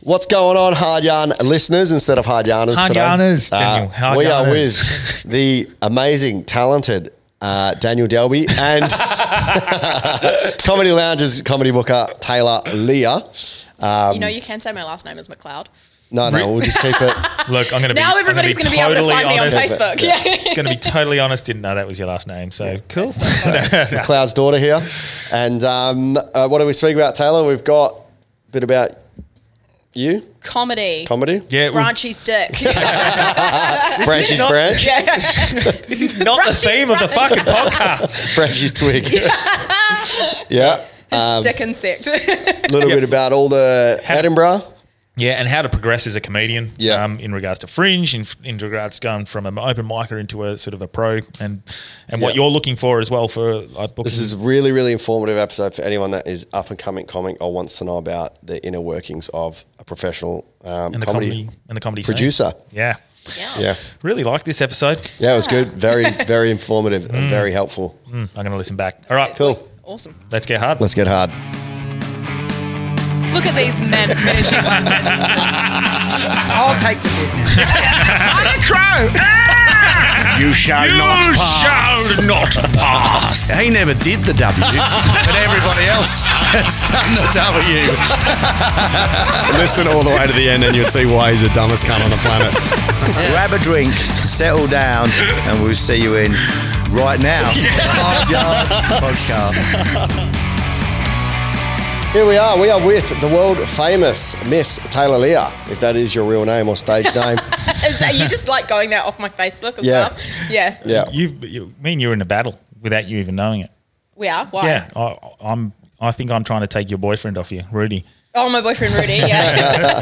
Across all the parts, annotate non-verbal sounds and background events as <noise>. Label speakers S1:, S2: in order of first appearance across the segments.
S1: What's going on, hard yarn listeners instead of hard yarners?
S2: Hard
S1: today? Uh,
S2: yarners, Daniel. Hard
S1: we are
S2: yarners.
S1: with the amazing, talented uh, Daniel Delby and <laughs> Comedy Lounge's comedy booker Taylor Leah.
S3: you
S2: Mm.
S3: know, you can say my last name is McLeod.
S1: No, no, we'll just keep
S2: <laughs>
S1: it.
S2: Look, I'm going to be.
S3: Now everybody's going to be, able to find me on Facebook. <laughs> Yeah.
S2: Going to be totally honest. Didn't know that was your last name. So cool.
S1: Cloud's daughter here. And um, uh, what do we speak about, Taylor? We've got a bit about you,
S3: Comedy.
S1: comedy.
S2: Yeah. well, <laughs>
S3: Branchy's dick. <laughs>
S1: Branches
S2: not-
S1: branch,
S3: yeah.
S2: this is not the
S3: Branches,
S2: theme of the fucking podcast.
S1: branches twig.
S2: <laughs>
S1: yeah. A
S2: Um,
S3: dick <laughs> insect.
S1: little bit about all the Edinburgh.
S2: Yeah, and how to progress as a comedian.
S1: Yeah.
S2: Um, in regards to fringe, in, in regards to going from an open micer into a sort of a pro, and and what
S1: Yeah.
S2: you're looking for as well for like booking.
S1: This is a really, really informative episode for anyone that is up and coming comic or wants to know about the inner workings of a professional um,
S2: and the
S1: comedy,
S2: comedy, and the comedy scene.
S1: producer.
S2: Yeah.
S3: Yes.
S2: Really like this episode.
S1: Yeah, it was good. Very, very informative and very helpful.
S2: Mm, I'm going to listen back. All right.
S1: Cool.
S3: Awesome.
S2: Let's get hard.
S1: Let's get hard.
S3: Look at these men finishing my sentences.
S4: I'll take the bid now. I'm a crow. Ah!
S5: You shall not pass.
S2: shall not pass.
S5: He never did the W, but everybody else has done the W.
S1: Listen all the way to the end and you'll see why he's the dumbest cunt on the planet.
S5: Grab a drink, settle down, and we'll see you in right now. Hard Yards Podcast.
S1: <laughs> Here we are. We are with the world famous Miss Taylor Leah, if that is your real name or stage name.
S3: Is, are you just like going that off my Facebook as
S1: Yeah.
S3: well? Yeah.
S1: Yeah.
S2: You've, you, me and you were in a battle without you even knowing it.
S3: We are. Why?
S2: Yeah, I, I'm. I think I'm trying to take your boyfriend off you, Rudy.
S3: Oh, my
S2: <laughs>
S3: boyfriend Rudy. Yeah.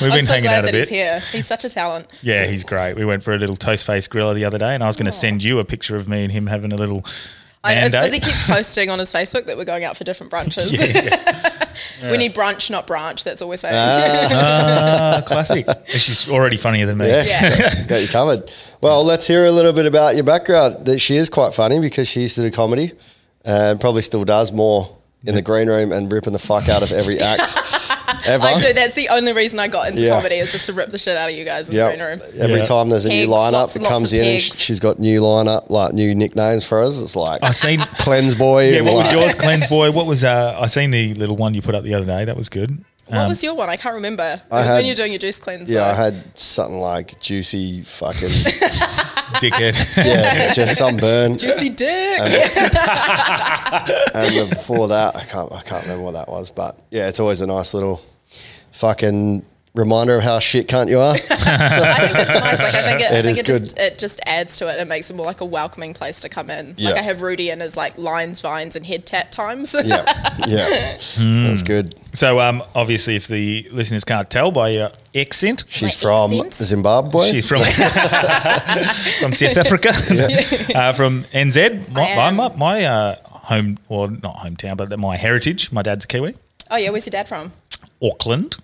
S2: We've
S3: I'm
S2: been
S3: so
S2: hanging
S3: glad
S2: out a
S3: that
S2: bit.
S3: he's here. He's such a talent.
S2: Yeah, he's great. We went for a little toast face griller the other day, and I was going to send you a picture of me and him having a little.
S3: Oh. I know, it's because he
S2: mandate.
S3: keeps posting on his Facebook that we're going out for
S2: <laughs>
S3: different brunches. <laughs> we need brunch, not branch. That's all we're saying.
S2: Ah,
S3: <laughs>
S2: classic. She's already funnier than me.
S1: Yes,
S3: Yeah.
S1: got you covered. Well, let's hear a little bit about your background. That she is quite funny because she used to do comedy, and probably still does more in the green room and ripping the fuck out of
S3: <laughs>
S1: every act ever. <laughs>
S3: I do. That's the only reason I got into
S1: Yeah.
S3: comedy is just to rip the shit out of you guys in
S1: Yep.
S3: the green room.
S1: Every
S2: Yeah.
S1: time there's a
S3: Pigs,
S1: new lineup
S3: lots
S1: that
S3: and lots
S1: comes
S3: of
S1: in, and sh-
S3: pigs.
S1: she's got new lineup, like new nicknames for us. It's like
S2: <laughs> I seen.
S1: Cleanse Boy.
S2: Yeah,
S1: and
S2: what was
S1: like-
S2: yours, Cleanse Boy? What was? Uh, I seen the little one you put up the other day. That was
S3: <laughs>
S2: good.
S3: What was your one? I can't remember. It
S1: I
S3: was
S1: had-
S3: when you're doing your juice cleanse.
S1: Yeah, I
S3: though.
S1: had something like juicy fucking <laughs>
S2: Dickhead.
S1: yeah, just sunburn. <laughs>
S3: Juicy dick. Yeah.
S1: and the- before that, I can't I can't remember what that was, but yeah, it's always a nice little fucking reminder of how shit cunt you
S3: <laughs>
S1: are.
S3: <laughs> I think it's nice. Like, I
S1: <laughs>
S3: think it, I
S1: It
S3: think
S1: is
S3: it just it just adds to it and makes it more like a welcoming place to come in.
S1: Yeah.
S3: Like I have Rudy in his like lines, vines, and head tat times.
S1: yeah, yeah, that
S2: Hmm.
S1: was good.
S2: <laughs> so, um, obviously, if the listeners can't tell by your accent,
S1: She's
S3: My
S1: from
S3: accent?
S1: Zimbabwe.
S2: She's from <laughs> from South Africa, uh, from NZ.
S3: I
S2: My
S3: am.
S2: my, my uh, home, or not hometown, but my heritage. My dad's a Kiwi,
S3: <laughs> oh yeah, where's your dad from?
S2: Auckland.
S1: Mm-hmm.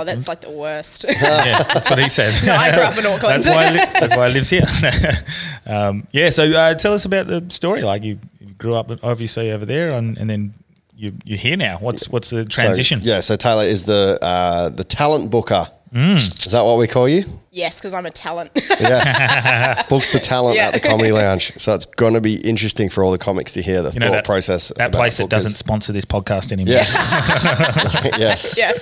S3: Oh, that's like
S1: <laughs>
S3: the worst.
S1: Ah.
S2: Yeah, that's what he says.
S3: <laughs> no, I
S2: <laughs>
S3: grew up in Auckland.
S2: that's why I li- that's why he lives here. <laughs> um, yeah. So uh, tell us about the story. Like you you grew up obviously over there, and, and then you you're here now. What's what's the
S1: So,
S2: transition?
S1: yeah, so Taylor is the uh, the talent booker.
S2: Hmm.
S1: Is that what we call you?
S3: <laughs> yes, because I'm
S1: <laughs>
S3: a talent.
S1: Yes.
S2: <laughs>
S1: Books the talent
S3: Yeah.
S1: at the Comedy Lounge. So it's going to be interesting for all the comics to hear the
S2: You
S1: thought
S2: that
S1: process.
S2: That
S1: about
S2: place that
S1: bookers. <laughs>
S2: doesn't sponsor this podcast anymore.
S1: Yes. yes.
S3: yeah.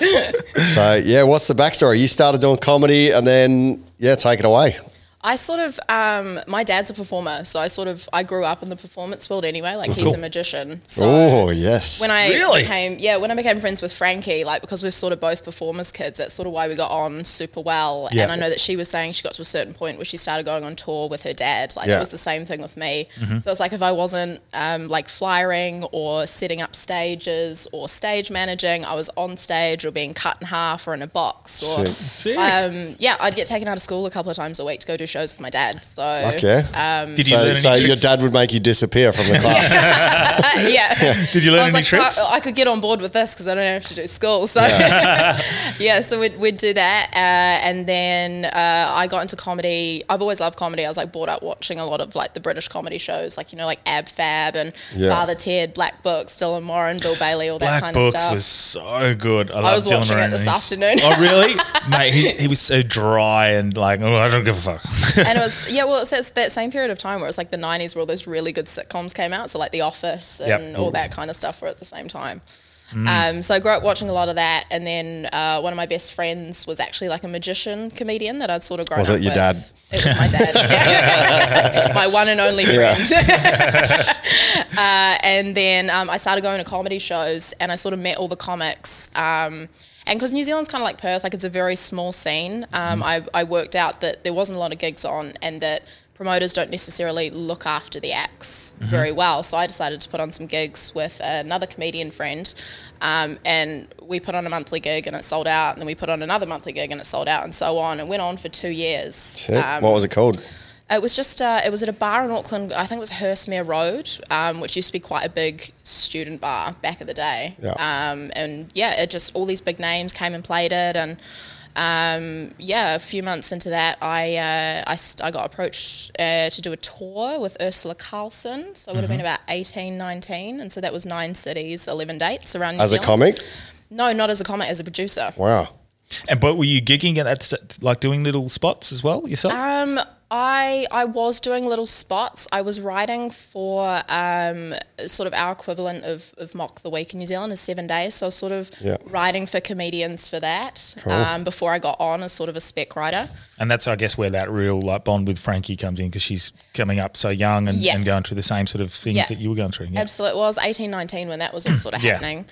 S1: So, yeah, what's the backstory? You started doing comedy and then, yeah, take it away.
S3: I sort of, um, my dad's a performer, so I sort of, I grew up in the performance world anyway. Like he's
S2: Cool.
S3: a magician. So
S1: Oh, yes.
S3: when I
S2: Really?
S3: became yeah, when I became friends with Frankie, like because we're sort of both performers kids, that's sort of why we got on super well.
S2: Yeah.
S3: And I know that she was saying she got to a certain point where she started going on tour with her dad. Like
S1: Yeah.
S3: it was the same thing with me. So it's like if I wasn't um, like flyering or setting up stages or stage managing, I was on stage or um, being cut in half or in a box or
S1: Sick.
S2: <laughs> Sick.
S3: um, yeah, I'd get taken out of school a couple of times a week to go do shows with my dad. So
S1: Fuck
S3: Um,
S1: yeah.
S2: Did you
S1: so
S2: learn
S1: so
S2: any
S1: your
S2: tricks?
S1: dad would make you disappear from
S3: <laughs>
S1: the class.
S3: yeah.
S2: Did you learn
S3: I was
S2: any
S3: like,
S2: tricks?
S3: I, I could get on board with this because I don't have to do school. So, <laughs> yeah, so we'd, we'd do that. Uh, and then uh, I got into comedy. I've always loved comedy. I was like brought up watching a lot of like the British comedy shows, like, you know, like Ab Fab and
S1: Yeah.
S3: Father Ted, Black Books, Dylan Moran, Bill Bailey, all that
S2: Black
S3: kind of
S2: Books
S3: stuff.
S2: was so good. I, love
S3: was
S2: Dylan
S3: watching it
S2: Moran.
S3: this
S2: He's-
S3: afternoon.
S2: Oh, really?
S3: <laughs>
S2: Mate, he, he was so dry and like, oh, I don't give a fuck.
S3: and it was yeah, well, it's, it's that same period of time where it's like the '90s where all those really good sitcoms came out, so like The Office and
S2: Yep.
S3: all that kind of stuff were at the same time. Um, so I grew up watching a lot of that, and then uh, one of my best friends was actually like a magician comedian that I'd sort of grown
S1: Was
S3: up
S1: it your
S3: with.
S1: dad?
S3: It was
S1: <laughs>
S3: my dad, <laughs> my one and only friend. <laughs> uh, and then um, I started going to comedy shows, and I sort of met all the comics. Um, and because New Zealand's kind of like Perth, like it's a very small scene, um, I, I worked out that there wasn't a lot of gigs on and that promoters don't necessarily look after the acts very well. So I decided to put on some gigs with another comedian friend. Um, and we put on a monthly gig and it sold out. And then we put on another monthly gig and it sold out and so on. It went on for two years. Um,
S1: Shit, what was it called?
S3: It was just, uh, it was at a bar in Auckland, I think it was Hurstmere Road, um, which used to be quite a big student bar back in the day.
S1: Yeah.
S3: Um, and yeah, it just, all these big names came and played it. And um, yeah, a few months into that, I, uh, I, s- I got approached uh, to do a tour with Ursula Carlson. So it would have
S1: Mm-hmm.
S3: been about 18, 19. And so that was nine cities, 11 dates around New
S1: As a
S3: Zealand.
S1: comic?
S3: No, not as a comic, as a producer.
S1: Wow.
S2: and But were you gigging at that, st- like doing little spots as well yourself?
S3: Um, I I was doing little spots. I was writing for um, sort of our equivalent of, of Mock the Week in New Zealand is seven days. So I was sort of
S1: Yeah.
S3: writing for comedians for that um, before I got on as sort of a spec writer.
S2: and that's, I guess, where that real like bond with Frankie comes in because she's coming up so young and,
S3: Yeah.
S2: and going through the same sort of things
S3: Yeah.
S2: that you were going through. Yeah.
S3: Absolutely. Well, I was 18, 19 when that was all sort of
S2: Yeah.
S3: happening.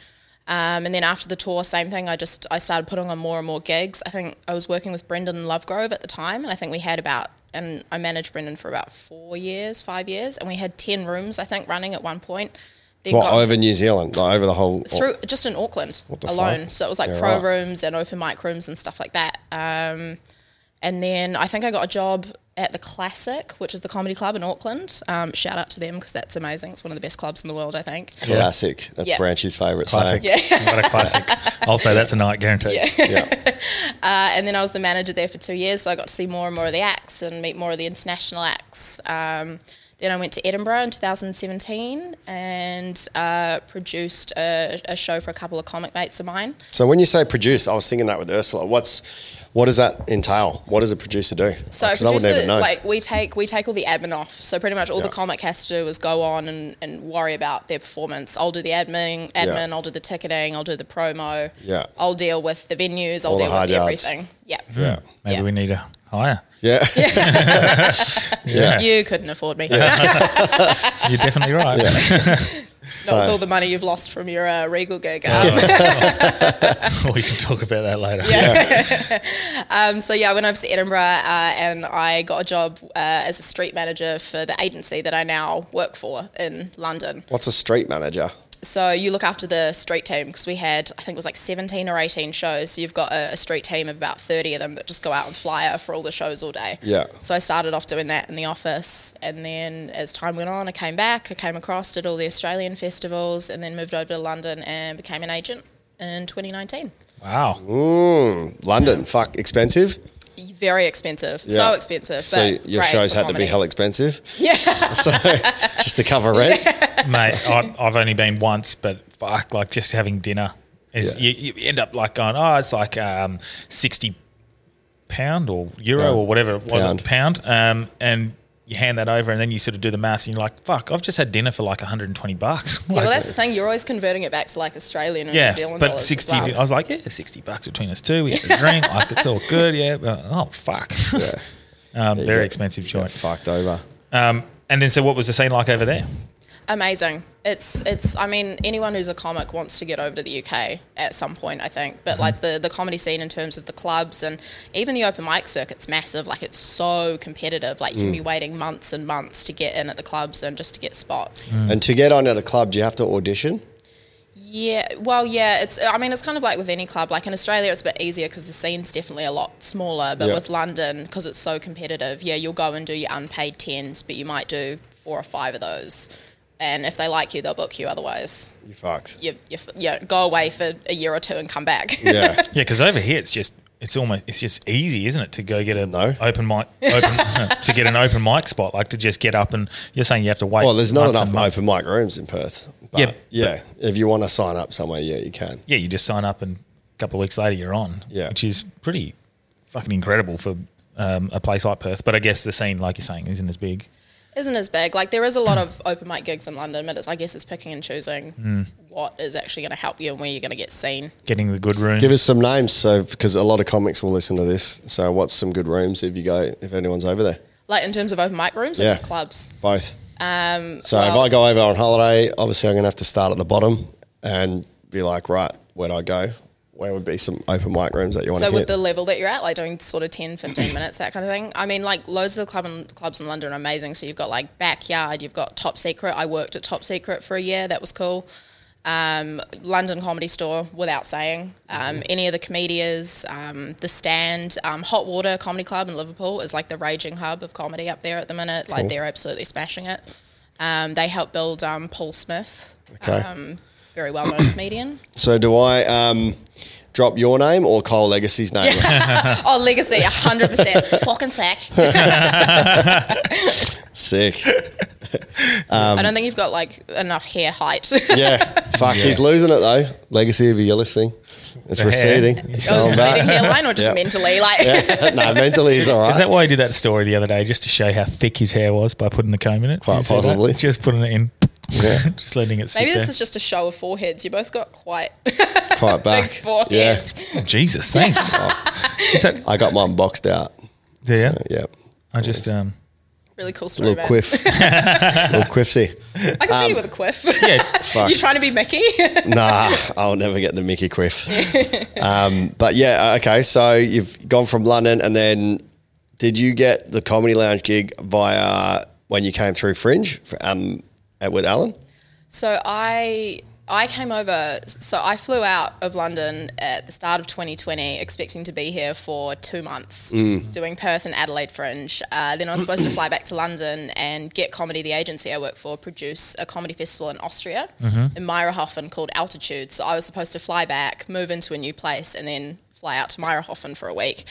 S3: Um, and then after the tour, same thing. I just I started putting on more and more gigs. I think I was working with Brendan Lovegrove at the time, and I think we had about and I managed Brendan for about four years, five years, and we had ten rooms I think running at one point. Then
S1: What,
S3: got-
S1: over New Zealand? Like, over the whole.
S3: through just in Auckland
S1: the
S3: alone.
S1: fuck?
S3: So it was like
S1: Yeah,
S3: pro
S1: right.
S3: rooms and open mic rooms and stuff like that. Um, and then I think I got a job at the Classic, which is the comedy club in Auckland. Um, shout out to them because that's amazing. It's one of the best clubs in the world, I think.
S1: Classic. That's
S3: Yeah.
S1: Branch's favourite
S2: Classic.
S1: saying.
S2: <laughs> what a classic. I'll say that tonight, guaranteed.
S1: Yeah.
S3: and then I was the manager there for two years, so I got to see more and more of the acts and meet more of the international acts. Um, then I went to Edinburgh in 2017 and uh, produced a, a show for a couple of comic mates of mine.
S1: So when you say produce, I was thinking that with Ursula. What's what does that entail? What does a producer do?
S3: So
S1: Because
S3: producer,
S1: I wouldn't even know.
S3: like we take we take all the admin off. So pretty much all the
S1: Yeah.
S3: comic has to do is go on and, and worry about their performance. I'll do the admin, admin. I'll do the ticketing. I'll do the promo.
S1: Yeah.
S3: I'll deal with the venues. I'll
S1: All the
S3: deal
S1: hard
S3: with
S1: yards.
S3: everything. Yeah.
S1: yeah.
S2: Maybe
S3: Yeah.
S2: we need a hire.
S1: Yeah. <laughs> yeah.
S3: You couldn't afford
S1: <laughs>
S3: me. <laughs>
S2: You're definitely right.
S3: Not with all the money you've lost from your uh, Regal gig.
S2: <laughs>
S3: Um,
S2: we can talk about that later.
S3: Um, so yeah, I went over to Edinburgh uh, and I got a job uh, as a street manager for the agency that I now work for in London.
S1: What's a street manager?
S3: So you look after the street team because we had I think it was like 17 or 18 shows. So you've got a, a street team of about 30 of them that just go out and flyer for all the shows all day.
S1: Yeah.
S3: So I started off doing that in the office, and then as time went on, I came back. I came across, did all the Australian festivals, and then moved over to London and became an agent in 2019.
S2: Wow.
S1: London. Fuck expensive.
S3: Very expensive,
S1: Yeah.
S3: so expensive.
S1: So
S3: but
S1: your
S3: great
S1: shows
S3: for
S1: had to be
S3: comedy.
S1: hell expensive.
S3: <laughs> Yeah.
S1: So just to cover rent.
S2: Mate, I, I've only been once, but fuck, like just having dinner. Is,
S1: Yeah.
S2: you, you end up like going, oh, it's like um, 60 pound or euro
S1: Yeah.
S2: or whatever it was,
S1: Pound.
S2: pound. pound um, and you hand that over and then you sort of do the maths and you're like, fuck, I've just had dinner for like 120 bucks. <laughs>
S3: Yeah,
S2: Like,
S3: well, that's the thing. You're always converting it back to like Australian or
S2: yeah,
S3: New Zealand
S2: but
S3: dollars.
S2: 60,
S3: As
S2: I
S3: well.
S2: was like, yeah, 60 bucks between us two. We had a
S3: <laughs>
S2: drink, like it's all good. Yeah. But, oh,
S1: <laughs>
S2: fuck. um, very
S1: get-
S2: expensive
S1: Got
S2: joint.
S1: fucked over.
S2: Um, and then, so what was the scene like over there?
S3: Amazing. It's it's. I mean, anyone who's a comic wants to get over to the UK at some point, I think. But like the the comedy scene in terms of the clubs and even the open mic circuit's massive. Like it's so competitive. Like you can be waiting months and months
S1: Mm.
S2: Mm.
S3: to get in at the clubs and just to get spots.
S1: And to get on at a club, do you have to audition?
S3: Yeah, well, yeah. It's I mean, it's kind of like with any club. Like in Australia, it's a bit easier because the scene's definitely a lot smaller. But
S1: Yeah.
S3: with London, because it's so competitive, yeah, you'll go and do your unpaid tens, but you might do four or five of those. And if they like you, they'll book you. Otherwise,
S1: You fucked.
S3: you you, you go away for a year or two and come
S1: <laughs>
S3: back.
S1: Yeah.
S2: Yeah, because over here it's just it's almost it's just easy, isn't it, to go get a
S1: No.
S2: open mic open, <laughs> to get an open mic spot, like to just get up and you're saying you have to wait.
S1: Well, there's not
S2: months and
S1: enough
S2: months.
S1: open mic rooms in Perth. But
S2: Yeah,
S1: yeah. if you want to sign up somewhere, yeah, you can.
S2: Yeah, you just sign up and a couple of weeks later you're on.
S1: Yeah.
S2: which is pretty fucking incredible for um, a place like Perth. But I guess the scene, like you're saying, isn't as big.
S3: <laughs> isn't as big. Like there is a lot of <laughs> open mic gigs in London, but it's I guess it's picking and choosing
S1: Mm.
S3: what is actually going to help you and where you're going to get seen.
S2: Getting the good room.
S1: Give us some names, so because a lot of comics will listen to this. So, what's some good rooms if you go if anyone's over there?
S3: Like in terms of open mic rooms, or
S1: Yeah.
S3: just clubs.
S1: Both.
S3: Um,
S1: So if
S3: well-
S1: I go over on holiday, obviously I'm going to have to start at the bottom and be like, right, where'd I go? Where would be some open mic rooms that you want
S3: So
S1: to
S3: with
S1: hit?
S3: the level that you're at, like doing sort of 10, 15 <clears throat> minutes, that kind of thing. I mean, like loads of the club and clubs in London are amazing. So you've got like backyard, you've got Top Secret. I worked at Top Secret for a year. That was cool. Um, London Comedy Store, without saying. Um, Any of the comedians, um, the Stand, um, Hot Water Comedy Club in Liverpool is like the raging hub of comedy up there at the minute. Like they're absolutely smashing it. Um, they helped build um, Paul Smith,
S1: okay.
S3: um, very well known comedian.
S1: so do I um, drop your name or Cole Legacy's name?
S3: Oh, Legacy, hundred percent. Fucking sack.
S1: Sick.
S3: I don't think you've got like enough hair height.
S1: Um, <laughs>
S3: <laughs>
S1: Yeah. Fuck, he's losing it though. Legacy, if you're listening, it's
S2: The hair.
S1: receding. It's
S3: Oh,
S1: going
S3: is it receding
S1: back.
S3: hairline or just
S1: Yeah.
S3: mentally? Like,
S1: <laughs> no, mentally he's all
S2: Is
S1: right.
S2: that why he did that story the other day, just to show how thick his hair was by putting the comb in it?
S1: Quite
S2: You see that?
S1: possibly.
S2: Just putting it in,
S1: yeah,
S2: just letting it sit
S3: <laughs> maybe
S2: there.
S3: this is just a show of foreheads. You both got quite <laughs>
S1: quite
S3: big
S1: back. yeah,
S3: foreheads.
S2: Jesus,
S1: <laughs>
S2: thanks.
S1: Oh.
S2: Is that-
S1: I got mine boxed out. Uh,
S2: yeah,
S1: Yeah,
S2: I just um,
S3: Really cool story.
S1: little
S3: man.
S1: quiff, <laughs> Um, little quiffsy.
S3: I can see you with a quiff.
S2: yeah,
S3: <laughs> You're trying to be Mickey. <laughs>
S1: Nah, I'll never get the Mickey quiff. um, but yeah, uh, okay. So you've gone from London, and then did you get the Comedy Lounge gig via when you came through Fringe f- um, at- with Alan?
S3: so I I came over. So I flew out of London at the start of 2020, expecting to be here for two months, doing Perth and Adelaide Fringe. Uh, then I was supposed to fly back to London and get comedy. The agency I work for produce a comedy festival in Austria in Meyerhofen called Altitude. So I was supposed to fly back, move into a new place, and then fly out to Meyerhofen for a week.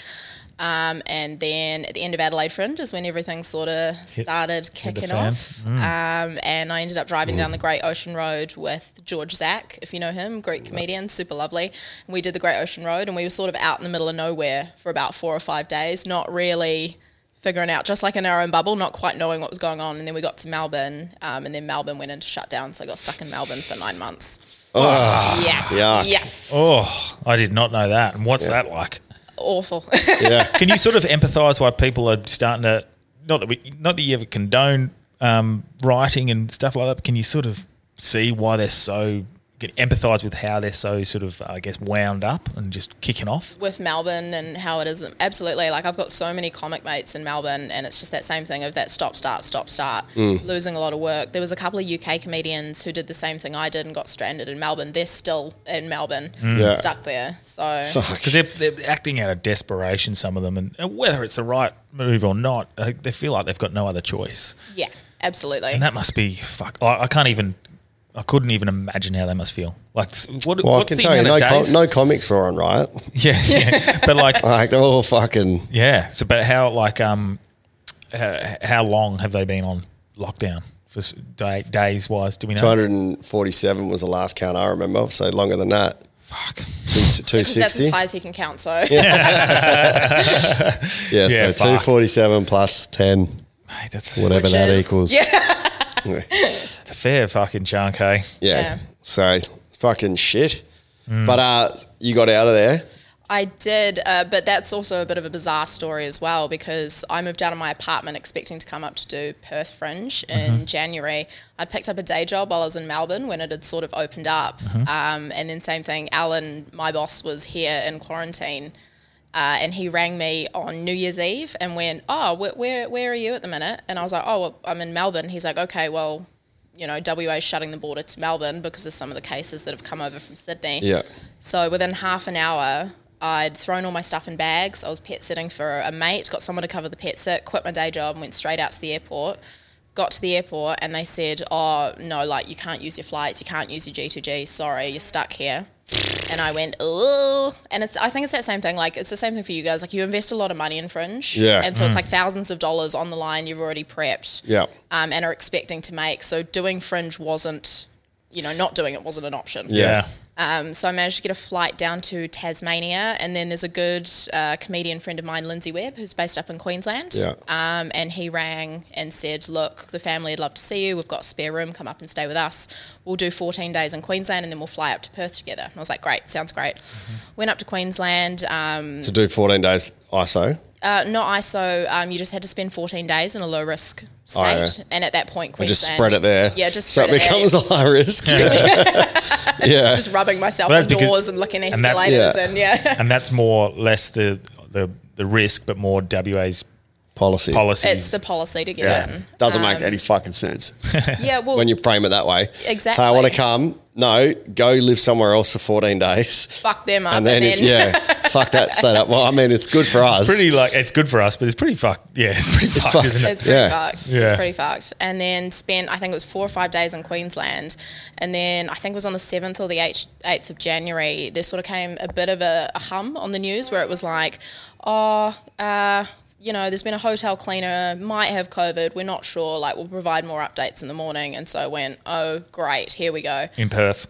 S3: Um, and then at the end of Adelaide Fringe is when everything sort of started kicking
S2: fan.
S3: off. Um, and I ended up driving down the Great Ocean Road with George Zach, if you know him, Greek comedian, super lovely. And we did the Great Ocean Road and we were sort of out in the middle of nowhere for about four or five days, not really figuring out, just like in our own bubble, not quite knowing what was going on. And then we got to Melbourne um, and then Melbourne went into shutdown. So I got stuck in Melbourne for nine months. yeah.
S1: yuck.
S3: Yes.
S2: oh, I did not know that. And what's that like?
S3: Awful. <laughs>
S1: Yeah,
S2: Can you sort of empathise why people are starting to not that we not that you ever condone um, writing and stuff like that? But can you sort of see why they're so can empathise with how they're so sort of I guess wound up and just kicking off?
S3: with Melbourne and how it is. Absolutely. Like I've got so many comic mates in Melbourne and it's just that same thing of that stop, start, stop, start, losing a lot of work. There was a couple of UK comedians who did the same thing I did and got stranded in Melbourne. They're still in Melbourne,
S1: Yeah.
S3: stuck there. So
S1: fuck.
S2: Because they're, they're acting out of desperation, some of them, and, and whether it's the right move or not, I think they feel like they've got no other choice.
S3: yeah, absolutely.
S2: And that must be fuck. I, I can't even. I couldn't even imagine how they must feel. Like, s- what,
S1: Well,
S2: what's
S1: I can
S2: the
S1: tell you, no,
S2: amount of
S1: com-
S2: days?
S1: no comics were on riot.
S2: <laughs> Yeah, yeah. but like,
S1: <laughs> Like they're all fucking.
S2: yeah. So, but how like um, how, how long have they been on lockdown for s- day, days wise? Do we know?
S1: 247 was the last count I remember, so longer than that.
S2: Fuck.
S1: Two,
S3: Because that's
S1: 260.
S3: as high as he can count. So
S1: Yeah, so
S2: Yeah, fuck.
S1: 247 plus
S3: <laughs>
S1: 10,
S2: Mate, that's
S1: whatever
S3: Which
S1: that
S3: is-
S1: equals.
S3: Yeah.
S2: It's a fair fucking chunk, eh? hey.
S1: Yeah.
S3: Yeah.
S1: So fucking shit.
S2: Mm.
S1: But uh, you got out of there.
S3: I did, uh, but that's also a bit of a bizarre story as well because I moved out of my apartment expecting to come up to do Perth Fringe in January. I picked up a day job while I was in Melbourne when it had sort of opened up. Um, and then, same thing, Alan, my boss, was here in quarantine. Uh, and he rang me on New Year's Eve and went, "Oh, wh- where where are you at the minute?" And I was like, "Oh, well, I'm in Melbourne." He's like, "Okay, well, you know, WA shutting the border to Melbourne because of some of the cases that have come over from Sydney.
S1: Yeah.
S3: So within half an hour, I'd thrown all my stuff in bags. I was pet sitting for a mate, got someone to cover the pet sit, quit my day job, and went straight out to the airport. Got to the airport, and they said, "Oh no, like you can't use your flights, you can't use your G2G. Sorry, you're stuck here." And I went, "Ooh," and it's. I think it's that same thing. Like it's the same thing for you guys. Like you invest a lot of money in fringe,
S1: Yeah.
S3: and so it's like thousands of dollars on the line. You've already prepped,
S1: Yeah.
S3: um, and are expecting to make. So doing fringe wasn't, you know, not doing it wasn't an option.
S1: Yeah.
S3: Um, so I managed to get a flight down to Tasmania, and then there's a good uh, comedian friend of mine, Lindsay Webb, who's based up in Queensland.
S1: Yeah.
S3: Um, and he rang and said, "Look, the family would love to see you. We've got a spare room. Come up and stay with us. We'll do 14 days in Queensland, and then we'll fly up to Perth together." And I was like, "Great, sounds great."
S1: Mm-hmm.
S3: Went up to Queensland. Um,
S1: To do 14 days ISO.
S3: uh, not ISO. Um, you just had to spend 14 days in a low risk state,
S1: Oh, yeah.
S3: and at that point,
S1: I
S3: Queensland
S1: just spread it there.
S3: Yeah, just
S1: so
S3: spread
S1: it
S3: it there.
S1: becomes a high
S3: <laughs>
S1: risk. <laughs> Yeah. yeah.
S3: Just rubbing myself
S2: Well,
S3: on
S2: that's because-
S3: doors and looking
S2: that's-
S3: escalators,
S1: Yeah.
S3: and yeah.
S2: and <laughs> that's more less the the the risk, but more WA's
S1: Policy.
S2: policies.
S3: It's the policy to get
S1: Yeah.
S3: in.
S6: Doesn't
S3: Um,
S6: make any fucking sense.
S3: Yeah, well,
S1: when you frame it that way.
S3: Exactly.
S1: Hey, I want to come. No, go live somewhere else for 14 days.
S3: fuck them up,
S1: and then, if, yeah, fuck that state up. Well, I mean, it's good for us.
S2: pretty like it's good for us, but it's pretty fucked. Yeah, it's pretty fucked,
S1: fucked.
S2: isn't it?
S3: <laughs> It's pretty
S1: Yeah.
S3: fucked.
S2: Yeah.
S3: It's pretty fucked. And then spent, I think it was four or five days in Queensland. And then I think it was on the 7th or the 8th, 8th of January, there sort of came a bit of a, a hum on the news where it was like, oh, uh, you know, there's been a hotel cleaner, might have COVID, we're not sure. Like, we'll provide more updates in the morning. And so I went, oh, great, here we go.
S2: In Perth.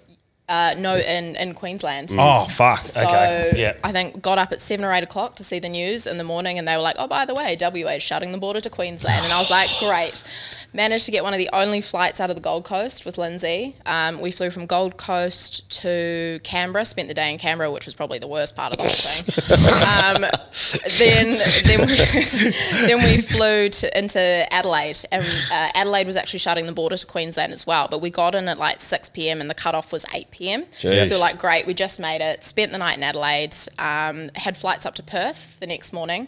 S3: Uh, no, in, in Queensland.
S1: Mm.
S2: Oh fuck.
S3: So
S2: okay. Yeah.
S3: I think got up at seven or eight o'clock to see the news in the morning, and they were like, "Oh, by the way, WA is shutting the border to Queensland," and I was like, "Great!" Managed to get one of the only flights out of the Gold Coast with Lindsay. Um, we flew from Gold Coast to Canberra, spent the day in Canberra, which was probably the worst part of the whole
S2: <laughs>
S3: thing. um, then, then we, <laughs> then we flew to, into Adelaide, and uh, Adelaide was actually shutting the border to Queensland as well. But we got in at like six pm, and the cutoff was eight pm.
S1: Jeez.
S3: So like like, great, we just made it. Spent the night in Adelaide. Um, had flights up to Perth the next morning.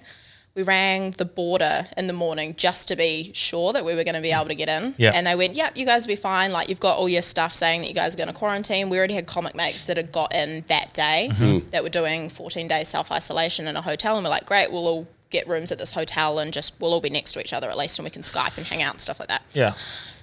S3: We rang the border in the morning just to be sure that we were going to be able to get in.
S2: Yeah.
S3: And they went, "Yep, you guys will be fine. Like you've got all your stuff saying that you guys are going to quarantine." We already had comic mates that had got in that day
S2: Mm-hmm.
S3: that were doing 14 days self isolation in a hotel, and we're like, "Great, we'll all get rooms at this hotel and just we'll all be next to each other at least, and we can Skype and hang out and stuff like that."
S2: yeah.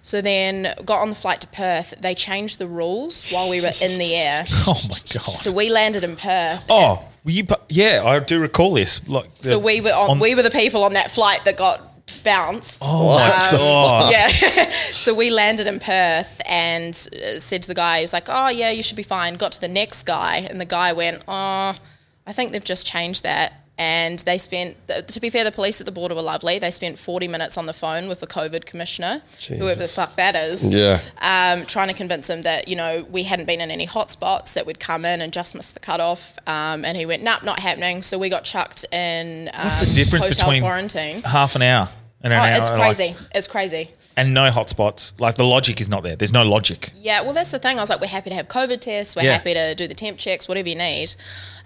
S3: So then got on the flight to Perth. They changed the rules while we were in
S2: <laughs>
S3: the air.
S2: Oh my god.
S3: So we landed in Perth.
S2: oh, were you? pu- Yeah, I do recall this. Like,
S3: so we were on,
S2: on-
S3: we were the people on that flight that got bounced.
S2: Oh my god.
S3: Yeah. <laughs> so we landed in Perth and uh, said to the guy, he was like, "Oh yeah, you should be fine." Got to the next guy, and the guy went, "Oh, I think they've just changed that." And they spent, th- to be fair, the police at the border were lovely. They spent 40 minutes on the phone with the COVID commissioner, whoever the fuck that is <laughs>
S1: Yeah.
S3: um, trying to convince him that you know we hadn't been in any hotspots that we'd come in and just missed the cutoff. Um, and he went, "Nope, not happening." So we got chucked in. Um,
S2: What's the difference
S3: hotel
S2: between
S3: quarantine?
S2: <laughs> half an hour and an
S3: Oh,
S2: hour?
S3: it's
S2: like-
S3: crazy! it's crazy.
S2: and no hotspots. Like the logic is not there. There's no logic.
S3: Yeah, well, that's the thing. I was like, "We're happy to have COVID tests. We're
S2: Yeah.
S3: happy to do the temp checks, whatever you need."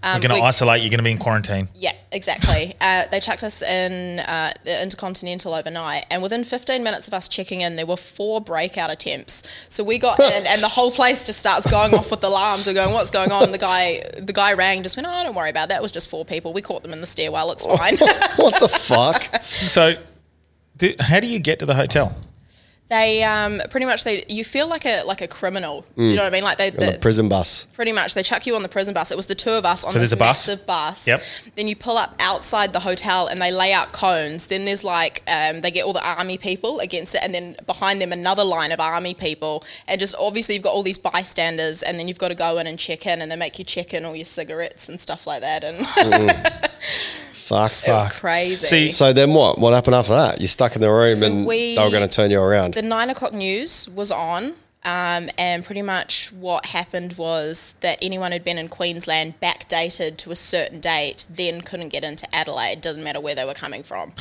S3: Um,
S2: You're going to
S3: we-
S2: isolate. You're going to be in
S3: <laughs>
S2: quarantine.
S3: Yeah, exactly. uh, they chucked us in uh, the Intercontinental overnight, and within 15 minutes of us checking in, there were four breakout attempts. So we got in, and the whole place just starts going off with alarms. We're going, "What's going on?" And the guy, the guy rang, just went, "Oh, don't worry about that. It was just four people. We caught them in the stairwell. It's fine."
S1: what the fuck?
S2: So, do, how do you get to the hotel?
S3: they um, pretty much they you feel like a like a criminal. Do you know what I mean? Like they,
S1: On the
S3: the-
S1: prison bus.
S3: pretty much they chuck you on the prison bus. It was the two of us on
S2: So
S3: this
S2: there's a bus?
S3: massive bus.
S2: Yep.
S3: Then you pull up outside the hotel and they lay out cones. Then there's like um, they get all the army people against it, and then behind them another line of army people, and just obviously you've got all these bystanders, and then you've got to go in and check in, and they make you check in all your cigarettes and stuff like that, and <laughs>
S1: Fuck.
S3: it's
S1: Fuck.
S3: crazy.
S2: See,
S1: So then what? What happened after that? You're stuck in the room
S3: So
S1: and
S3: we-
S1: they were going to turn you around.
S3: the nine o'clock news was on. Um, and pretty much what happened was that anyone who'd been in Queensland backdated to a certain date, then couldn't get into Adelaide, doesn't matter where they were
S2: <laughs>
S3: coming from.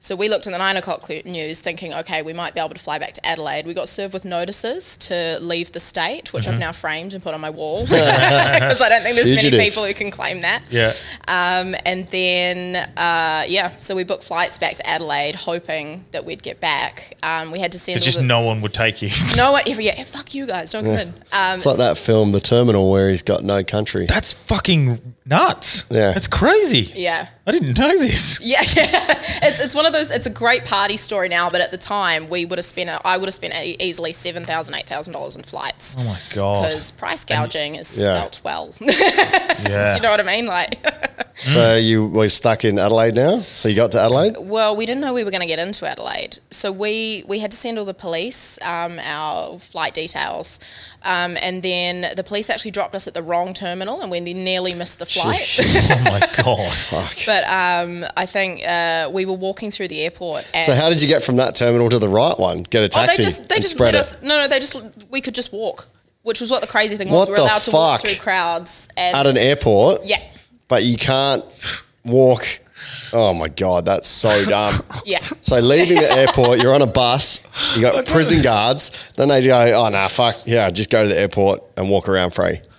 S3: so we looked in the nine o'clock clu- news thinking, okay, we might be able to fly back to Adelaide. We got served with notices to leave the state, which
S2: Mm-hmm.
S3: I've now framed and put on
S2: <laughs>
S3: my wall because I don't think there's
S1: Fugitive.
S3: many people who can claim that.
S2: Yeah.
S3: Um, and then, uh, yeah, so we booked flights back to Adelaide, hoping that we'd get back. Um, we had to send
S2: It's
S3: all
S2: just
S3: the-
S2: no one would take you. <laughs>
S3: no one. Yeah, yeah, fuck you guys. Don't come in. Um,
S1: It's like that film, The Terminal, where he's got no country.
S2: That's fucking nuts.
S1: Yeah.
S2: That's crazy.
S3: Yeah.
S2: I didn't know this.
S3: Yeah, <laughs> yeah. It's it's one of those. It's a great party story now, but at the time we would have spent. I would have spent e- easily seven thousand, eight thousand dollars in flights.
S2: Oh my
S3: <laughs>
S2: god.
S3: Because price gouging is
S1: Yeah.
S3: spelt well. <laughs> Do
S2: Yeah.
S3: you know what I mean? Like, <laughs>
S1: So you were stuck in Adelaide now. So you got to Adelaide.
S3: well, we didn't know we were going to get into Adelaide, so we we had to send all the police um, our flight details, um, and then the police actually dropped us at the wrong terminal, and we nearly missed the flight. <laughs>
S2: oh my <laughs> god.
S3: But um, I think uh, we were walking through the airport. And
S1: So how did you get from that terminal to the right one? Get a
S3: Oh,
S1: taxi
S3: they just they
S1: and
S3: just
S1: spread
S3: let
S1: it.
S3: us. No, no, they just we could just walk, which was what the crazy thing
S1: What
S3: was. We
S1: the
S3: were allowed to walk
S1: fuck?
S3: through crowds and
S1: at an airport.
S3: yeah,
S1: But you can't walk. Oh my god, that's
S3: <laughs>
S1: so dumb.
S3: yeah.
S1: So leaving the airport, you're on a bus. You got prison guards. Then they go, oh nah, fuck yeah, just go to the airport and walk around free. <sighs>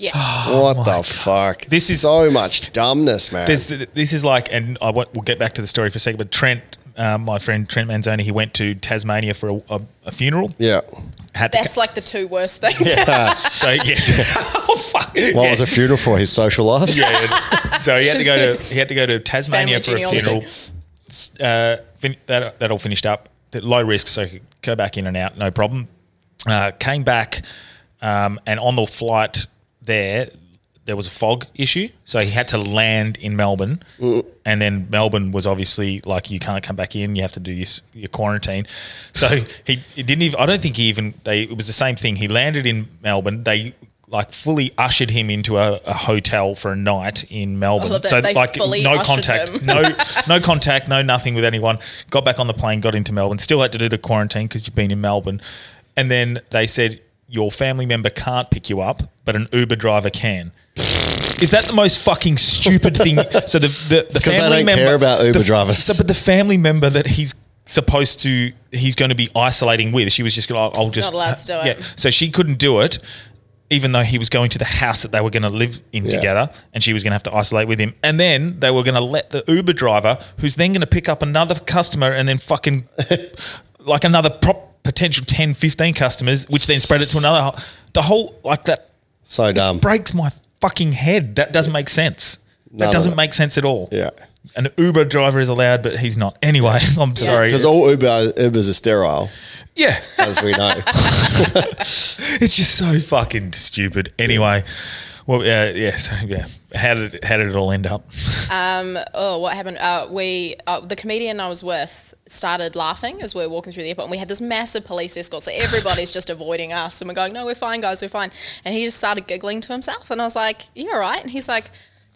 S3: Yeah,
S1: What the fuck?
S2: Oh This is-
S1: so much dumbness, man.
S2: There's, th- this is like, and I won't, we'll get back to the story for a second, but Trent, uh, my friend Trent Manzoni, he went to Tasmania for a, a, a funeral. <laughs>
S1: yeah.
S2: Had to
S3: that's like the two worst things.
S2: ca- so yes. <laughs> oh fuck.
S1: What was a funeral for his social life?
S2: Yeah, yeah. So he had to go to he had to go to Tasmania
S3: family
S2: for a
S3: genealogy.
S2: funeral. S- Uh, fin- that that all finished up. That low risk, so he could go back in and out, no problem. Uh, came back, um, and on the flight there, there was a fog issue, so he had to land in Melbourne, and then Melbourne was obviously like you can't come back in, you have to do your, s- your quarantine. So he, he didn't even. I don't think he even. They it was the same thing. He landed in Melbourne. They like fully ushered him into a, a hotel for a night in Melbourne.
S3: Oh, love that.
S2: So
S3: They
S2: like
S3: fully
S2: no
S3: ushered
S2: contact,
S3: him.
S2: no no contact, no nothing with anyone. Got back on the plane, got into Melbourne. Still had to do the quarantine because you've been in Melbourne. And then they said your family member can't pick you up, but an Uber driver can. Is that the most fucking stupid thing? So the the, the
S1: 'cause they
S2: family
S1: don't
S2: member
S1: care about Uber
S2: the-
S1: drivers.
S2: the- but the family member that he's supposed to he's going to be isolating with, she was just like, "I'll just
S3: allowed to do
S2: yeah.
S3: it.
S2: So she couldn't do it, even though he was going to the house that they were going to live in
S1: Yeah.
S2: together, and she was going to have to isolate with him. And then they were going to let the Uber driver, who's then going to pick up another customer, and
S1: <laughs>
S2: then fucking like another prop, potential 10, 15 customers, which then spread it to another. The whole like that
S1: So dumb.
S2: breaks my fucking head. That doesn't make sense.
S1: None
S2: that
S1: of
S2: doesn't
S1: it.
S2: make sense at all.
S1: Yeah.
S2: An Uber driver is allowed, but he's not. Anyway, <laughs> I'm sorry.
S1: Because all Uber Ubers are sterile,
S2: yeah,
S1: as we
S2: <laughs>
S1: know.
S2: it's just so fucking stupid. Anyway, well, yeah, yeah, so, yeah. How did it- how did it all end up?
S3: oh, what happened? Uh, we uh, the comedian I was with started laughing as we were walking through the airport, and we had this massive police escort, so everybody's just avoiding us, and we're going, "No, we're fine, guys, we're fine." And he just started giggling to himself, and I was like, "You all right?" And he's like.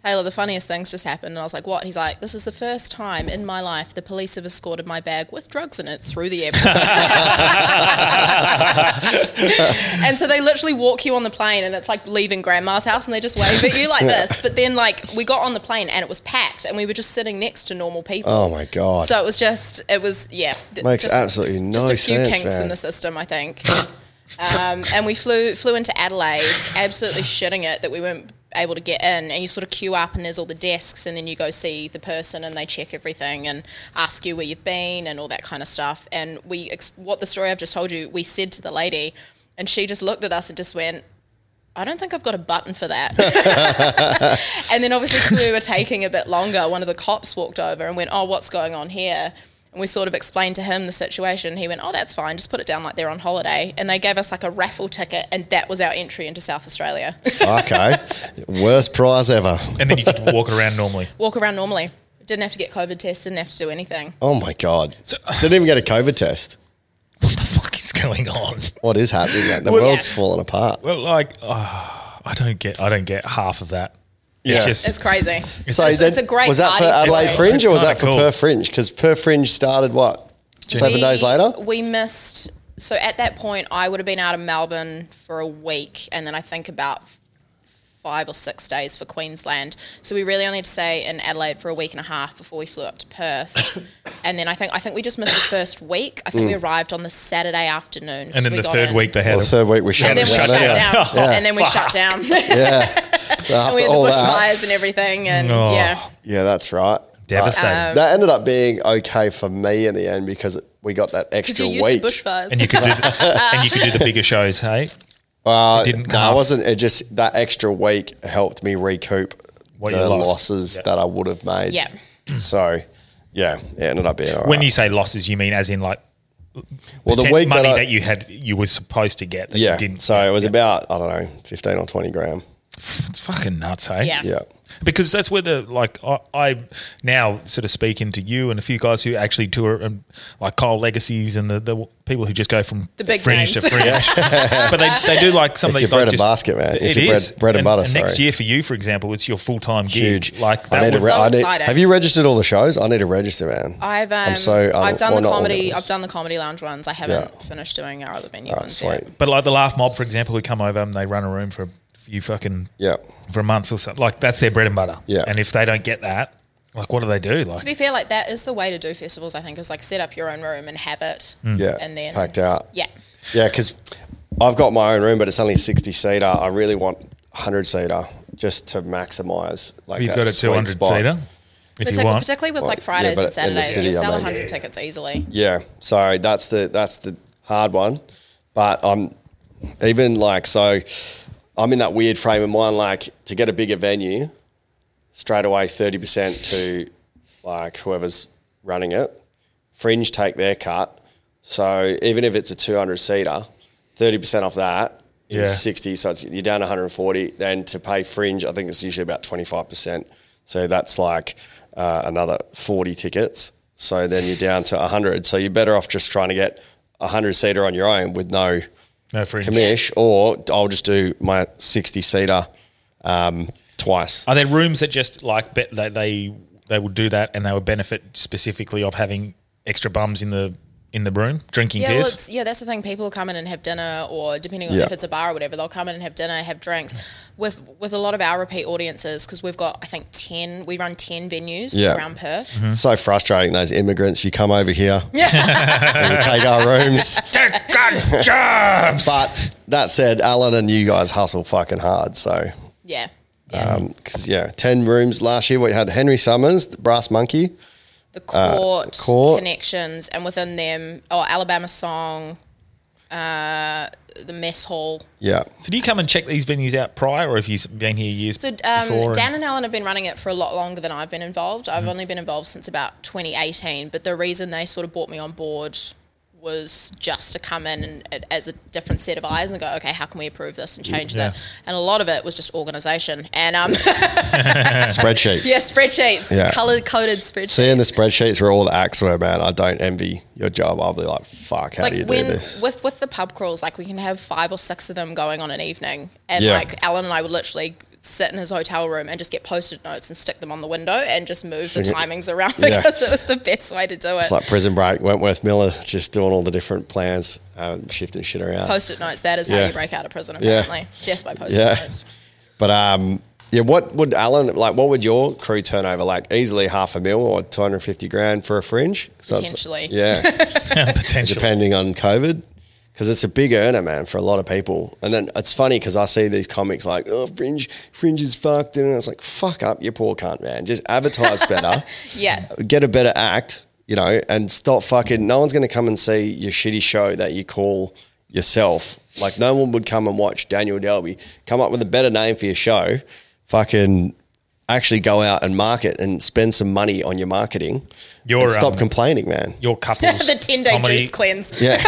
S3: Taylor, the funniest things just happened. And I was like, what? He's like, this is the first time in my life the police have escorted my bag with drugs in it through the
S1: <laughs>
S3: airport. <laughs> and so they literally walk you on the plane and it's like leaving grandma's house and they just wave at you like this. But then like we got on the plane and it was packed and we were just sitting next to normal people.
S1: Oh my god.
S3: So it was just, it was, yeah. th-
S1: Makes
S3: just,
S1: absolutely no
S3: Just a few
S1: sense,
S3: kinks
S1: man.
S3: in the system, I think. um, and we flew flew into Adelaide, absolutely shitting it that we weren't able to get in. And you sort of queue up, and there's all the desks, and then you go see the person, and they check everything and ask you where you've been and all that kind of stuff. And we, ex- what the story I've just told you, we said to the lady, and she just looked at us and just went. I don't think I've got a button for that. And then obviously, because we were taking a bit longer, one of the cops walked over and went, "Oh, what's going on here?" And we sort of explained to him the situation. He went, "Oh, that's fine. Just put it down like they're on holiday." And they gave us like a raffle ticket, and that was our entry into South Australia.
S1: okay. eh? Worst prize ever.
S2: And then you could walk around normally.
S3: Walk around normally. Didn't have to get COVID tests. Didn't have to do anything.
S1: Oh my god. Didn't even get a COVID test.
S2: What the fuck is going on?
S1: What is happening? man? The
S2: Well-
S1: world's falling apart.
S2: Well, like, oh, I don't get I don't get half of that.
S1: Yeah.
S2: It's just
S3: It's crazy.
S1: So
S3: it's,
S1: then-
S3: it's a great.
S1: Was that for
S3: party
S1: Adelaide
S3: story.
S1: Fringe or was
S2: It's
S1: that for
S2: kinda cool.
S1: Perth Fringe? Because Perth Fringe started what seven
S3: We-
S1: days later.
S3: We missed. so at that point, I would have been out of Melbourne for a week, and then I think about f- five or six days for Queensland. So we really only had to stay in Adelaide for a week and a half before we flew up
S1: <coughs>
S3: to Perth. and then I think I think we just missed the first week. I think
S1: Mm.
S3: we arrived on the Saturday afternoon.
S2: And then the third week they had
S1: Well, the
S2: it.
S1: third week we shut
S3: And then we shut
S1: down.
S3: down.
S1: <laughs> Yeah.
S3: And then <laughs> we shut down. and
S1: Yeah. So after
S3: we had the
S1: all that,
S3: bushfires and everything. And
S2: Oh.
S3: yeah.
S1: yeah, that's right.
S2: devastating.
S1: that ended up being okay for me in the end because we got that
S3: Because
S1: extra
S3: you're
S1: week.
S3: used to bushfires.
S2: and
S3: <laughs>
S2: you could do and you could do the bigger shows, hey?
S1: Uh,
S2: You didn't
S1: no, I
S2: calf.
S1: wasn't. It just that extra week helped me recoup
S2: What
S1: the
S2: you lost.
S1: losses
S2: Yeah.
S1: that I would have made.
S3: Yeah.
S1: <clears throat> So, yeah, it ended up being all
S2: When
S1: right.
S2: you say losses, you mean as in like
S1: well,
S2: potent- money
S1: I-
S2: that, you had you were supposed to get that
S1: yeah,
S2: you didn't.
S1: so it was about I don't know, fifteen or twenty gram.
S2: it's fucking nuts, hey?
S3: Yeah.
S1: Yeah,
S2: because that's where the like I, I now sort of speaking to you and a few guys who actually tour and like Kyle Legacies and the, the people who just go from
S3: The big
S2: fringe to
S3: names.
S2: fringe,
S3: <laughs>
S2: but they, they do like some
S1: It's
S2: of these
S1: your bread
S2: guys
S1: and
S2: just-
S1: basket, man. It's
S2: It
S1: your
S2: is.
S1: bread- bread and butter,
S2: next
S1: sorry.
S2: year for you, for example, it's your full time gig.
S1: huge.
S2: Like
S1: I
S2: that
S1: need to.
S2: was
S1: Re-
S3: So
S1: I need,
S3: excited.
S1: have you registered all the shows? I need to register, man.
S3: I've um,
S1: I'm so un-
S3: I've done
S1: well, not
S3: the
S1: all
S3: comedy
S1: of
S3: I've
S1: us.
S3: done the comedy lounge ones. I haven't
S1: Yeah.
S3: finished doing our other venue
S1: All right,
S3: ones yet.
S1: sweet.
S2: but like the Laugh Mob, for example, who come over and they run a room for a few fucking
S1: Yeah,
S2: for months or something. Like that's their bread and butter.
S1: Yeah.
S2: and if they don't get that, like what do they do? Like
S3: To be fair, like that is the way to do festivals. I think is like set up your own room and have it.
S2: Mm.
S1: yeah,
S3: And then-
S1: packed out.
S3: Yeah,
S1: Yeah, because I've got my own room, but it's only sixty seater. I really want hundred seater just to maximise. Like
S2: you've
S1: that
S2: got a
S1: sweet
S2: two hundred
S1: spot.
S2: seater. If you
S3: particularly,
S2: want,
S3: particularly with
S1: Well,
S3: like
S1: yeah,
S3: Fridays
S1: but
S3: and
S1: in the
S3: Saturdays,
S1: city,
S3: you
S1: I
S3: sell
S1: mean.
S3: hundred tickets easily.
S1: Yeah, so that's the that's the hard one, but I'm even like so I'm in that weird frame of mind like to get a bigger venue straight away thirty percent to like whoever's running it. Fringe take their cut, so even if it's a two hundred seater, thirty percent off that. is
S2: Yeah.
S1: 60 so it's, you're down 140 then to pay fringe i think it's usually about 25% so that's like uh, another 40 tickets so then you're down to 100 so you're better off just trying to get a 100 seater on your own with no
S2: no fringe.
S1: commish or i'll just do my 60 seater um, twice
S2: Are there rooms that just like bet they they they would do that and they would benefit specifically of having extra bums in the in the room drinking
S3: Yeah, well,
S2: beers?
S3: it's, yeah, that's the thing. People come in and have dinner, or depending on
S1: Yeah.
S3: if it's a bar or whatever, they'll come in and have dinner, have drinks. With with a lot of our repeat audiences, because we've got I think ten, we run ten venues
S1: Yeah.
S3: around Perth.
S2: Mm-hmm.
S3: <laughs>
S1: it's so frustrating those immigrants you come over here <laughs> and you take our rooms
S3: <laughs>
S2: Good jobs.
S1: but that said alan and you guys hustle fucking hard so
S3: Yeah, yeah.
S1: Um, because yeah, ten rooms last year. We had Henry Summers, the Brass Monkey.
S3: the court,
S1: court.
S3: connections, and within them, oh, Alabama song, uh, the mess hall.
S1: Yeah,
S2: So do you come and check these venues out prior, or if you've been here years
S3: So
S2: before?
S3: um,
S2: and-
S3: Dan and Alan have been running it for a lot longer than I've been involved. I've only been involved since about 2018, but the reason they sort of brought me on board was just to come in and, and as a different set of eyes and go, okay, how can we improve this and change
S2: Yeah.
S3: that? And a lot of it was just organisation and um, <laughs>
S1: spreadsheets.
S3: yeah, spreadsheets,
S1: Yeah.
S3: color coded spreadsheets.
S1: Seeing the spreadsheets where all the acts were, man, I don't envy your job. I'll be like, fuck, how do you
S3: like when
S1: do this?
S3: with with the pub crawls, like we can have five or six of them going on an evening, and
S1: Yeah.
S3: like Alan and I would literally sit in his hotel room and just get post-it notes and stick them on the window and just move the
S1: Figure-
S3: timings around
S1: Yeah.
S3: because it was the best way to do it.
S1: It's like Prison Break, Wentworth Miller, just doing all the different plans, um, shifting shit around.
S3: post-it notes. That is how
S1: Yeah.
S3: you break out of prison,
S1: Yeah.
S3: apparently. Death by post-it
S1: Yeah.
S3: notes.
S1: But um, yeah, what would Alan like? What would your crew turnover like? Easily half a mil or two hundred fifty grand for a fringe? 'Cause that's-
S3: Potentially.
S1: yeah. <laughs>
S2: <laughs>
S3: <laughs>
S2: potentially.
S1: depending on COVID. Because it's a big earner, man, for a lot of people. And then it's funny because I see these comics like, oh, Fringe, Fringe is fucked. And I was like, fuck up, you poor cunt, man. Just advertise better, <laughs>
S3: Yeah. <laughs>
S1: get a better act, you know, and stop fucking. No one's going to come and see your shitty show that you call yourself. Like, no one would come and watch Daniel Delby. Come up with a better name for your show. Fucking actually go out and market and spend some money on your marketing.
S2: Your,
S1: and stop
S2: um,
S1: complaining, man.
S2: Your couples
S3: <laughs> the 10-day
S2: comedy-
S3: juice
S1: <laughs>
S3: cleanse.
S1: yeah.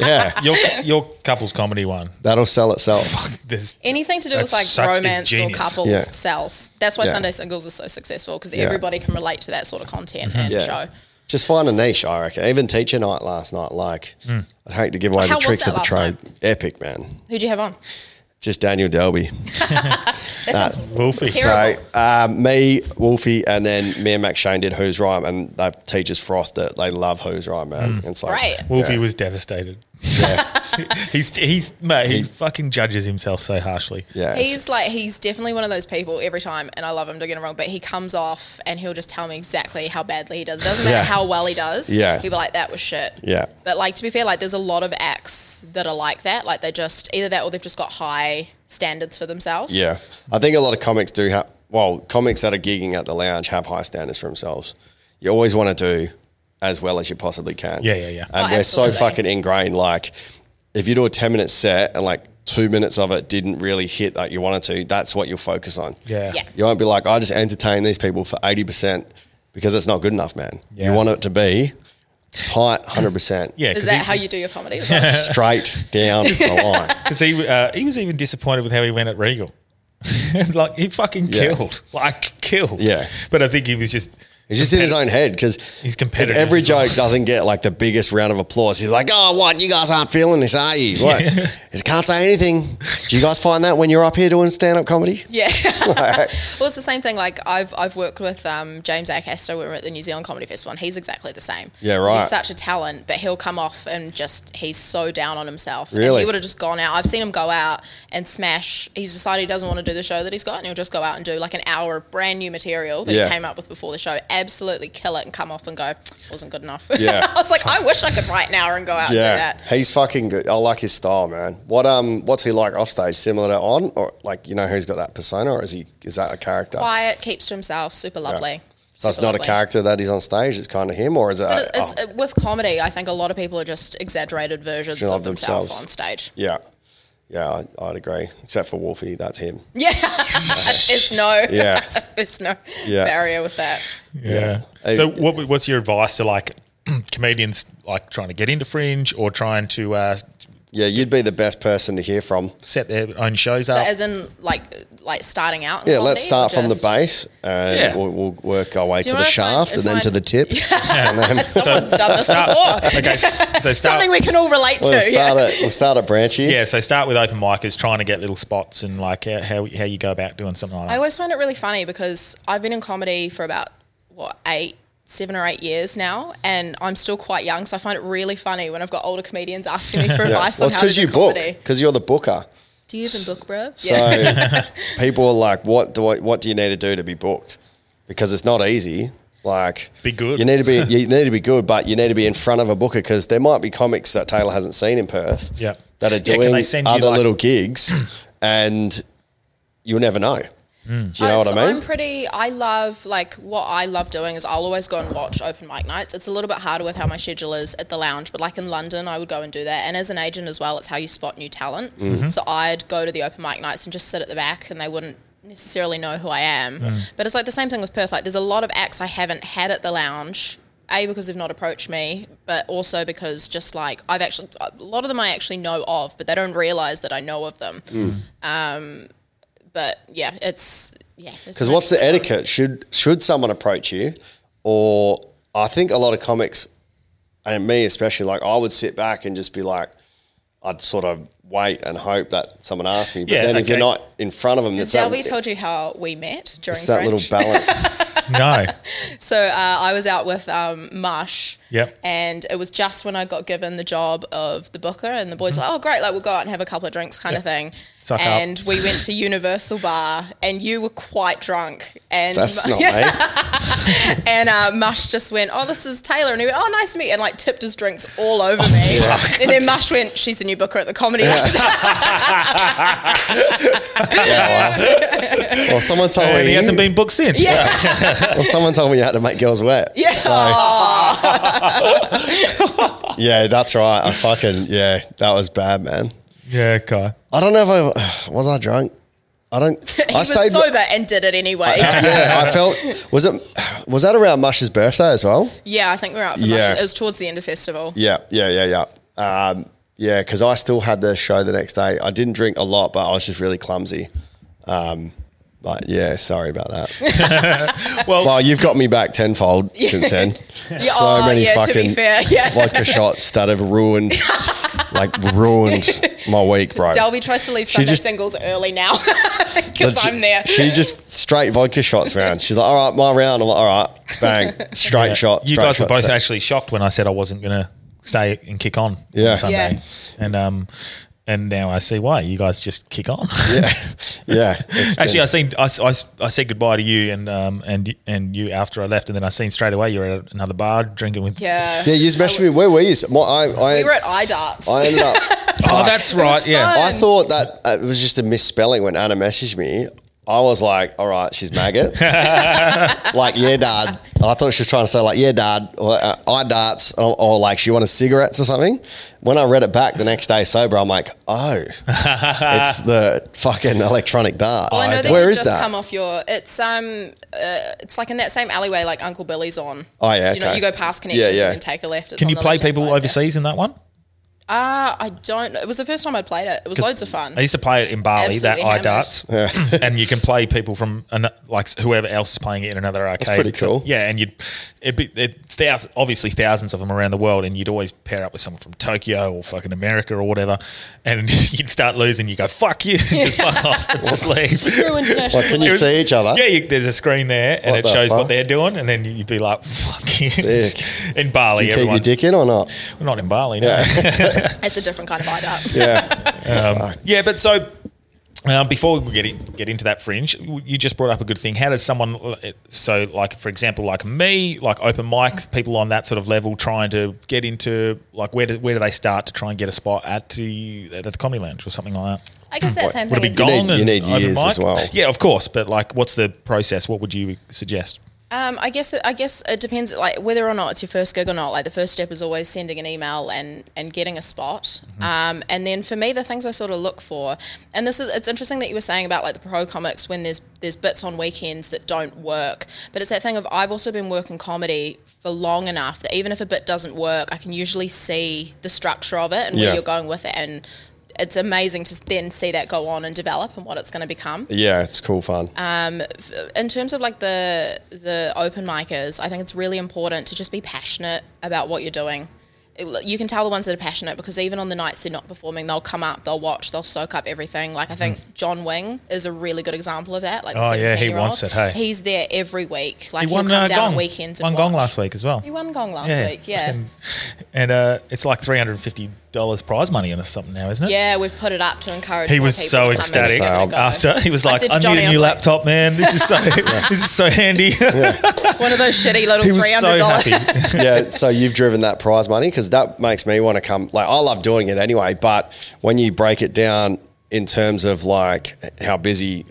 S1: Yeah.
S2: <laughs>
S3: <laughs>
S2: Your your couples comedy one. <laughs>
S1: That'll sell itself.
S2: There's
S3: Anything to do
S2: That's
S3: with like
S2: such- it's
S3: romance or
S2: genius.
S3: couples
S1: Yeah.
S3: sells. That's why
S1: Yeah.
S3: Sunday Singles is so successful because
S1: Yeah. Mm-hmm.
S3: everybody can relate to that sort of content and
S1: Yeah.
S3: show.
S1: Just find a niche, I reckon. Even teacher night last night, like,
S2: Hmm.
S1: I hate to give away
S3: How
S1: the
S3: was
S1: tricks
S3: that
S1: of the
S3: last
S1: trade.
S3: night?
S1: Epic, man.
S3: Who'd you have on?
S1: Just Daniel Delby.
S3: That
S1: Uh,
S3: sounds
S2: Wolfie.
S1: so,
S3: Terrible.
S1: um, me, Wolfie, and then me and Mac Shane did Who's Rhyme, and the teachers frothed it. They love Who's Rhyme, man. It's like,
S3: Great.
S2: Mm. Wolfie
S1: yeah.
S2: was devastated. <laughs>
S1: Yeah.
S2: he's he's mate, he fucking judges himself so harshly.
S1: <laughs> yeah.
S3: He's like he's definitely one of those people every time, and I love him. Don't get me wrong, but he comes off and he'll just tell me exactly how badly he does. It doesn't matter
S1: Yeah.
S3: how well he does.
S1: Yeah.
S3: he'll be like that was shit.
S1: Yeah.
S3: But like to be fair, like there's a lot of acts that are like that. Like they just either that or they've just got high standards for themselves.
S1: Yeah, I think a lot of comics do have. Well, comics that are gigging at the lounge have high standards for themselves. You always want to do as well as you possibly can.
S2: Yeah, yeah, yeah.
S1: And
S3: Oh,
S1: we're so
S3: absolutely.
S1: fucking ingrained. Like, if you do a ten minute set and like two minutes of it didn't really hit like you wanted to, that's what you'll focus on.
S2: Yeah.
S3: Yeah.
S1: You won't be like, I just entertain these people for eighty percent because it's not good enough, man. You
S2: Yeah.
S1: want it to be tight, hundred percent.
S2: <laughs> Yeah,
S3: Is
S2: 'cause
S3: that
S2: he-
S3: how you do
S1: <laughs>
S3: your comedy? As well?
S1: Straight
S2: <laughs>
S1: down the line.
S2: Because he uh, he was even disappointed with how he went at Regal. <laughs> like he fucking
S1: Yeah.
S2: killed, like killed.
S1: Yeah.
S2: but I think he was just
S1: He's just in his own head because
S2: He's competitive
S1: Every
S2: as well.
S1: joke doesn't get like the biggest round of applause. He's like, "Oh, what? You guys aren't feeling this, are you? What? <laughs> He can't say anything. Do you guys find that when you're up here doing stand-up comedy?
S3: Yeah. <laughs> well, it's the same thing. Like I've I've worked with um, James Acaster when we were at the New Zealand Comedy Festival, and he's exactly the same.
S1: Yeah,
S3: 'Cause
S1: right.
S3: He's such a talent, but he'll come off and just he's so down on himself. And
S1: Really?
S3: he would have just gone out. I've seen him go out and smash. He's decided he doesn't want to do the show that he's got, and he'll just go out and do like an hour of brand new material that
S1: Yeah.
S3: he came up with before the show. Absolutely kill it and come off and go wasn't good enough.
S1: Yeah.
S3: <laughs> I was like, I wish I could write an hour and go out and do that.
S1: he's fucking good. I like his style, man. What um, what's he like off stage? Similar to on, or like you know who's got that persona, or is he is that a character?
S3: Quiet, keeps to himself, super lovely.
S1: So it's
S3: Super
S1: not a
S3: lovely.
S1: character that he's on stage. It's kind of him, or is it?
S3: But
S1: a-
S3: it's,
S1: oh,
S3: uh, with comedy, I think a lot of people are just exaggerated versions
S1: Sure,
S3: of themselves
S1: themselves.
S3: on stage. <laughs>
S1: yeah, yeah, I, I'd agree. Except for Wolfie, that's him.
S3: Yeah, there's no,
S1: <laughs> Yeah.
S3: <laughs> there's no
S1: Yeah.
S3: barrier with that.
S2: yeah.
S1: Yeah.
S2: So what what's your advice to like <clears throat> comedians like trying to get into Fringe or trying to uh,
S1: Yeah, you'd be the best person to hear from.
S2: set their own shows
S3: So
S2: up?
S3: as in, like, like starting out. in
S1: Uh, Yeah, let's
S3: comedy or
S1: start from the
S3: just-
S1: base and
S2: Yeah.
S1: we'll, we'll work our way
S3: Do
S1: to
S3: you
S1: the
S3: wanna find-
S1: shaft and then to
S3: find-
S1: the
S3: <laughs>
S1: tip. And then
S3: <laughs> Someone's done this before.
S2: okay,
S3: <laughs>
S2: so start.
S3: Something we can all relate to.
S1: we'll
S3: yeah.
S1: start at we'll start at Branchy.
S2: yeah, so start with open micers, trying to get little spots and like how how, how you go about doing something like
S3: I
S2: that.
S3: always find it really funny because I've been in comedy for about what eight, seven or eight years now, and I'm still quite young. So I find it really funny when I've got older comedians asking me
S1: <laughs>
S3: for
S1: Yeah.
S3: advice
S1: Well,
S3: on
S1: it's
S3: how to
S1: because
S3: do
S1: you book,
S3: comedy.
S1: because you're the booker.
S3: Do you even book, bro?
S2: <laughs>
S1: So people are like, "What do I, what do you need to do to be booked?" Because it's not easy. Like,
S2: Be good.
S1: You need to
S2: <laughs>
S1: be you need to be good, but you need to be in front of a booker because there might be comics that Taylor hasn't seen in Perth.
S2: Yeah.
S1: that are
S2: Yeah, 'cause
S1: doing
S2: they send you,
S1: other
S2: like-
S1: little gigs, and you'll never know.
S2: Hmm.
S1: Do you know what I
S3: It's-
S1: mean?
S3: I'm pretty. I love like what I love doing is I'll always go and watch open mic nights. It's a little bit harder with how my schedule is at the lounge, but like in London, I would go and do that. And as an agent as well, it's how you spot new talent.
S1: Mm-hmm.
S3: So I'd go to the open mic nights and just sit at the back, and they wouldn't necessarily know who I am.
S1: Mm.
S3: But it's like the same thing with Perth. Like there's a lot of acts I haven't had at the lounge. A because they've not approached me, but also because just like I've actually a lot of them I actually know of, but they don't realise that I know of them
S1: Mm.
S3: but yeah, it's yeah.
S1: Because what's the etiquette? Should should someone approach you, or I think a lot of comics, and me especially, like I would sit back and just be like, I'd sort of wait and hope that someone asked me. But
S2: Yeah,
S1: then if you're
S2: okay.
S1: not in front of them, it's
S3: Has
S1: that,
S3: Delby told you how we met during
S1: it's that little
S3: Fringe? <laughs>
S1: balance.
S2: no,
S3: So uh, I was out with um, Marsh.
S2: Yep.
S3: And it was just when I got given the job of the booker, and the boys were like, "Oh, great! Like we'll go out and have a couple of drinks, kind of thing."
S2: Suck up.
S3: and we went to Universal Bar, and you were quite drunk, and
S1: That's not me.
S3: <laughs> and uh, Mush just went, "Oh, this is Taylor," and he went, "Oh, nice to meet," you," and like tipped his drinks all over
S1: <laughs>
S3: me. And then Mush went, "She's the new booker at the comedy." Lounge."
S1: Or someone told
S2: and
S1: me
S2: he hasn't been booked since.
S3: <laughs>
S1: <laughs>
S3: Yeah.
S1: Or someone told me you had to make girls wet.
S3: yeah.
S1: Yeah, that's right. I fucking yeah, that was bad, man.
S2: yeah, okay.
S1: I don't know if I <sighs> was I drunk. I don't.
S3: <laughs> He
S1: I
S3: was
S1: stayed.
S3: sober and did it anyway.
S1: yeah, I <laughs> felt was it was that around Mush's birthday as well?
S3: Yeah, I think we were out for
S1: Yeah.
S3: lunch. It was towards the end of festival.
S1: Yeah, yeah, yeah, yeah. Um, yeah, because I still had the show the next day. I didn't drink a lot, but I was just really clumsy. Um, but yeah, sorry about that.
S2: Well,
S1: <laughs> well, you've got me back <laughs> tenfold since then. So
S3: oh,
S1: many
S3: yeah, to be
S1: fucking
S3: fair, yeah.
S1: <laughs> vodka shots that have ruined, like ruined my week, bro.
S3: Delby tries to leave Sunday
S1: just-
S3: singles early now <laughs> because
S1: Legi-
S3: I'm there.
S1: She just straight vodka shots round. She's like, all right, my round. I'm like, all right, bang, straight shot.
S2: you
S1: straight
S2: guys were
S1: shot,
S2: both
S1: straight-
S2: actually shocked when I said I wasn't going to stay and kick on
S1: Yeah.
S2: on Sunday.
S3: Yeah.
S2: And um and now I see why you guys just kick on.
S1: Yeah, yeah. It's
S2: <laughs> Actually,
S1: been-
S2: I seen I, s- I s- I said goodbye to you and um and y- and you after I left, and then I seen straight away you're at another bar drinking with
S3: Yeah.
S1: yeah. You mentioned me. Where were you? My, I, I,
S3: We were at iDarts.
S1: I ended up.
S2: <laughs> Oh, that's right. Yeah,
S1: I thought that uh, it was just a misspelling when Anna messaged me. I was like, all right, she's
S2: <laughs>
S1: maggot. like, yeah, dad. I thought she was trying to say, like, yeah, dad, or uh, I darts, or, or like she wanted cigarettes or something. When I read it back the next day sober, I'm like,
S2: <laughs>
S1: oh, it's the fucking electronic dart.
S3: Well, I know that
S1: Where
S3: you've
S1: is
S3: just
S1: that?
S3: come off your. It's um, uh, it's like in that same alleyway, like Uncle Billy's on.
S1: Oh, yeah,
S3: You know,
S1: okay.
S3: you go past connections
S1: Yeah, yeah.
S3: and then take a left. It's
S2: can
S3: on
S2: you
S3: the
S2: play
S3: left-hand
S2: people
S3: side there.
S2: overseas in that one?
S3: Uh, I don't. know. It was the first time I played it. It was loads of fun.
S2: I used to play it in Bali,
S3: Absolutely
S2: that eye
S3: hammered.
S2: darts, <laughs> and you can play people from an, like whoever else is playing it in another arcade.
S1: pretty
S2: So,
S1: cool.
S2: yeah, and you'd it'd be it's thousands, obviously thousands of them around the world, and you'd always pair up with someone from Tokyo or fucking America or whatever, and <laughs> you'd start losing. You go fuck you, <laughs> and just fuck off, and just leave.
S3: Through international.
S1: Like, can <laughs> you
S2: It was-
S1: see each other?
S2: Yeah, you, there's a screen there, and
S1: What
S2: it
S1: the
S2: shows
S1: fuck?
S2: what they're doing, and then you'd be like, "Fuck you!"
S1: Sick.
S2: <laughs> in Bali,
S1: Keep your
S2: everyone's
S1: dick in or
S2: <laughs>
S1: not?
S2: not in Bali. No.
S3: It's a different kind of IDART.
S1: Yeah.
S2: Yeah, but so um, before we get in, get into that fringe, you just brought up a good thing. How does someone eh, so like for example like me like open mic people on that sort of level trying to get into like where do, where do they start to try and get a spot at the at the comedy lounge or something like that?
S3: I guess that same
S2: Would it be
S3: thing. is-
S2: gong?
S1: need- you
S2: and
S1: need
S2: open
S1: years
S2: mic?
S1: as well.
S2: Yeah, of course. But like, what's the process? What would you suggest?
S3: Um, I guess that, I guess it depends, like whether or not it's your first gig or not. Like the first step is always sending an email and and getting a spot. Um, and then for me, the things I sort of look for, and this is it's interesting that you were saying about like the pro comics when there's there's bits on weekends that don't work. But it's that thing of I've also been working comedy for long enough that even if a bit doesn't work, I can usually see the structure of it and
S1: Yeah.
S3: where you're going with it and. It's amazing to then see that go on and develop and what it's going to become
S1: Yeah, it's cool fun.
S3: in terms of like the the open micers, I think it's really important to just be passionate about what you're doing. It- You can tell the ones that are passionate because even on the nights they're not performing, they'll come up, they'll watch, they'll soak up everything. Like I think John Wing is a really good example of that. Like the
S2: Mm-hmm. Oh, yeah, he
S3: 17 year old.
S2: wants it, hey?
S3: he's there every week. Like he will come down on weekends. And
S2: Won gong
S3: watch.
S2: last week as well.
S3: He won gong last week. Yeah.
S2: And, and uh, it's like three hundred and fifty dollars prize money on us something now, isn't it?
S3: <laughs> yeah, we've put it up to encourage.
S2: He
S3: more
S2: was
S3: people
S2: so
S3: to come in
S2: ecstatic
S3: and give it a go.
S2: after. He was
S3: I
S2: like,
S3: said to
S2: "I need
S3: Johnny,
S2: a
S3: I
S2: new
S3: was like-
S2: laptop, man. This
S3: <laughs>
S2: is so <laughs> this is so handy."
S3: one of those shitty
S2: <laughs>
S3: little
S2: he was
S3: three
S2: so
S3: hundred dollars. <laughs>
S1: <laughs>
S2: happy.
S1: yeah, so you've driven that prize money because that makes me want to come. Like, I love doing it anyway, but when you break it down in terms of like how busy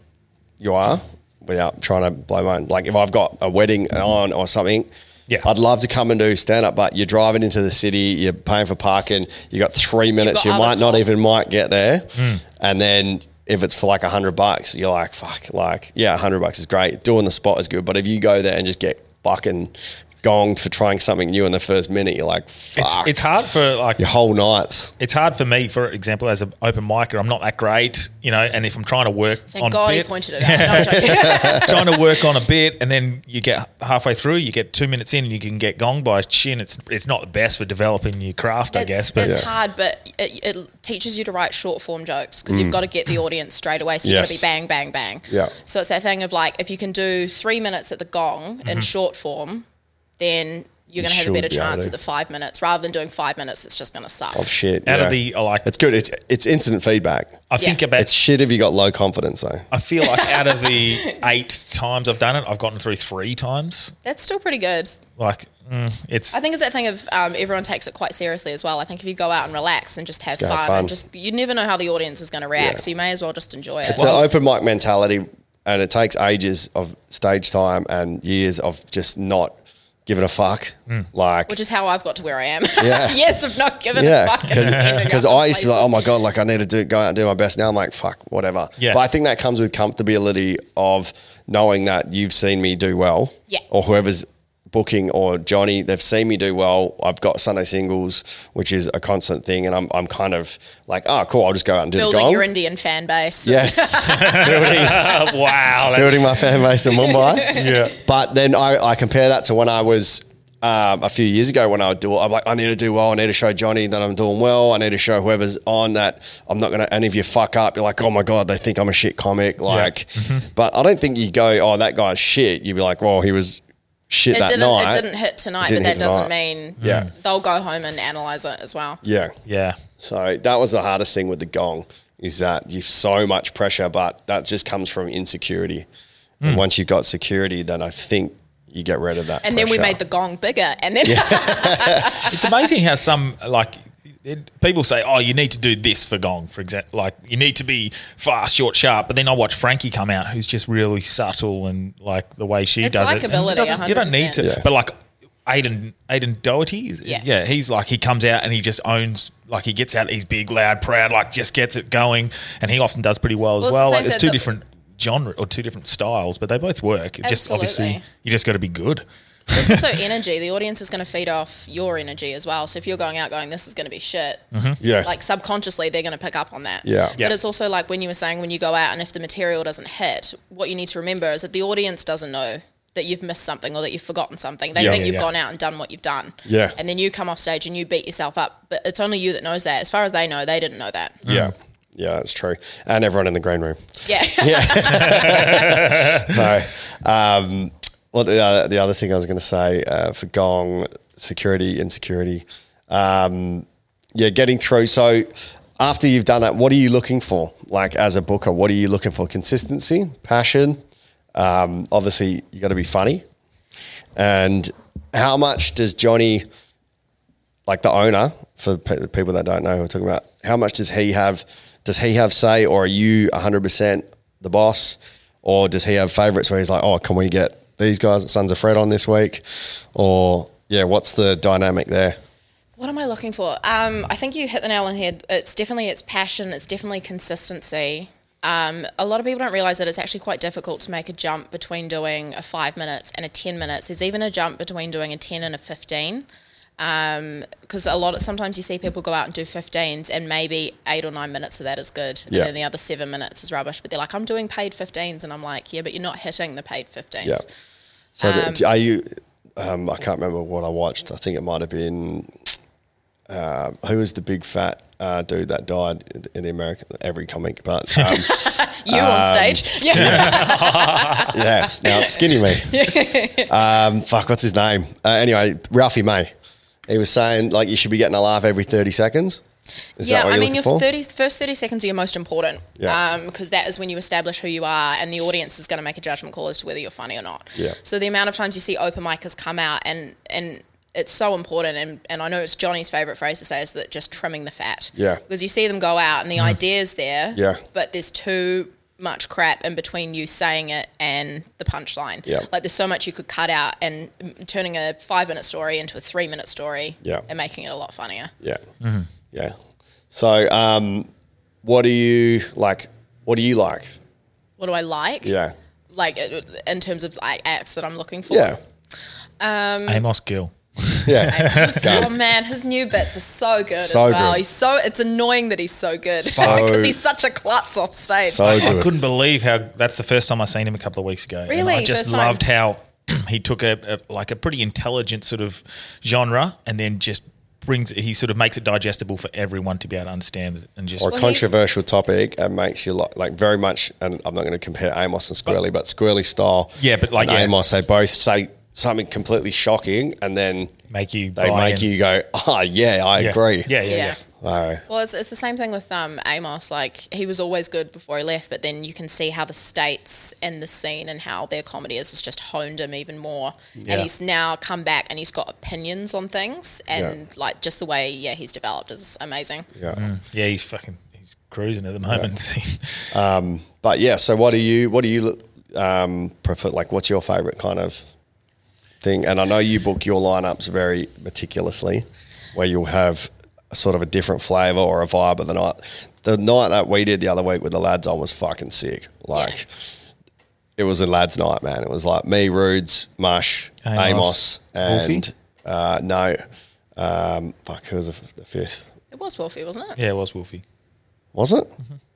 S1: you are, without trying to blow my own, like if I've got a wedding on or something,
S2: Yeah.
S1: I'd love to come and do stand up, but you're driving into the city, you're paying for parking, you got three minutes,
S3: got
S1: you
S3: other
S1: might not even
S3: costs.
S1: might get there,
S2: Hmm.
S1: and then. If it's for like a hundred bucks, you're like, fuck, like, yeah, a hundred bucks is great. Doing the spot is good. But if you go there and just get fucking gonged for trying something new in the first minute, you're like, fuck.
S2: It's, it's hard for like
S1: your whole nights.
S2: it's hard for me, for example, as an open micer. I'm not that great, you know. And if I'm trying to work
S3: Thank
S2: on
S3: God he
S2: bits-
S3: pointed
S2: <laughs>
S3: it out. No, I'm joking.
S2: trying to work
S3: <laughs>
S2: on a bit, and then you get halfway through, you get two minutes in, and you can get gonged by a chin. It's it's not the best for developing your craft, I
S3: it's,
S2: guess. But
S3: it's hard, but it, it teaches you to write short form jokes because you've got to get the audience straight away. So you've got to
S1: Mm. Yes.
S3: be bang, bang, bang.
S1: Yeah.
S3: So it's that thing of like, if you can do three minutes at the gong in short form, then you're going to have a
S1: Mm-hmm. should
S3: better
S1: be able
S3: chance
S1: to.
S3: at the five minutes rather than doing five minutes. It's just going to suck.
S1: Oh shit.
S2: out
S1: yeah.
S2: of the I like,
S1: it's good. It's it's instant feedback.
S2: I think
S3: Yeah.
S2: about
S1: It's shit if you got low confidence though.
S2: I feel
S3: <laughs>
S2: like out of the eight times I've done it, I've gotten through three times.
S3: That's still pretty good.
S2: Like mm, it's
S3: I think it's that thing of um, everyone takes it quite seriously as well. I think if you go out and relax and just have
S1: Go
S3: fun,
S1: have fun.
S3: and just you never know how the audience is going to react,
S1: Yeah.
S3: so you may as well just enjoy it.
S1: It's an open mic mentality, and it takes ages of stage time and years of just not giving a fuck.
S2: Hmm.
S1: Like,
S3: which is how I've got to where I am. <laughs>
S1: Yeah.
S3: yes, I've not <laughs> given
S1: yeah, <laughs>
S3: a fuck. and just ending
S1: because
S3: up in
S1: I used to be like,
S3: places.
S1: oh my god, like I need to do go out and do my best. Now I'm like, fuck, whatever.
S2: Yeah.
S1: But I think that comes with comfortability of knowing that you've seen me do well,
S3: Yeah.
S1: or whoever's booking or Johnny, they've seen me do well. I've got Sunday singles, which is a constant thing, and I'm I'm kind of like, oh, cool, I'll just go out and do the
S3: building
S1: gong.
S3: your Indian fan base. <laughs>
S1: yes,
S2: <laughs> wow. That's,
S1: building my fan base in Mumbai.
S2: yeah.
S1: But then I, I compare that to when I was um, a few years ago when I would do it. I'm like, I need to do well. I need to show Johnny that I'm doing well. I need to show whoever's on that I'm not going to. And if you fuck up, you're like, oh my God, they think I'm a shit comic. Like, but I don't think you go, oh, that guy's shit. You'd be like, well, he was shit
S3: It
S1: that
S3: didn't,
S1: night.
S3: it didn't hit tonight,
S1: didn't
S3: but
S1: hit
S3: that doesn't
S1: tonight.
S3: mean
S1: Yeah.
S3: they'll go home and analyze it as well.
S1: Yeah.
S2: Yeah.
S1: So that was the hardest thing with the gong is that you've so much pressure, but that just comes from insecurity. And once you've got security, then I think you get rid of that.
S3: And then we
S1: pressure.
S3: made the gong bigger, and then
S2: It's amazing how some like it, people say, "Oh, you need to do this for Gong," for example. Like you need to be fast, short, sharp. But then I watch Frankie come out, who's just really subtle and like the way she
S3: It's
S2: does it. and
S3: likeability,
S2: it doesn't- you don't need to,
S3: 100%.
S1: Yeah.
S2: but like. Aiden, Aiden Doherty, is-
S3: Yeah.
S2: yeah, he's like he comes out and he just owns, like he gets out, he's big, loud, proud, like just gets it going, and he often does pretty well as well.
S3: Well, it's the
S2: like,
S3: same
S2: it's
S3: that
S2: two
S3: the-
S2: different genre or two different styles, but they both work. It just obviously
S3: Absolutely.
S2: you just got to be good.
S3: <laughs> It's
S1: <laughs>
S3: also energy. The audience is going to feed off your energy as well. So if you're going out going, this is going to be shit,
S1: yeah.
S3: like subconsciously they're going to pick up on that.
S1: Yeah. Yeah.
S3: But it's also like when you were saying when you go out and if the material doesn't hit, what you need to remember is that the audience doesn't know that you've missed something or that you've forgotten something. They
S1: Yeah.
S3: think
S1: Yeah,
S3: you've
S2: yeah.
S3: gone out and done what you've done.
S1: Yeah.
S3: And then you come off stage and you beat yourself up. But it's only you that knows that. As far as they know, they didn't know that.
S2: um,
S1: yeah. Yeah, that's true. And everyone in the green room.
S3: Yeah.
S1: So, um, what the, uh, the other thing I was going to say uh, for Gong security insecurity, um, yeah, getting through. So after you've done that, what are you looking for? Like as a booker, what are you looking for? Consistency, passion. Um, obviously, you got to be funny. And how much does Johnny, like the owner, for pe- people that don't know who we're talking about, how much does he have? Does he have say, or are you 100% the boss? Or does he have favorites where he's like, oh, can we get these guys at Sons of Fred on this week? Or, yeah, what's the dynamic there?
S3: What am I looking for? Um, I think you hit the nail on the head. It's definitely it's passion. It's definitely consistency. Um, a lot of people don't realize that it's actually quite difficult to make a jump between doing a five minutes and a ten minutes. There's even a jump between doing a ten and a fifteen, because a lot of sometimes you see people go out and do 15s and maybe eight or nine minutes of that is good,
S1: Yeah.
S3: and then the other seven minutes is rubbish. But they're like, I'm doing paid 15s, and I'm like, yeah, but you're not hitting the paid 15s.
S1: Yeah. So the, are you? Um, I can't remember what I watched. I think it might have been uh, who was the big fat uh, dude that died in- in the American every comic, but um,
S3: You on
S1: <laughs>
S3: stage, yeah.
S1: yeah, now it's skinny me.
S3: <laughs>
S1: Um, fuck, what's his name? Uh, anyway, Ralphie May. He was saying like you should be getting a laugh every thirty seconds. Is
S3: yeah,
S1: that what
S3: I
S1: you're
S3: mean, your
S1: looking for?
S3: 30, first 30 seconds are your most important because
S1: Yeah.
S3: that is when you establish who you are and the audience is going to make a judgment call as to whether you're funny or not.
S1: Yeah.
S3: So the amount of times you see open micers come out and, and it's so important. And, and I know it's Johnny's favorite phrase to say is that just trimming the fat.
S1: Yeah. Mm-hmm.
S3: Because you see them go out and the idea's there,
S1: Yeah.
S3: but there's too much crap in between you saying it and the punchline.
S1: Yeah.
S3: Like there's so much you could cut out and mm, turning a five minute story into a three minute story
S1: Yeah.
S3: and making it a lot funnier.
S1: Yeah.
S2: Mm-hmm.
S1: Yeah. So, um, what do you like? What do you like?
S3: What do I like?
S1: Yeah.
S3: like uh, in terms of like acts that I'm looking for. <laughs>
S1: Yeah.
S2: Amos Gill.
S1: Yeah.
S3: <laughs> Oh man, his new bits are so good
S1: So
S3: as well.
S1: good.
S3: He's so it's annoying that he's so good <laughs>
S1: So-
S3: because he's such a klutz off stage.
S1: so
S2: I
S1: good.
S2: couldn't believe how that's the first time I seen him a couple of weeks ago. And
S3: Really?
S2: I just
S3: First time?
S2: loved how <clears throat> he took a, a like a pretty intelligent sort of genre and then just brings he sort of makes it digestible for everyone to be able to understand and just
S1: or a
S3: Well, he's-
S1: controversial topic and makes you like, like very much. And I'm not going to compare Amos and Squirrely, but Squirrely style.
S2: Yeah, but like,
S1: and
S2: yeah.
S1: Amos, they both say something completely shocking, and then
S2: make you
S1: they
S2: buy
S1: make
S2: in.
S1: you go, "Ah, yeah, I
S2: yeah.
S1: agree."
S2: Yeah, yeah,
S3: yeah.
S2: yeah.
S1: So,
S3: Well, it's, it's the same thing with um, Amos. Like he was always good before he left, but then you can see how the states and the scene and how their comedy is has just honed him even more.
S2: Yeah.
S3: And he's now come back and he's got opinions on things and
S1: Yeah.
S3: like just the way yeah he's developed is amazing.
S1: yeah.
S2: Yeah, he's fucking he's cruising at the moment. <laughs>
S1: But yeah, so what do you what do you um, prefer? Like, what's your favorite kind of thing? And I know you book your lineups very meticulously, where you'll have a sort of a different flavor or a vibe of the night. The night that we did the other week with the lads on was fucking sick. Like, it was a lads' night, man. It was like me, Rudes, Mush, Amos,
S2: Amos.
S1: and
S2: Wolfie?
S1: uh, no, um, fuck, who was the, f- the fifth?
S3: It was Wolfie, wasn't it?
S2: yeah, it was Wolfie.
S1: Was it?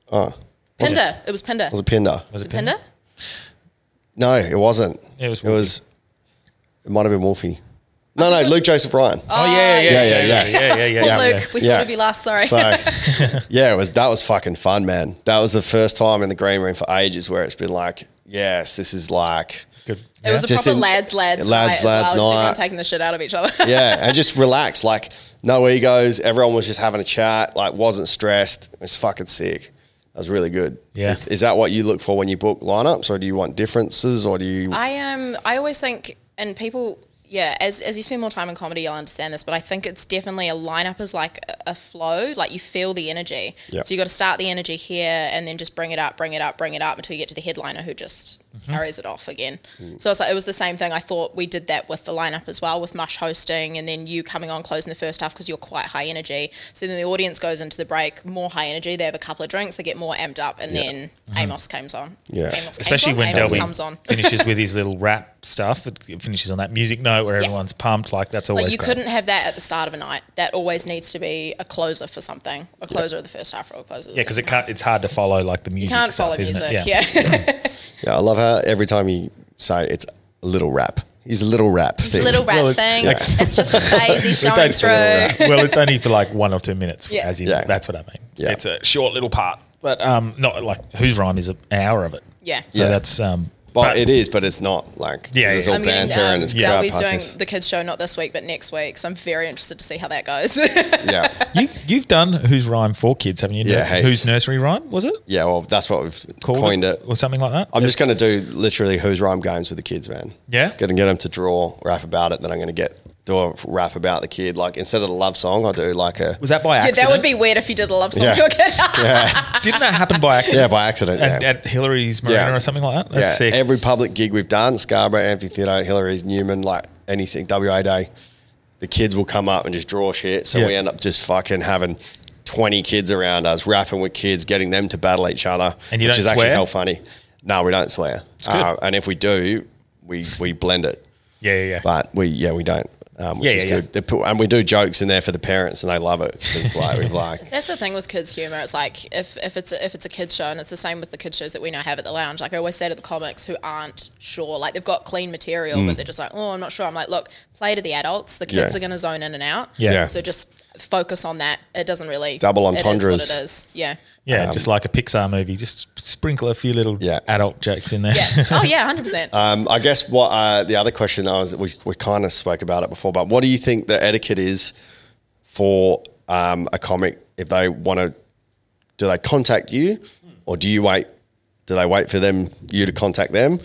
S2: Mm-hmm.
S3: Pinder. It was Pinder.
S1: Was it Pinder?
S3: Was it Pinder?
S1: No, it wasn't.
S2: It was
S1: It was. It might have been Wolfie. No, no, Luke Joseph Ryan.
S2: Oh, yeah,
S1: yeah,
S2: yeah, yeah,
S1: yeah,
S2: yeah, yeah, yeah, yeah,
S3: Poor
S2: yeah.
S3: Luke, we
S1: Yeah.
S3: thought he'd be last. Sorry.
S1: So, yeah, it was. That was fucking fun, man. That was the first time in the green room for ages where it's been like, yes, this is like
S2: Good.
S3: <laughs> It was a
S1: Just
S3: proper
S1: in-
S3: lads, lads,
S1: lads, lads
S3: night as well. Just everyone
S1: night.
S3: taking the shit out of each other.
S1: yeah, and just relax. Like no egos. Everyone was just having a chat. Like wasn't stressed. It was fucking sick. That was really good.
S2: Yeah.
S1: Is, is that what you look for when you book lineups, or do you want differences, or do you?
S3: I Um, I always think, and people, yeah, as, as you spend more time in comedy, you'll understand this, but I think it's definitely a lineup is like a, a flow, like you feel the energy.
S1: Yeah.
S3: So you got to start the energy here and then just bring it up, bring it up, bring it up until you get to the headliner who just
S2: Mm-hmm.
S3: carries it off again.
S1: Mm.
S3: So it's like, it was the same thing. I thought we did that with the lineup as well, with Mush hosting and then you coming on closing the first half because you're quite high energy. So then the audience goes into the break more high energy. They have a couple of drinks, they get more amped up, and
S1: Yeah.
S3: then Amos comes on.
S1: Yeah.
S3: Amos came
S2: Mm-hmm. Especially
S3: on,
S2: when
S3: Amos
S2: Delvin
S3: comes on.
S2: finishes with his little rap stuff. It it finishes on that music note where everyone's pumped. Like that's always
S3: Like you
S2: great.
S3: couldn't have that at the start of a night. That always needs to be a closer for something, a closer of the first half or a closer. Of
S2: Yeah,
S3: the
S2: because it
S3: second
S2: can't. It's hard to follow like the music.
S3: half. can't
S2: stuff,
S3: follow
S2: isn't It?
S3: music. Yeah, <laughs>
S1: Yeah, I love how every time you say it, it's a little rap. He's a little rap. thing.
S3: little rat
S2: Well,
S3: thing.
S1: yeah. <laughs>
S3: It's just a phase he's
S2: It's
S3: going
S2: only- <laughs>
S3: through.
S2: well, it's only for like one or two minutes.
S3: Yeah.
S2: As in,
S1: Yeah.
S2: that's what I mean.
S1: Yeah.
S2: It's a short little part, but um, not like whose rhyme is an hour of it.
S3: <laughs> Yeah.
S2: So
S1: Yeah.
S2: that's um.
S1: But it is, but it's not like
S2: Yeah,
S1: 'cause it's
S2: yeah.
S1: all
S3: I'm getting
S1: banter
S3: um,
S1: and it's
S3: yeah.
S1: crowd
S3: Delby's doing
S1: parties.
S3: the kids show not this week but next week, so I'm very interested to see how that goes.
S1: <laughs>
S3: <laughs>
S1: yeah,
S2: You, you've done whose rhyme for kids, haven't you?
S1: Yeah,
S2: Nur-
S1: hey.
S2: Whose nursery rhyme was it?
S1: yeah. Well, that's what we've
S2: Called
S1: coined it.
S2: or something like that.
S1: I'm just going to do literally who's rhyme games with the kids, man.
S2: Yeah?
S1: going to get them to draw rap about it. Then I'm going to get do a rap about the kid. Like instead of the love song, I do like a
S2: was that by
S3: Dude,
S2: accident?
S3: that would be weird if you did a love song
S1: Yeah.
S3: to a kid.
S2: Didn't
S3: <laughs>
S2: that happen by accident?
S1: yeah by accident.
S2: at,
S1: yeah.
S2: at Hillary's Marina
S1: Yeah.
S2: or something like that. That's
S1: yeah,
S2: sick.
S1: every public gig we've done, Scarborough Amphitheatre, Hillary's, Newman, like anything, WA Day, the kids will come up and just draw shit. So
S2: Yeah.
S1: we end up just fucking having 20 kids around us, rapping with kids, getting them to battle each other,
S2: And you
S1: which
S2: don't
S1: is actually
S2: swear?
S1: hell funny. No, we don't swear. Uh, and if we do, we, we blend it.
S2: yeah, yeah, yeah.
S1: But we, yeah, we don't. Um, which
S2: Yeah,
S1: is
S2: yeah, yeah.
S1: good. They put- and we do jokes in there for the parents, and they love it. 'Cause, like we've like,
S3: That's the thing with kids' humor. It's like if, if it's a, if it's a kids show, and it's the same with the kids shows that we now have at the lounge. Like I always say to the comics who aren't sure, like they've got clean material, but they're just like, oh, I'm not sure. I'm like, look, play to the adults. The kids
S1: Mm. Yeah.
S3: are going to zone in and out.
S2: Yeah. Yeah.
S3: So just focus on that. It doesn't really
S1: Double
S3: It is
S1: entendres.
S3: what it is. Yeah.
S2: yeah, just like a Pixar movie. Just sprinkle a few little
S1: um, Yeah.
S2: adult jokes in there. <laughs>
S3: Yeah. Oh yeah, hundred percent.
S1: Um, I guess what uh, the other question I was we, we kind of spoke about it before, but what do you think the etiquette is for um, a comic if they want to? Do they contact you, or do you wait? Do they wait for them you to contact them?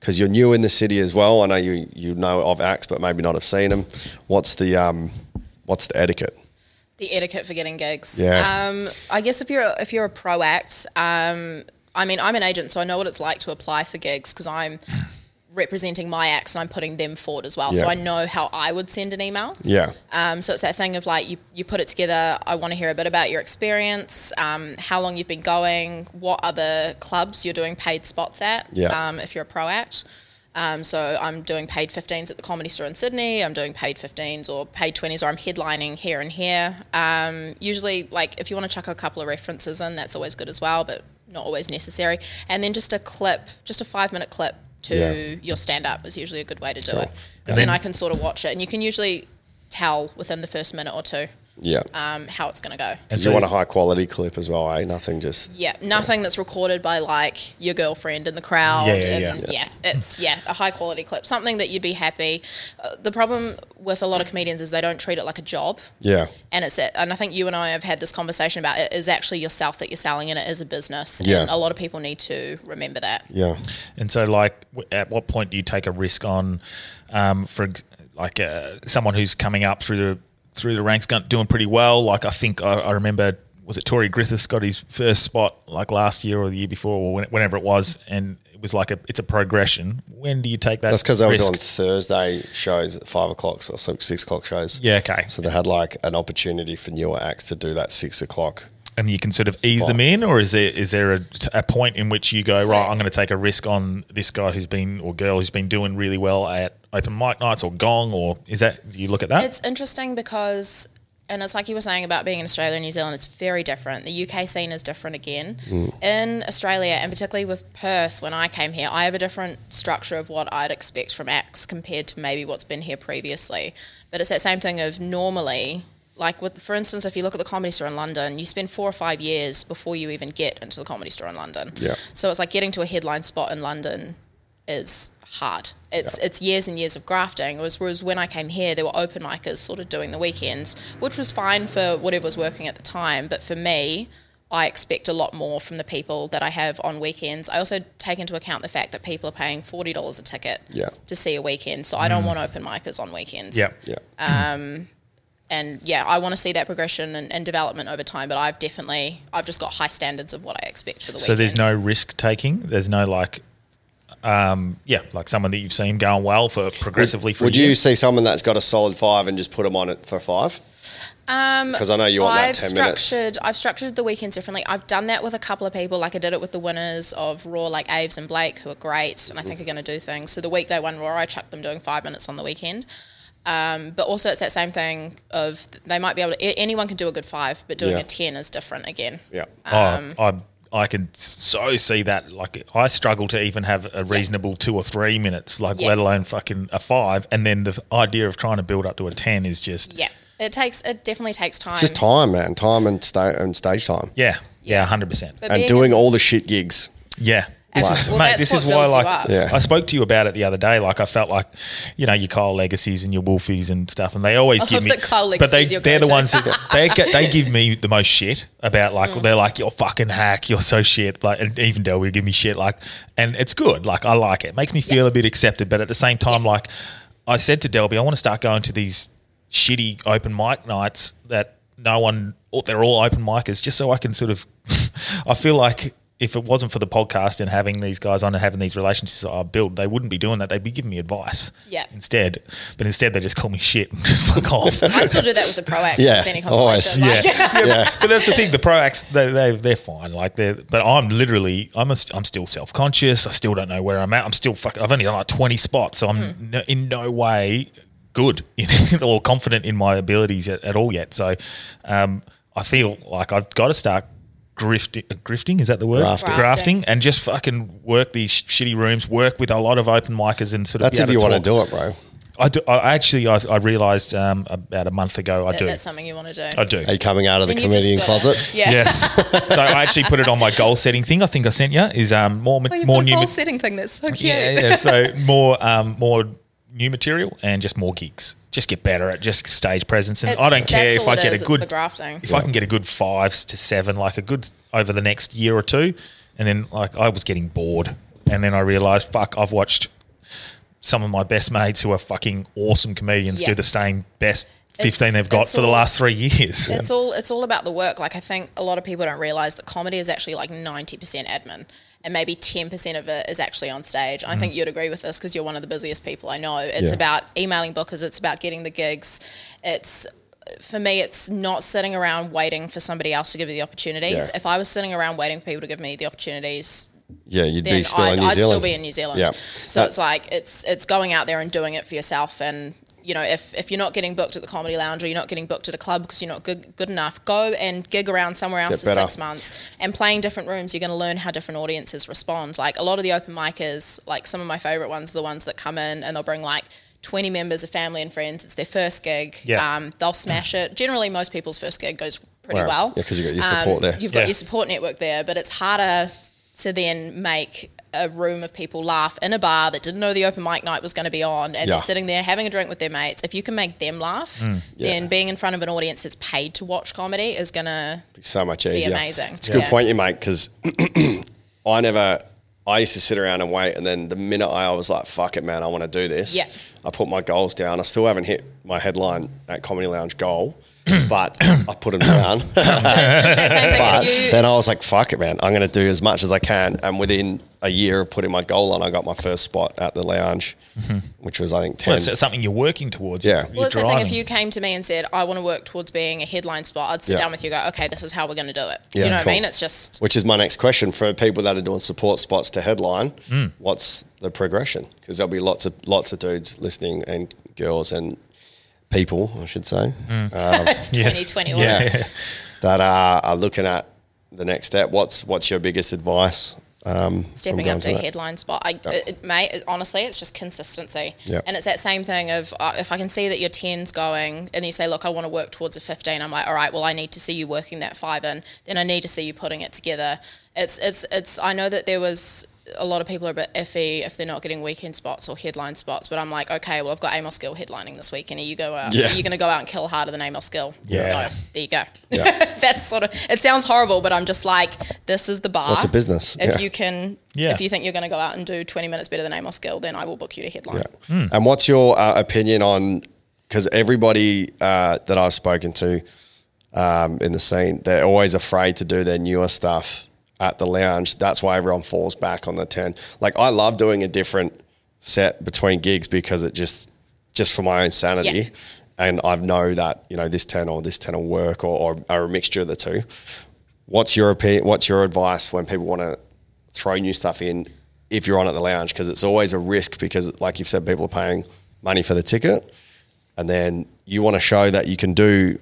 S1: Because you're new in the city as well. I know you you know of acts, but maybe not have seen them. What's the um, what's the etiquette?
S3: The etiquette for getting gigs.
S1: Yeah.
S3: Um, I guess if you're if you're a pro act, um, I mean, I'm an agent, so I know what it's like to apply for gigs because I'm representing my acts and I'm putting them forward as well. So
S1: Yeah.
S3: I know how I would send an email.
S1: Yeah,
S3: Um, so it's that thing of like you, you put it together. I want to hear a bit about your experience, um, how long you've been going, what other clubs you're doing paid spots at.
S1: Yeah.
S3: Um, if you're a pro act, um, so I'm doing paid 15s at the Comedy Store in Sydney. I'm doing paid 15s or paid 20s, or I'm headlining here and here. Um, usually, like if you want to chuck a couple of references in, that's always good as well, but not always necessary. And then just a clip, just a five minute clip to
S1: Yeah.
S3: your stand up is usually a good way to do it
S2: And
S3: because then
S2: then-
S3: I can sort of watch it, and you can usually tell within the first minute or two
S1: yeah.
S3: um, how it's going to go.
S2: And
S1: you want a high quality clip as well, eh? Nothing just
S3: Yeah, nothing that's recorded by like your girlfriend in the crowd.
S2: Yeah, yeah,
S3: and
S2: yeah.
S3: It's yeah, a high quality clip, something that you'd be happy. Uh, the problem with a lot of comedians is they don't treat it like a job.
S1: yeah,
S3: And it's it, and I think you and I have had this conversation about it is actually yourself that you're selling, and it is a business.
S1: Yeah.
S3: And a lot of people need to remember that.
S1: yeah,
S2: And so, like, w- at what point do you take a risk on, um, for ex- like uh, someone who's coming up through the through the ranks, gon- doing pretty well? Like, I think I, I remember was it Tory Griffiths got his first spot like last year or the year before or when, whenever it was, and it was like a it's a progression. When do you take that?
S1: That's because they were
S2: risk?
S1: doing Thursday shows at five o'clock or so six o'clock shows.
S2: Yeah, okay.
S1: So they had like an opportunity for newer acts to do that six o'clock.
S2: and you can sort of ease them in, or is there is there a, a point in which you go
S3: So-
S2: right? I'm going to take a risk on this guy who's been or girl who's been doing really well at open mic nights or gong, or is that do you look at that?
S3: It's interesting because, and it's like you were saying about being in Australia and New Zealand, it's very different. The UK scene is different again. In Australia, and particularly with Perth, when I came here, I have a different structure of what I'd expect from acts compared to maybe what's been here previously. But it's that same thing of normally. Like with, for instance, if you look at the comedy store in London, you spend four or five years before you even get into the comedy store in London.
S1: Yeah.
S3: So it's like getting to a headline spot in London is hard. It's it's years and years of grafting. Whereas, whereas when I came here, there were open micers sort of doing the weekends, which was fine for whatever was working at the time. But for me, I expect a lot more from the people that I have on weekends. I also take into account the fact that people are paying forty dollars a ticket
S1: Yeah.
S3: to see a weekend, so I don't want open micers on weekends.
S2: Mm. Yeah.
S1: Yeah.
S3: And yeah, I want to see that progression and, and development over time. But I've definitely I've just got high standards of what I expect for the
S2: So there's
S3: weekends.
S2: no risk taking. There's no like, um, yeah, like someone that you've seen going well for progressively for
S1: Would
S2: a year.
S1: you see someone that's got a solid five and just put them on it for five? Um, because I know you want
S3: I've
S1: that ten minutes.
S3: structured I've structured the weekends differently. I've done that with a couple of people. Like I did it with the winners of Raw, like Aves and Blake, who are great, and I
S1: Mm-hmm.
S3: think are going to do things. So the week they won Raw, I chucked them doing five minutes on the weekend. Um, but also it's that same thing of they might be able to a- anyone can do a good five, but doing
S1: Yeah.
S3: a ten is different again.
S1: Yeah.
S2: Oh,
S3: Um,
S2: I I can so see that. Like, I struggle to even have a reasonable two or three minutes, like
S3: Yeah.
S2: let alone fucking a five. And then the idea of trying to build up to a ten is just
S3: Yeah, it takes it definitely takes time.
S1: It's just time, man. Time and, sta- and stage time.
S2: yeah, yeah, hundred percent.
S3: But
S1: And
S3: being-
S1: doing all the shit gigs.
S2: Yeah.
S3: And-
S2: This is,
S3: well,
S2: mate,
S3: that's
S2: this
S3: what
S2: is why,
S3: builds you
S2: like,
S3: up.
S1: Yeah.
S2: I spoke to you about it the other day. Like, I felt like, you know, your Kyle Legacies and your Wolfies and stuff, and they always give
S3: love
S2: me.
S3: that Kyle
S2: but they,
S3: Legacy's your
S2: they're the
S3: go-to.
S2: ones that they, get- they give me the most shit about. Like, they're like, "You're fucking hack. You're so shit." Like, and even Del will give me shit. Like, and it's good. Like, I like it. Makes me feel a bit accepted, but at the same time, like, I said to Delby, I want to start going to these shitty open mic nights that no one. They're all open micers, just so I can sort of. <laughs> I feel like if it wasn't for the podcast and having these guys on and having these relationships that I build, they wouldn't be doing that. They'd be giving me advice
S3: Yeah.
S2: instead. But instead, they just call me shit and <laughs> just fuck off.
S3: I
S1: <laughs>
S3: still do that with the pro acts.
S1: Yeah, Oh,
S3: if it's any
S1: always,
S3: consolation. Like, <laughs>
S2: Yeah. but that's the thing. The pro acts, they, they they're fine. Like they're, but I'm literally, I'm a, I'm still self conscious. I still don't know where I'm at. I'm still fucking. I've only done like 20 spots, so I'm
S3: Hmm.
S2: no, in no way good in, <laughs> or confident in my abilities at, at all yet. So, um, I feel like I've got to start. Grifting, grifting is that the word?
S1: Grafting.
S3: Grafting.
S2: and just fucking work these sh- shitty rooms. Work with a lot of open micers and sort of.
S1: That's
S2: be
S1: if
S2: able
S1: you want to
S2: talk.
S1: do it, bro.
S2: I, do, I actually, I, I realized um, about a month ago. I
S3: that-
S2: do.
S3: That's something you want to do.
S2: I do.
S1: Are you coming out of the
S3: Then you've just
S1: comedian
S3: gotta-
S1: closet?
S3: <laughs> Yeah.
S2: Yes. so I actually put it on my goal setting thing. I think I sent you is um, more ma-
S3: Oh, you've
S2: more
S3: got a
S2: new.
S3: goal
S2: ma-
S3: setting thing that's so cute.
S2: yeah, yeah.
S3: <laughs>
S2: So more um, more new material and just more gigs. Just get better at just stage presence, and
S3: It's-
S2: I don't care
S3: that's
S2: if
S3: all
S2: I
S3: it
S2: get
S3: is,
S2: a
S3: it's
S2: good
S3: the grafting.
S2: If I can get a good fives to seven, like a good over the next year or two, and then like I was getting bored, and then I realized, fuck, I've watched some of my best mates who are fucking awesome comedians
S3: Yeah.
S2: do the same best fifteen
S3: It's-
S2: they've got
S3: it's
S2: for the
S3: all-
S2: last three years.
S3: It's all it's all about the work. Like I think a lot of people don't realize that comedy is actually like ninety percent admin, and maybe ten percent of it is actually on stage. And I think you'd agree with this because you're one of the busiest people I know. It's
S1: Mm-hmm. Yeah.
S3: about emailing bookers. It's about getting the gigs. It's for me, it's not sitting around waiting for somebody else to give you the opportunities.
S1: Yeah.
S3: If I was sitting around waiting for people to give me the opportunities,
S1: Yeah, you'd
S3: then
S1: be still
S3: I'd,
S1: in New
S3: I'd
S1: Zealand.
S3: still be in New Zealand.
S1: Yeah. Uh,
S3: So
S1: That-
S3: it's like it's it's going out there and doing it for yourself. And you know, if if you're not getting booked at the comedy lounge or you're not getting booked at a club because you're not good good enough, go and gig around somewhere
S1: Get
S3: else for
S1: better.
S3: six months and playing different rooms. You're going to learn how different audiences respond. Like a lot of the open micers, like some of my favorite ones, are the ones that come in and they'll bring like. 20 members of family and friends. It's their first gig.
S2: Yeah.
S3: Um, they'll smash it. Generally, most people's first gig goes pretty
S1: Wow.
S3: well. Um,
S1: Yeah, 'cause you've got your support there.
S3: You've
S2: Yeah.
S3: got your support network there, but it's harder to then make a room of people laugh in a bar that didn't know the open mic night was going to be on and
S1: Yeah. Mm.
S3: they're sitting there having a drink with their mates. If you can make them laugh, then
S1: Yeah.
S3: being in front of an audience that's paid to watch comedy is
S1: <laughs>
S3: going to
S1: so much easier.
S3: amazing.
S1: It's a good
S3: Yeah.
S1: point you make because <clears throat> I never. I used to sit around and wait, and then the minute I was like, "Fuck it, man, I want to do this,"
S3: Yeah.
S1: I put my goals down. I still haven't hit my headline at Comedy Lounge
S2: <clears throat>
S1: goal, but I put them down. <laughs>
S3: it's just that same thing.
S1: but
S3: You-
S1: then I was like, "Fuck it, man, I'm going to do as much as I can." And within a year of putting my goal on, I got my first spot at the lounge, which was I think ten.
S2: Mm-hmm. Well, it's something you're working towards.
S1: Yeah.
S2: You're
S3: well, it's the thing. If
S2: driving.
S3: you came to me and said, "I want to work towards being a headline spot," I'd sit
S1: Yeah.
S3: down with you, and go, "Okay, this is how we're going to do it." Do
S1: Yeah,
S3: you know what
S1: cool.
S3: I mean? It's just
S1: which is my next question for people that are doing support spots to headline. What's the progression? Because there'll be lots of lots of dudes listening and girls and people, I should say,
S3: it's
S2: Yes.
S3: 2020. all
S1: yeah, that are, are looking at the next step. What's what's your biggest advice? Um, from
S3: stepping
S1: going
S3: up to a
S1: that?
S3: headline spot. I, it, it- mate, it- honestly, it's just consistency.
S1: Yeah.
S3: And it's that same thing of uh, if I can see that your 10's going and you say, look, I want to work towards a 15, I'm like, all right, well, I need to see you working that five in. Then I need to see you putting it together. It's, it's, it's, I know that there was a lot of people are a bit iffy if they're not getting weekend spots or headline spots. But I'm like, okay, well, I've got Amos Gill headlining this weekend. Are you go out?
S1: Yeah.
S3: Are you going to go out and kill harder than Amos Gill?
S2: Yeah.
S3: No. There you go.
S1: Yeah.
S3: <laughs> That's sort of. It sounds horrible, but I'm just like, this is the bar.
S1: It's a business.
S3: If
S1: yeah.
S3: you can,
S2: Yeah.
S3: if you think you're going to go out and do 20 minutes better than Amos Gill, then I will book you to headline.
S1: And what's your uh, opinion on? Because everybody uh, that I've spoken to um, in the scene, they're always afraid to do their newer stuff at the lounge. That's why everyone falls back on the ten. Like I love doing a different set between gigs because it just just for my own sanity.
S3: Yeah.
S1: And I know that you know this ten or this ten will work or, or, or a mixture of the two. What's your opinion? What's your advice when people want to throw new stuff in if you're on at the lounge? Because it's always a risk because, like you've said, people are paying money for the ticket, and then you want to show that you can do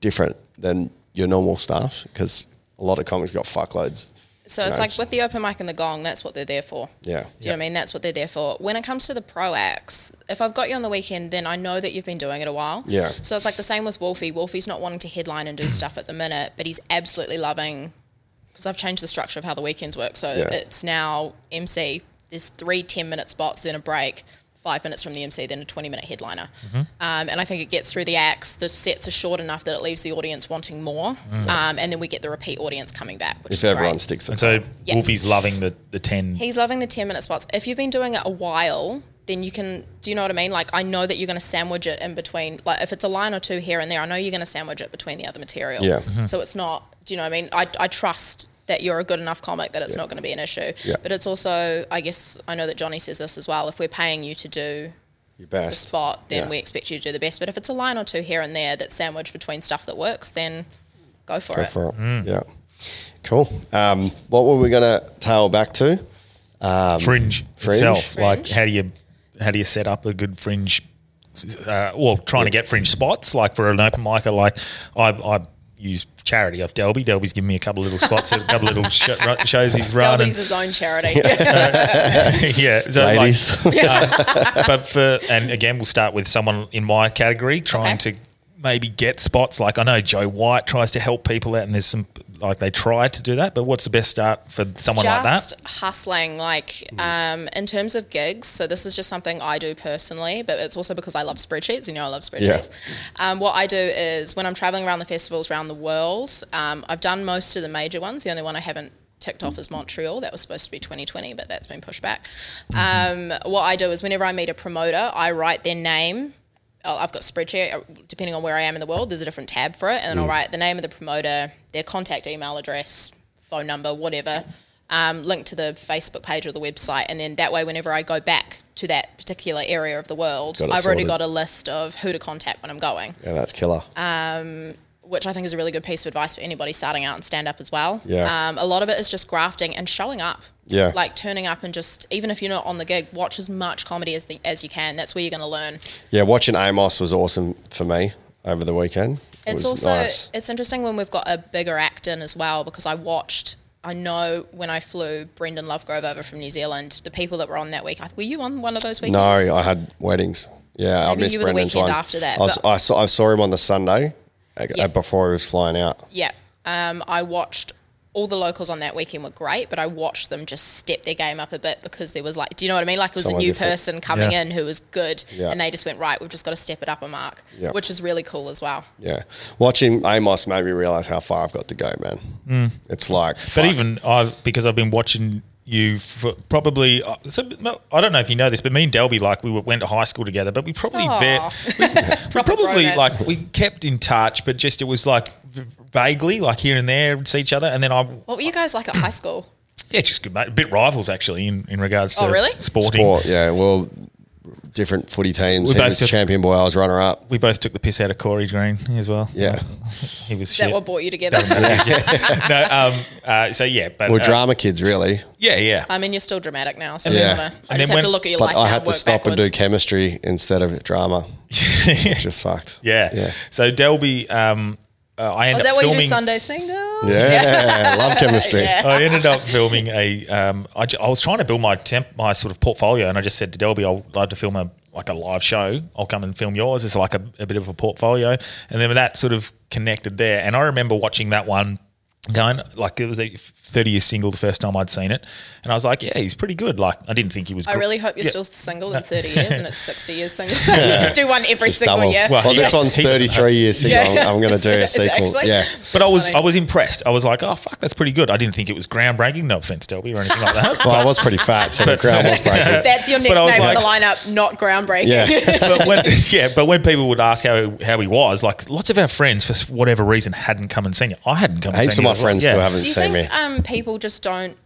S1: different than your normal stuff because a lot of comics got fuckloads.
S3: So
S1: you
S3: it's
S1: know,
S3: like with the open mic and the gong, that's what they're there for.
S1: Yeah.
S3: Do you know what I mean? That's what they're there for. When it comes to the pro acts, if I've got you on the weekend, then I know that you've been doing it a while.
S1: Yeah.
S3: So it's like the same with Wolfie. Wolfie's not wanting to headline
S1: <clears throat>
S3: and do stuff at the minute, but he's absolutely loving because I've changed the structure of how the weekends work. So
S1: Yeah.
S3: it's now MC. There's three 10 minute spots, then a break, five minutes from the MC, then a 20 minute headliner. Um, and I think it gets through the acts. The sets are short enough that it leaves the audience wanting more. Um, and then we get the repeat audience coming back, which
S1: if
S3: is
S1: everyone
S3: great.
S1: sticks to
S2: And so
S3: Yeah.
S2: Wolfie's loving the, the 10.
S3: He's loving the 10 minute spots. If you've been doing it a while, then you can, do you know what I mean? Like, I know that you're going to sandwich it in between. Like, if it's a line or two here and there, I know you're going to sandwich it between the other material.
S1: Yeah. Mhm.
S3: So it's not, do you know what I mean? I, I trust that you're a good enough comic that it's not going to be an issue.
S1: Yeah.
S3: But it's also, I guess, I know that Johnny says this as well. If we're paying you to do
S1: your
S3: the
S1: best
S3: spot, then
S1: Yeah.
S3: we expect you to do the best. But if it's a line or two here and there that's sandwiched between stuff that works, then go for
S1: Go
S3: it.
S1: for it.
S2: Mm.
S1: Yeah, cool. Um, what were we gonna tail back to?
S2: fringe,
S1: Um, Fringe?
S2: itself. Like
S3: Fringe.
S2: how do you how do you set up a good fringe? Uh, well, trying to get fringe spots like for an open micer. Like I, I use charity off Delby. Delby's given me a couple little spots, a couple little sh- shows he's run.
S3: Delby's his own charity.
S1: <laughs>
S3: <laughs>
S2: <laughs> yeah, so like- <laughs>
S1: Ladies,
S2: but for and again, we'll start with someone in my category trying
S3: Okay.
S2: to maybe get spots. Like I know Joe White tries to help people out, and there's some like they try to do that. But what's the best start for someone like
S3: just
S2: that? Mm.
S3: hustling like um, in terms of gigs so this is just something i do personally but it's also because i love spreadsheets you know i love spreadsheets um, what i do is when i'm traveling around the festivals around the world um, i've done most of the major ones the only one i haven't ticked off is montreal that was supposed to be 2020 but that's been pushed back um, what i do is whenever i meet a promoter i write their name I'll- I've got spreadsheet uh, depending on where I am in the world. There's a different tab for it, and
S1: Mm.
S3: I'll write the name of the promoter, their contact email address, phone number, whatever, um, linked to the Facebook page or the website, and then that way, whenever I go back to that particular area of the world,
S1: Got
S3: I've
S1: it
S3: already
S1: sorted.
S3: got a list of who to contact when I'm going,
S1: yeah, that's killer.
S3: Uh, which I think is a really good piece of advice for anybody starting out and stand up as well.
S1: Yeah.
S3: Um, a lot of it is just grafting and showing up.
S1: Yeah.
S3: Like turning up and just even if you're not on the gig, watch as much comedy as the, as you can. That's where you're going to learn.
S1: yeah, watching Amos was awesome for me over the weekend. It
S3: It's
S1: was
S3: also
S1: nice.
S3: it's interesting when we've got a bigger act in as well because I watched. I know when I flew Brendan Lovegrove over from New Zealand, the people that were on that week. I- Were you on one of those
S1: No,
S3: weekends?
S1: I had weddings. Yeah, I
S3: Maybe
S1: missed
S3: you were the
S1: Brendan's
S3: weekend
S1: one.
S3: after that,
S1: I, was,
S3: but-
S1: I saw I saw him on the Sunday uh,
S3: Yeah.
S1: before he was flying out.
S3: Yeah. Um, I watched all the locals on that weekend were great, but I watched them just step their game up a bit because there was like, do you know what I mean? Like it was
S1: Someone
S3: a new
S1: different.
S3: person coming
S2: Yeah.
S3: in who was good,
S1: Yeah.
S3: and they just went right. We've just got to step it up a mark,
S1: Yeah.
S3: which is really cool as well.
S1: Yeah, watching Amos made me realize how far I've got to go, man. It's like,
S2: Mm.
S1: fuck.
S2: But even I, because I've been watching you for probably, uh, so, no, I don't know if you know this, but me and Delby, like we were, went to high school together, but we probably
S3: Aw.
S2: ve- we, we probably
S3: bromance.
S2: like we kept in touch, but just it was like v- vaguely, like here and there, we'd see each other, and then I,
S3: What were you guys like at high school?
S2: yeah, just good mate, a bit rivals actually in, in regards to
S3: Oh, really?
S2: sporting.
S1: sport. Yeah, well, different footy teams.
S2: We
S1: He
S2: both
S1: was
S2: just-
S1: champion boy. I was runner up.
S2: We both took the piss out of Corey Green as well.
S1: Yeah,
S2: he was
S3: Is that
S2: shit.
S3: what brought you together? <laughs>
S2: no, um, uh, so yeah, but
S1: we're
S2: uh,
S1: drama kids, really.
S2: yeah, yeah.
S3: I mean, you're still dramatic now, so
S1: Yeah.
S3: yeah. I
S1: And
S2: then
S3: just have
S2: when-
S3: to look at your
S1: But
S3: life.
S1: I
S3: now
S1: had to
S3: work
S1: stop and
S3: backwards.
S1: do chemistry instead of
S2: <laughs>
S1: drama. Which was fucked.
S2: Yeah.
S1: yeah,
S2: So Delby, um, uh, I
S3: Oh,
S2: ended
S3: is that
S2: up
S3: what you
S2: filming.
S3: do Sunday single?
S1: yeah. Love chemistry.
S2: I ended up filming a. Um, I, ju- I was trying to build my temp, my sort of portfolio, and I just said to Delby, "I'll love to film a like a live show. I'll come and film yours. It's like a, a bit of a portfolio." And then that sort of connected there. And I remember watching that one going like it was a 30 year single the first time I'd seen it and I was like yeah he's pretty good like I didn't think he was
S3: I
S2: gr-
S3: really hope you're
S2: Yeah.
S3: still single in 30 years and it's 60 years
S1: <laughs>
S3: single. <laughs> you just do one every
S1: It's
S3: single
S1: double.
S3: year.
S1: Well,
S2: Yeah.
S1: this one's
S2: He doesn't
S1: 33
S3: <laughs>
S1: years single. I'm, going to do a
S3: Is it
S1: sequel.
S3: actually?
S1: Yeah.
S2: but I was
S3: funny.
S2: I was impressed I was like oh fuck that's pretty good I didn't think it was groundbreaking no offense Delby or anything like
S3: <laughs>
S2: that
S1: Well, I was pretty fat, so the ground
S2: <laughs>
S1: was breaking.
S3: That's your next
S2: I was
S3: name
S2: like-
S3: on the lineup, not groundbreaking. <laughs>
S1: Yeah. <laughs>
S2: but when, <laughs> yeah, but when people would ask how how he was, like lots of our friends for whatever reason hadn't come and seen it. I hadn't come. and
S1: Heaps of
S2: seen you
S1: my
S2: as well.
S1: friends
S2: Yeah.
S1: still haven't
S3: do you
S1: seen me.
S3: think um, people just don't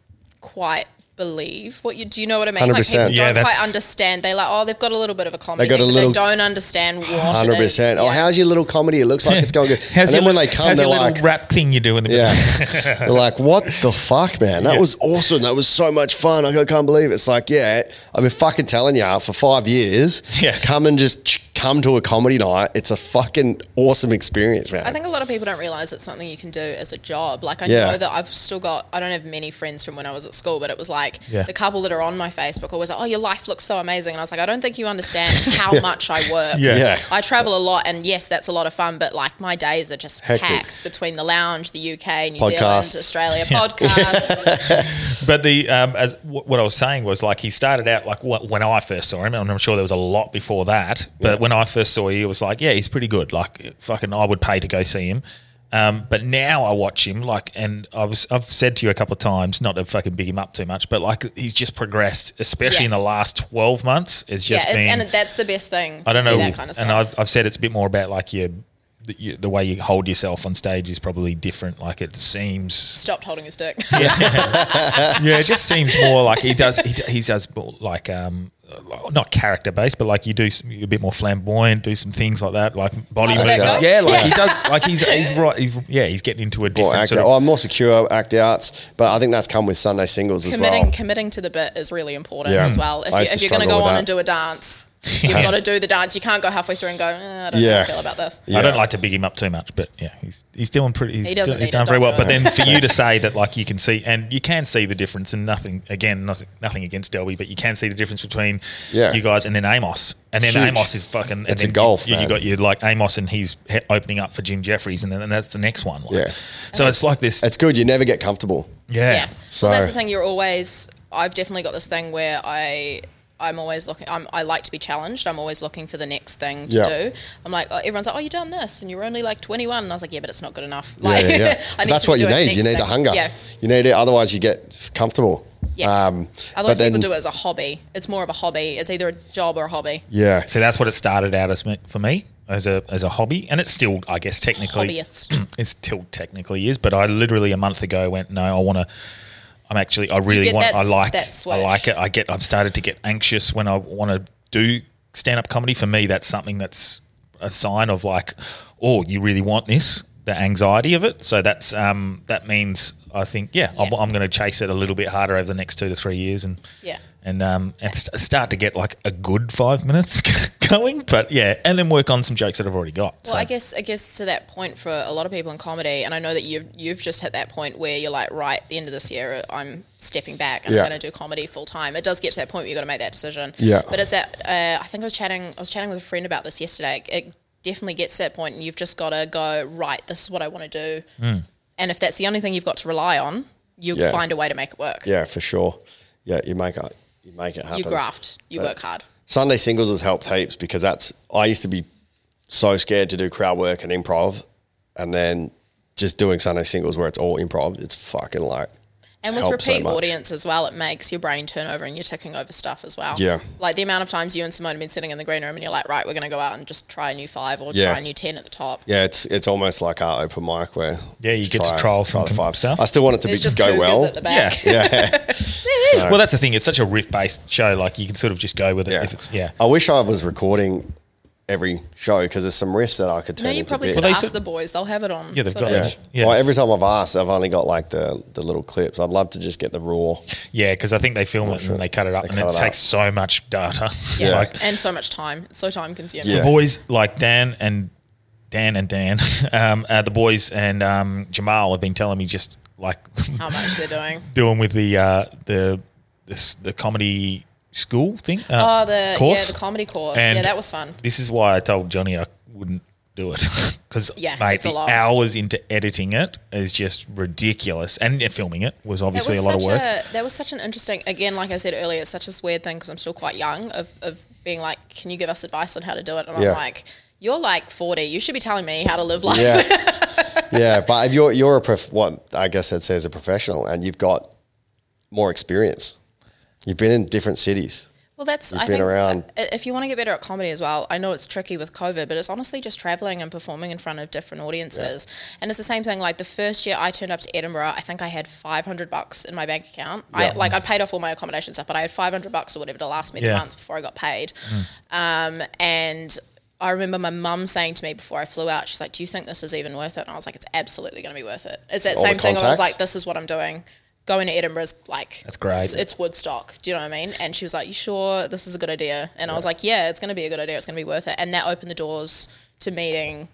S3: quite believe what you do you know what I mean? Like
S1: 100%.
S3: people
S2: Yeah,
S3: don't
S2: that's-
S3: quite understand. They like, oh, they've got a little bit of a comedy.
S1: They got
S3: thing,
S1: a
S3: but
S1: little-
S3: they don't understand what
S1: Hundred
S3: it is.
S1: percent. Oh,
S3: Yeah.
S1: how's your little comedy? It looks like it's going good. and then
S2: your
S1: when they
S2: little-
S1: come,
S2: <laughs> how's
S1: they're
S2: your little
S1: like,
S2: rap thing you do in the
S1: "Yeah,
S2: middle? <laughs>
S1: they're like, what the fuck, man? That
S2: Yeah.
S1: was awesome. That was so much fun. I can't believe it." It's like, yeah, I've been fucking telling you for five years.
S2: Yeah.
S1: come and just ch- come to a comedy night. It's a fucking awesome experience, man.
S3: I think a lot of people don't realize it's something you can do as a job. Like I
S1: Yeah.
S3: know that I've still got I don't have many friends from when I was at school, but it was like
S2: Yeah.
S3: the couple that are on my Facebook always like, Oh, your life looks so amazing and I was like, I don't think you understand
S2: <laughs>
S3: how much I work.
S2: Yeah.
S1: yeah,
S3: I travel a lot, and yes, that's a lot of fun. But like my days are just
S1: Hectic.
S3: packed between the lounge, the UK, New
S1: Podcasts.
S3: Zealand,
S1: <laughs>
S3: Australia, podcasts.
S2: But the um, as wh- what I was saying was like he started out like wh- when I first saw him, and I'm sure there was a lot before that. But when I first saw you, it was like, yeah, he's pretty good. Like fucking, I would pay to go see him. Um, but now I watch him like, and I was I've said to you a couple of times, not to fucking big him up too much, but like he's just progressed, especially
S3: Yeah.
S2: in the last twelve months. It's <laughs>
S3: yeah,
S2: just
S3: it's,
S2: been,
S3: and that's the best thing. To
S2: I don't
S3: see
S2: know,
S3: that kind of stuff.
S2: and I've, I've said it's a bit more about like your. the- you- The way you hold yourself on stage is probably different. Like it seems
S3: Stopped holding his
S1: <laughs>
S3: dick.
S2: yeah, it just seems more like he does. He, d- he does more like um, not character based, but like you do some, you're a bit more flamboyant, do some things like that, like body
S3: Like that
S2: movement.
S3: guy?
S2: Yeah, like he does. Like he's <laughs> he's right. He's, yeah, he's getting into a
S1: Or
S2: different
S1: act
S2: sort
S1: out.
S2: of.
S1: Oh, I'm more secure act outs, but I think that's come with Sunday singles as
S3: committing
S1: well.
S3: committing to the bit is really important
S1: Yeah.
S3: as well. If,
S1: I
S3: you,
S1: used
S3: if
S1: to
S3: you're going to
S1: struggle
S3: go
S1: with
S3: on
S1: that.
S3: and do
S2: <laughs>
S3: a dance, you've got to do the dance. You can't go halfway through and go. Eh, I don't know how
S1: Yeah.
S3: I feel about this.
S2: I don't
S1: Yeah.
S2: like to big him up too much, but yeah, he's he's doing pretty. He's,
S3: He doesn't
S2: do- he's
S3: need it,
S2: done very
S3: don't
S2: well.
S3: do
S2: But
S3: it.
S2: then for
S1: <laughs>
S2: you to say that, like you can see, and you can see the difference, and nothing again, nothing, nothing against Delby, but you can see the difference between
S1: Yeah.
S2: you guys and then Amos, and then
S1: It's huge.
S2: Amos is fucking. and
S1: It's a
S2: then
S1: golf,
S2: You, you
S1: man.
S2: got your like Amos, and he's he- opening up for Jim Jeffries, and then and that's the next one. Like.
S1: Yeah.
S2: So it's, like this.
S1: It's good. You never get comfortable.
S2: yeah.
S3: Yeah.
S1: So-
S3: Well, that's the thing. You're always. I've definitely got this thing where I. I'm always looking. I'm, I like to be challenged. I'm always looking for the next thing to
S1: Yeah.
S3: do. I'm like, oh, everyone's like, oh, you done this, and you're only like 21. And I was like, yeah, but it's not good enough.
S1: Yeah,
S3: Like,
S1: yeah, yeah.
S3: <laughs> I need
S1: That's
S3: to
S1: what
S3: be
S1: you
S3: doing
S1: need. You
S3: next
S1: need the
S3: thing.
S1: hunger.
S3: Yeah.
S1: You need it. Otherwise, you get f- comfortable.
S3: Yeah.
S1: Um,
S3: Otherwise,
S1: but then,
S3: people do it as a hobby. It's more of a hobby. It's either a job or a hobby.
S1: Yeah.
S2: So that's what it started out as me- for me as a as a hobby, and it's still, I guess, technically,
S3: Hobbyist.
S2: <clears throat> it's still technically is. But I literally a month ago went, no, I want to. I'm actually, I really
S3: get
S2: want.
S3: that
S2: I
S3: s-
S2: like.
S3: that switch.
S2: I like it. I get. I've started to get anxious when I want to do stand up comedy. For me, that's something that's a sign of like, oh, you really want this. The anxiety of it. So that's um that means I think yeah, I'm,
S3: Yeah.
S2: I'm going to chase it a little bit harder over the next two to three years and
S3: Yeah.
S2: and um, and st- start to get like a good five minutes <laughs> going. But yeah, and then work on some jokes that I've already got.
S3: Well,
S2: so.
S3: I guess I guess to that point for a lot of people in comedy, and I know that you've you've just hit that point where you're like, right, at the end of this year, I'm stepping back and
S1: Yeah.
S3: I'm going to do comedy full time. It does get to that point where you got to make that decision.
S1: Yeah.
S3: But is that uh, I think I was chatting I was chatting with a friend about this yesterday. It, it definitely gets to that point, and you've just got to go right. This is what I want to do, and if that's the only thing you've got to rely on, you'll
S1: Mm. Yeah.
S3: find a way to make it work.
S1: Yeah, for sure. Yeah, you make it. You make it happen.
S3: You graft, you work hard.
S1: Sunday singles has helped heaps because that's I used to be so scared to do crowd work and improv, and then just doing Sunday singles where it's all improv, it's fucking like
S3: And
S1: it's
S3: with
S1: helped so
S3: repeat
S1: much.
S3: audience as well, it makes your brain turn over and you're ticking over stuff as well.
S1: Yeah.
S3: Like the amount of times you and Simone have been sitting in the green room and you're like, right, we're going to go out and just try a new five or
S1: Yeah.
S3: try a new 10 at the top.
S1: Yeah, it's it's almost like our open mic where
S2: Yeah, you
S1: just
S2: get to trial
S1: try the
S2: some
S1: five
S2: stuff.
S1: I still want it to
S3: There's
S1: be
S3: just
S1: go
S3: cougars
S1: well.
S3: at the back.
S1: yeah,
S2: well, that's the thing. It's such a riff based show. Like you can sort of just go with it.
S1: yeah.
S2: If it's, yeah.
S1: I wish I was recording every show because there's some riffs that I could turn
S3: <laughs> No, you
S1: into
S3: probably
S1: bits.
S3: could
S2: Well, they
S3: ask
S2: said-
S3: the boys. They'll have it on.
S2: Yeah, they've got
S1: Yeah.
S3: footage.
S2: it. Yeah.
S1: Well, every time I've asked, I've only got like the the little clips. I'd love to just get the
S3: <laughs>
S1: raw.
S2: Yeah, because I think they film it and they cut it up,
S1: They
S2: and
S1: cut
S2: it,
S1: it
S2: takes
S1: up.
S2: so much data.
S1: Yeah.
S2: like
S3: And so much time. It's so time consuming.
S1: Yeah.
S2: the boys, like Dan and Dan and Dan, <laughs> um, uh, the boys and um, Jamal have been telling me just like <laughs>
S3: How much they're doing.
S2: doing with the uh, the this, the comedy school thing.
S3: Oh,
S2: Uh,
S3: the,
S2: course.
S3: yeah, the comedy course. yeah,
S2: And
S3: that was fun.
S2: This is why I told Johnny I wouldn't do it <laughs> because
S3: Yeah,
S2: mate,
S3: it's a
S2: the
S3: lot.
S2: hours into editing it is just ridiculous, and uh, filming it was
S3: That
S2: obviously
S3: was
S2: a lot of
S3: such
S2: work.
S3: a that was such an interesting again, like I said earlier, it's such this weird thing because I'm still quite young of, of being like, can you give us advice on how to do it? And
S1: Yeah.
S3: I'm like, you're like 40, you should be telling me how to live life.
S1: Yeah, yeah. But if you're you're a prof, what I guess I'd say as a professional, and you've got more experience. You've been in different cities.
S3: Well, that's I
S1: been
S3: think
S1: around.
S3: i- if you want to get better at comedy as well, I know it's tricky with COVID, but it's honestly just traveling and performing in front of different audiences. And it's the same thing. Like the first year I turned up to Edinburgh, I think I had 500 bucks in my bank account. I like I paid off all my accommodation stuff, but I had 500 bucks or whatever to last me the
S2: Yeah.
S3: month before I got paid. Um, and I remember my mum saying to me before I flew out, she's like, "Do you think this is even worth it?" And I was like, "It's absolutely going to be worth it." It's that
S1: All the
S3: same thing. I was
S1: contacts?
S3: like, "This is what I'm doing." Going to Edinburgh's like
S2: That's great.
S3: It's, it's Woodstock. Do you know what I mean? And she was like, "You sure this is a good idea?" And I was like, "Yeah, it's going to be a good idea. It's going to be worth it." And that opened the doors to meeting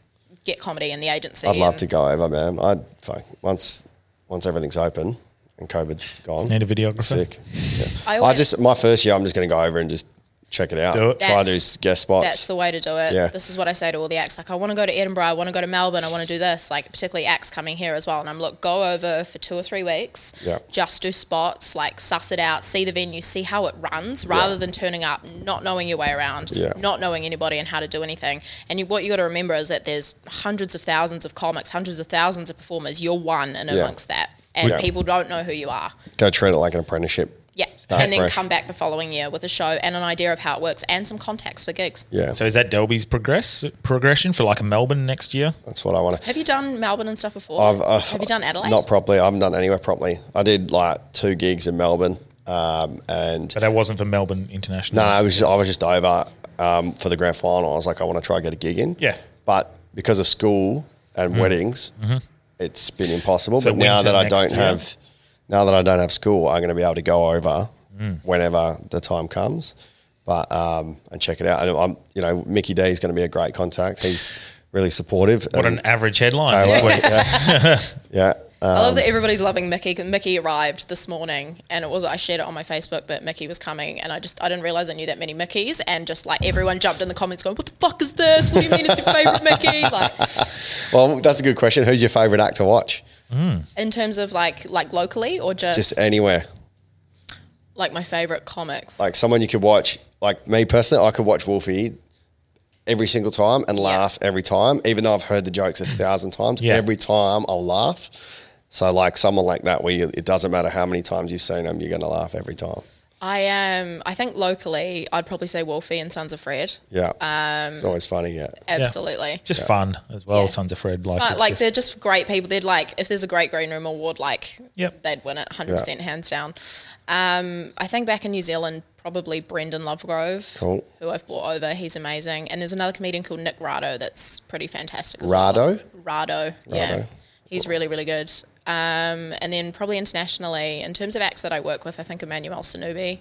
S3: Get Comedy and the agency.
S1: I'd love
S3: and-
S1: to go over, man. I'd fuck once once everything's open and COVID's gone.
S2: Need a videographer.
S1: Sick. Yeah.
S3: I
S1: I,
S3: always-
S1: just my first year, I'm just going to go over and just check it out.
S2: Do it.
S1: Try to do
S3: That's-
S1: guest spots.
S3: That's the way to do it.
S1: Yeah.
S3: This is what I say to all the acts. Like, I want to go to Edinburgh. I want to go to Melbourne. I want to do this. Like, particularly acts coming here as well. And I'm look, go over for two or three weeks.
S1: Yeah.
S3: Just do spots. Like, suss it out. See the venue. See how it runs. Rather than turning up not knowing your way around.
S1: Yeah.
S3: Not knowing anybody and how to do anything. And you, what you got to remember is that there's hundreds of thousands of comics, hundreds of thousands of performers. You're one and
S1: Yeah.
S3: amongst that. And
S1: Yeah.
S3: people don't know who you are.
S1: go treat it like an apprenticeship.
S3: Yeah.
S1: Start
S3: and then
S1: fresh.
S3: come back the following year with a show and an idea of how it works and some contacts for gigs.
S1: Yeah,
S2: So is that Delby's progress progression for like a Melbourne next year?
S1: that's what I want to.
S3: Have you done Melbourne and stuff before? Have you done Adelaide?
S1: uh, Not properly. I haven't done anywhere properly. I did like two gigs in Melbourne, um, and
S2: But that wasn't for Melbourne International.
S1: no, I was just, I was just over um, for the grand final. I was like, I want to try get a gig in.
S2: Yeah. Mm-hmm.
S1: but because of school and weddings, it's been impossible.
S2: So
S1: but now
S2: winter
S1: that I
S2: next
S1: don't
S2: year.
S1: have, now that I don't have school, I'm going to be able to go over
S2: Mm.
S1: whenever the time comes, but um, and check it out. And I'm, you know, Mickey D is going to be a great contact. He's really supportive.
S2: What
S1: and-
S2: an average headline.
S1: I
S2: this
S1: love
S2: week.
S1: it, yeah.
S2: <laughs>
S1: yeah. Uh,
S3: I love that everybody's loving Mickey. 'cause Mickey arrived this morning, and it was I shared it on my Facebook that Mickey was coming, and I just I didn't realize I knew that many Mickeys, and just like everyone jumped in the comments going, "What the fuck is this? What do you mean it's your
S1: <laughs>
S3: favorite Mickey?" Like
S1: well, that's a good question. Who's your favourite act to watch?
S3: in terms of like like locally or just,
S1: Just anywhere.
S3: like my favorite comics.
S1: Like someone you could watch, like me personally, I could watch Wolfie every single time and laugh every time, even though I've heard the jokes a thousand times.
S2: Yeah.
S1: Every time I'll laugh. So, like someone like that, where you, it doesn't matter how many times you've seen them, you're going to laugh every time.
S3: I Um, I think locally, I'd probably say Wolfie and Sons of Fred.
S1: Yeah. Um, it's always funny. Yeah.
S3: Absolutely.
S2: Just fun as well,
S3: Yeah.
S2: Sons of Fred. Like,
S3: But
S2: it's
S3: like
S2: just-
S3: they're just great people. They'd like if there's a great green room award, like
S2: Yep.
S3: they'd win it 100 percent hands down. Um, I think back in New Zealand, probably Brendan Lovegrove,
S1: Cool.
S3: who I've brought over. He's amazing. And there's another comedian called Nick Rado that's pretty fantastic. As
S1: Rado?
S3: well. Rado, yeah,
S1: Rado.
S3: he's really really good. Um, and then probably internationally, in terms of acts that I work with, I think Emmanuel Sanubi.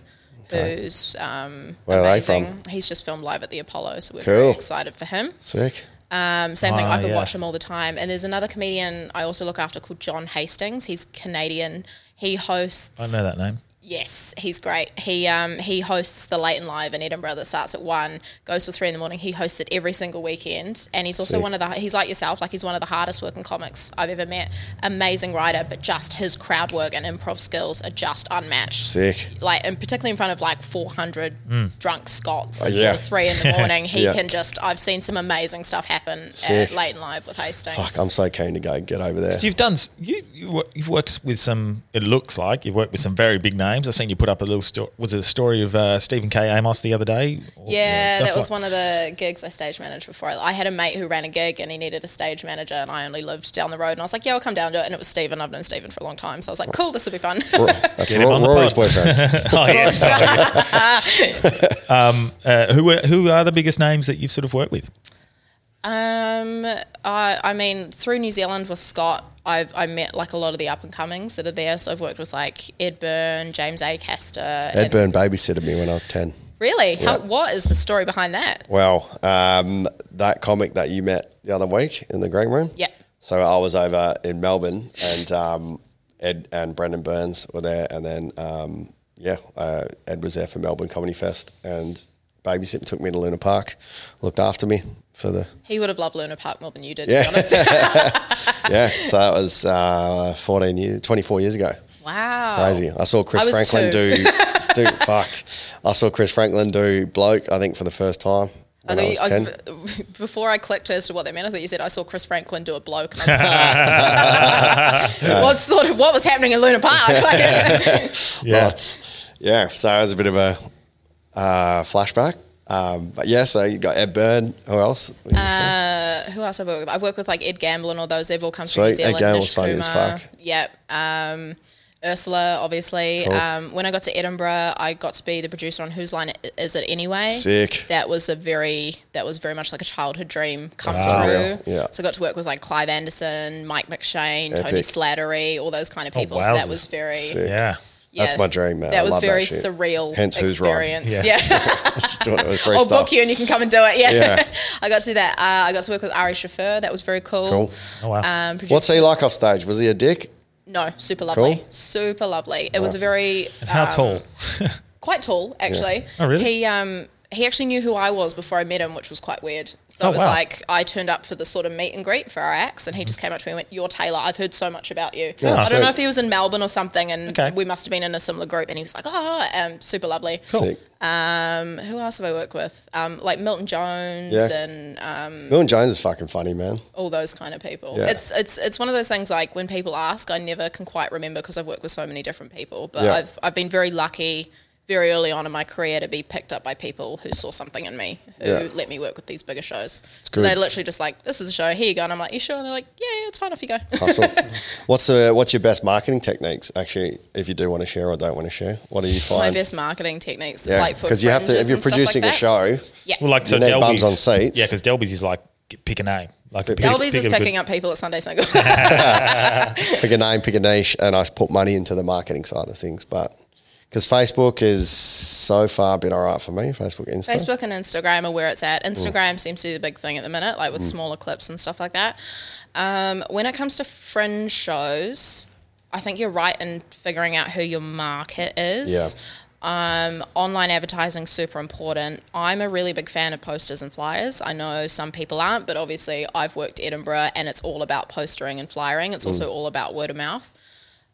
S3: Who's um,
S1: Where are they
S3: amazing?
S1: from?
S3: He's just filmed live at the Apollo, so we're
S1: Cool.
S3: very excited for him.
S1: Sick.
S3: Um, same thing.
S2: Ah,
S3: I could
S2: yeah.
S3: watch him all the time. And there's another comedian I also look after called John Hastings. He's Canadian. He hosts.
S2: I know that name.
S3: Yes, he's great. He um, he hosts the Late and Live in Edinburgh that starts at one, goes till three in the morning. He hosts it every single weekend, and he's also
S1: Sick.
S3: one of the he's like yourself, like he's one of the hardest working comics I've ever met. Amazing writer, but just his crowd work and improv skills are just unmatched
S1: Sick.
S3: like and particularly in front of like 400 drunk Scots at
S1: Oh, yeah.
S3: sort of three
S1: <laughs>
S3: in the morning, he
S1: Yeah.
S3: can just. I've seen some amazing stuff happen
S1: Sick.
S3: at late and live with Hastings.
S1: Fuck, I'm so keen to go get over there.
S2: So you've done s- you, you wo- you've worked with some. It looks like you've worked with some very big names. I seen you put up a little story. Was it a story of uh, Stephen K. Amos the other day? Or-
S3: yeah,
S2: stuff
S3: that was
S2: like-
S3: one of the gigs I stage managed before. I, I had a mate who ran a gig and he needed a stage manager, and I only lived down the road. And I was like, "Yeah, I'll come down to it." And it was Stephen. I've known Stephen for a long time, so I was like, "Cool, this will be fun."
S1: That's
S2: Get him on the
S1: Rory's
S2: pod.
S1: boyfriend.
S2: <laughs> oh yeah.
S3: <laughs>
S2: exactly. um, uh, who are- who are the biggest names that you've sort of worked with?
S3: Um, I, I mean, through New Zealand with Scott, I've I met like a lot of the up and comings that are there. So I've worked with like Ed Byrne, James A. Caster,
S1: Ed Byrne babysitted me when I was 10.
S3: Really?
S1: Yeah.
S3: How, what is the story behind that?
S1: Well, um, that comic that you met the other week in the green room.
S3: Yeah.
S1: So I was over in Melbourne, and um, Ed and Brendan Burns were there, and then um, yeah, uh, Ed was there for Melbourne Comedy Fest, and babysit took me to Luna Park, looked after me for
S3: <laughs>
S1: the
S3: He would have loved Luna Park more than you did, to
S1: Yeah. <laughs>
S3: be honest.
S1: yeah. So that was uh, 14 years, 24 years ago.
S3: wow.
S1: Crazy. I saw Chris
S3: I was
S1: Franklin
S3: two.
S1: do
S3: <laughs>
S1: do fuck. I saw Chris Franklin do bloke. I think for the first time
S3: I
S1: when I,
S3: thought
S1: was
S3: you- I
S1: ten.
S3: was- <laughs> before I clicked as to what that meant, I thought you said I saw Chris Franklin do a bloke. And I
S1: <laughs>
S3: was like, what sort of what was happening in Luna Park? Like, <laughs>
S2: Yeah.
S1: Lots. Yeah. So it was a bit of a uh, flashback. Um, but yeah, so you got Ed Byrne. Who else?
S3: who else I've worked with? I've worked with like Ed Gamble and all those. They've all come from New
S1: Sweet. Ed
S3: Zealand.
S1: Gamble
S3: Nish
S1: funny as
S3: Kumar.
S1: fuck.
S3: Yep. Um, Ursula, obviously.
S1: Cool.
S3: Um, when I got to Edinburgh, I got to be the producer on Whose Line I- Is It Anyway?
S1: Sick.
S3: That was a very that was very much like a childhood dream come
S1: Wow.
S3: true.
S1: Ah, Yeah.
S3: So I got to work with like Clive Anderson, Mike McShane, Tony
S1: Epic.
S3: Slattery, all those kind of people. so that was
S2: Oh, wowzers.
S3: very
S1: Sick.
S2: Yeah.
S3: yeah,
S1: That's my dream, man.
S3: That
S1: I
S3: was
S1: love that
S3: very
S1: shit.
S3: surreal
S1: Hence Who's Wrong.
S3: experience.
S2: Yeah.
S3: Yeah.
S1: Doing it
S3: <laughs>
S1: with free
S3: I'll
S1: stuff.
S3: book you and you can come and do it. Yeah.
S1: Yeah.
S3: <laughs> I got to do that. Uh, I got to work with Ari Shaffer. That was very cool.
S1: Cool.
S2: Oh, wow.
S3: Um, producer-
S1: What's he like off stage? Was he a dick?
S3: No, super lovely.
S1: Cool.
S3: Super lovely. It was a
S1: Nice.
S3: very
S2: How
S3: um,
S2: tall?
S3: quite tall actually.
S2: Oh, really?
S3: He um he actually knew who I was before I met him, which was quite weird. So
S2: Oh,
S3: it was
S2: wow.
S3: like I turned up for the sort of meet and greet for our acts, and he just came up to me and went, "You're Taylor. I've heard so much about you. I don't
S1: sick.
S3: know if he was in Melbourne or something, and
S2: Okay.
S3: we must have been in a similar group." And he was like, "Oh, um, super lovely."
S1: Sick.
S3: Who else have I worked with? Um, like Milton Jones
S1: Yeah.
S3: and Um,
S1: Bill and Jones is fucking funny, man.
S3: all those kind of people.
S1: Yeah.
S3: It's it's it's one of those things like when people ask, I never can quite remember because I've worked with so many different people. But
S1: Yeah.
S3: I've I've been very lucky very early on in my career to be picked up by people who saw something in me, who
S1: Yeah.
S3: let me work with these bigger shows. So
S1: good.
S3: they're literally just like, This is a show, here you go and I'm like, You sure? And they're like, Yeah, yeah it's fine, off you go.
S1: Hustle. what's the what's your best marketing techniques? Actually, if you do want to share or don't want to share, what do you
S3: <laughs> my
S1: find?
S3: best marketing techniques
S1: yeah,
S3: like for
S1: because you have to. If
S3: fringes
S1: you're
S3: and stuff like
S1: producing a
S3: that.
S1: show,
S3: Yeah.
S2: Well, like so
S1: You need bums
S2: Delby's
S1: on seats.
S2: Yeah, because Delby's is like g- pick a name. Like pick,
S3: Delby's is picking
S2: good,
S3: up people at Sunday Single.
S1: pick a name, pick a niche, and I put money into the marketing side of things. But because Facebook is so far been all right for me, Facebook, Insta.
S3: Facebook and Instagram are where it's at. Instagram seems to be the big thing at the minute, like with smaller clips and stuff like that. Um, when it comes to fringe shows, I think you're right in figuring out who your market
S1: Yeah,
S3: is. Um, online advertising super important. I'm a really big fan of posters and flyers. I know some people aren't, but obviously I've worked Edinburgh and it's all about postering and flyering. It's
S1: Mm.
S3: also all about word of mouth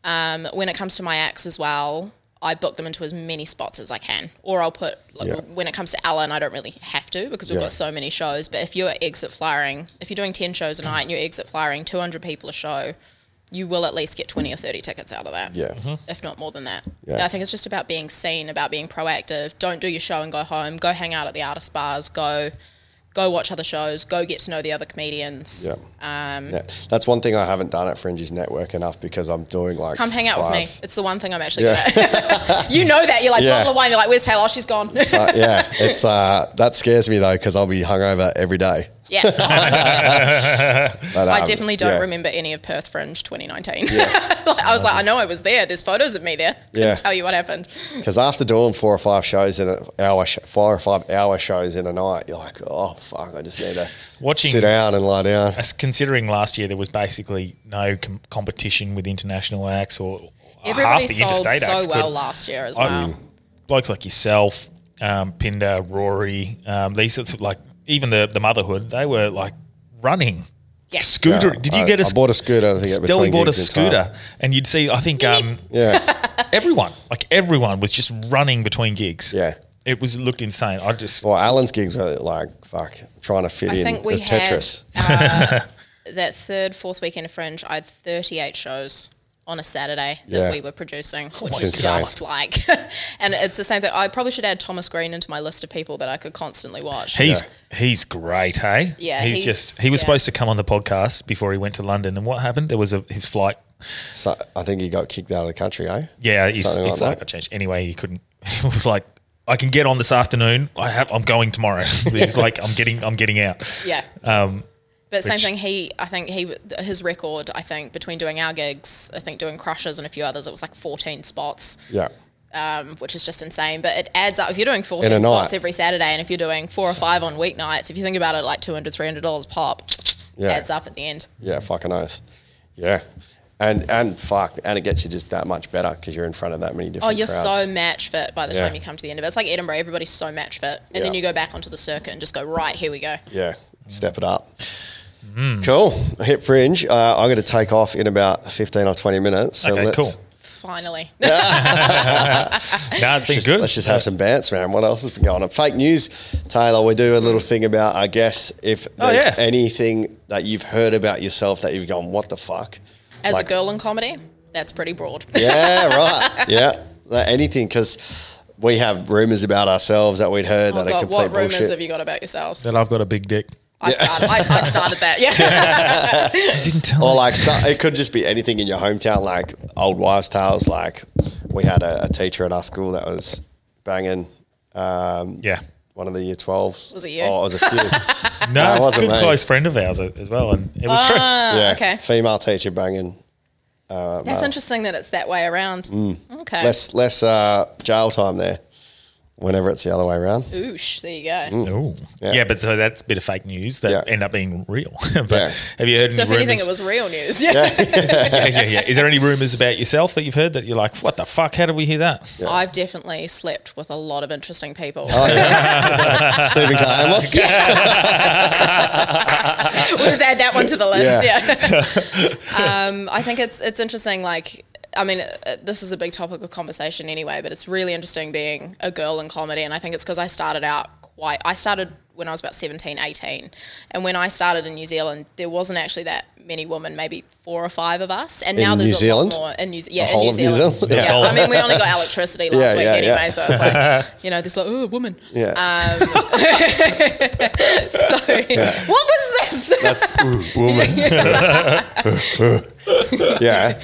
S3: Um, when it comes to my acts as well, I book them into as many spots as I can. Or I'll put, like,
S1: Yeah.
S3: when it comes to Alan, I don't really have to because we've
S1: Yeah.
S3: got so many shows. But if you're exit flyering, if you're doing 10 shows a night and you're exit flyering 200 people a show, you will at least get 20 or 30 tickets out of that.
S1: yeah,
S3: If not more than that.
S1: Yeah.
S3: I think it's just about being seen, about being proactive. Don't do your show and go home. Go hang out at the artist bars. Go. Go watch other shows. Go get to know the other comedians.
S1: yeah.
S3: um,
S1: yeah. That's one thing I haven't done at Fringe's network enough because I'm doing like
S3: Come hang out with me.
S1: five-
S3: It's the one thing I'm actually good at. <laughs> you know that. You're like,
S1: Yeah.
S3: bottle of wine. You're like, where's Taylor? Oh, she's gone.
S1: Uh, yeah, it's uh, that scares me though because I'll be hungover every day.
S3: <laughs> yeah.
S1: <laughs>
S3: I
S1: But, um,
S3: definitely don't
S1: yeah.
S3: remember any of Perth Fringe 2019. <laughs> Like, I was like, I know I was there. There's photos of me there. Couldn't
S1: Yeah.
S3: tell you what happened.
S1: Because after doing four or five shows in an hour, sh- four or five hour shows in a night, you're like, oh fuck, I just need to
S2: Watching-
S1: sit down and lie down.
S2: As considering last year there was basically no com- competition with international acts or
S3: Everybody
S2: half the
S3: sold
S2: interstate acts.
S3: so well
S2: couldn't-
S3: last year as
S2: I-
S3: well.
S2: blokes like yourself, um, Pinder, Rory, um, these sorts of like even the the motherhood, they were like running.
S3: Yeah.
S2: Scooter.
S1: Yeah,
S2: Did you
S1: I-
S2: get a
S1: I bought a scooter, I think, at
S2: Delby
S1: between
S2: bought a
S1: gigs in
S2: scooter,
S1: Thailand.
S2: and you'd see. I think um,
S1: Yeah, <laughs>
S2: everyone, like everyone, was just running between gigs.
S1: yeah.
S2: It was it looked insane. I just
S1: Well, Alan's gigs were like fuck, trying to fit
S3: I
S1: in
S3: think we
S1: as
S3: had
S1: Tetris.
S3: uh, that third, fourth weekend of Fringe. I had 38 shows on a Saturday that
S1: Yeah.
S3: we were producing, which
S1: my
S3: is
S1: God.
S3: just like, <laughs> and it's the same thing. I probably should add Thomas Green into my list of people that I could constantly watch.
S2: he's he's great, hey.
S3: Yeah,
S2: he's,
S3: he's-
S2: just he was
S3: yeah.
S2: supposed to come on the podcast before he went to London, and what happened? There was a his flight.
S1: So I think he got kicked out of the country, eh?
S2: Yeah, his, his
S1: Something like
S2: flight
S1: that.
S2: got changed. Anyway, he couldn't. <laughs> He was like, I can get on this afternoon. I have. I'm going tomorrow. <laughs> he's like, I'm getting. I'm getting out.
S3: Yeah.
S2: Um,
S3: But same
S2: Which-
S3: thing. He, I think he, his record. I think between doing our gigs, I think doing crushes and a few others, it was like 14 spots,
S1: Yeah,
S3: um, which is just insane. But it adds up. If you're doing 14
S1: In a night.
S3: spots every Saturday, and if you're doing four or five on weeknights, if you think about it, like 200, 300 dollars pop,
S1: Yeah.
S3: adds up at the end.
S1: yeah, fucking oath. Yeah, and and fuck, and it gets you just that much better because you're in front of that many
S3: Oh,
S1: different.
S3: you're so
S1: crowds.
S3: match fit by the
S1: Yeah.
S3: time you come to the end of it. It's like Edinburgh. Everybody's so match fit, and then
S1: Yeah.
S3: you go back onto the circuit and just go right. Here we go.
S1: yeah, Step it up.
S2: Mm.
S1: Cool. Hip fringe. Uh, I'm going to take off in about 15 or 20 minutes. So
S2: Okay,
S1: let's,
S2: cool.
S1: <laughs>
S3: Finally.
S2: No, it's been good.
S1: Let's just have some bants, man. What else has been going on? Fake news, Taylor. We do a little thing about, I guess, if
S2: Oh,
S1: there's
S2: yeah.
S1: anything that you've heard about yourself that you've gone, what the fuck?
S3: As
S1: Like-
S3: a girl in comedy, that's pretty broad.
S1: Yeah, right. yeah. Like anything, because we have rumors about ourselves that we'd heard
S3: oh
S1: that are
S3: God,
S1: complete
S3: what rumors
S1: bullshit.
S3: have you got about yourselves?
S2: That I've got a big dick.
S3: I started. I, I started
S1: <laughs>
S3: that. Yeah.
S2: Didn't tell.
S1: Or like stu- it could just be anything in your hometown, like old wives' tales. Like we had a, a teacher at our school that was banging. Um,
S2: Yeah.
S1: One of the year 12s.
S3: Was it you?
S1: Oh, it was a
S3: <laughs>
S1: few.
S2: No,
S1: it
S2: it's a
S1: wasn't
S2: good
S1: me.
S2: close friend of ours as well, and it was
S3: Ah,
S1: yeah.
S3: Okay.
S1: Female teacher banging.
S3: That's interesting that it's that way around. Okay.
S1: Mm. Less less uh, jail time there. Whenever it's the other way around.
S3: Oosh. There you go.
S1: Mm.
S2: true. Ooh.
S1: Yeah.
S2: Yeah. but so that's a bit of fake news that
S1: Yeah.
S2: end up being real. <laughs> but
S1: Yeah.
S2: have you heard?
S3: So if
S2: any
S3: anything,
S2: rumours-
S3: it was real news. <laughs> Yeah.
S2: yeah, yeah, yeah. Is there any rumors about yourself that you've heard that you're like, what the fuck? How did we hear that?
S3: I've definitely slept with a lot of interesting people.
S1: Oh,
S3: <laughs>
S1: Stephen K. Amos.
S3: we'll just add that one to the list.
S1: Yeah.
S3: Yeah.
S1: <laughs>
S3: um, I think it's it's interesting. Like, I mean, uh, this is a big topic of conversation anyway, but it's really interesting being a girl in comedy, and I think it's because I started out quite. I started when I was about 17, 18. And when I started in New Zealand, there wasn't actually that many women, maybe four or five of us. And now
S1: In
S3: there's
S1: New
S3: a
S1: Zealand?
S3: lot more in New, Ze- yeah, in
S1: whole
S3: New
S1: of New
S3: Zealand.
S1: Zealand?
S3: Yeah.
S2: That's all.
S3: I mean, we only got electricity last
S1: Yeah,
S3: week
S1: yeah,
S3: anyway,
S1: yeah.
S3: so it's
S2: <laughs>
S3: like, you know, this like, oh, woman.
S1: Yeah.
S3: <laughs> So what was this?
S1: That's ooh, woman. <laughs> yeah.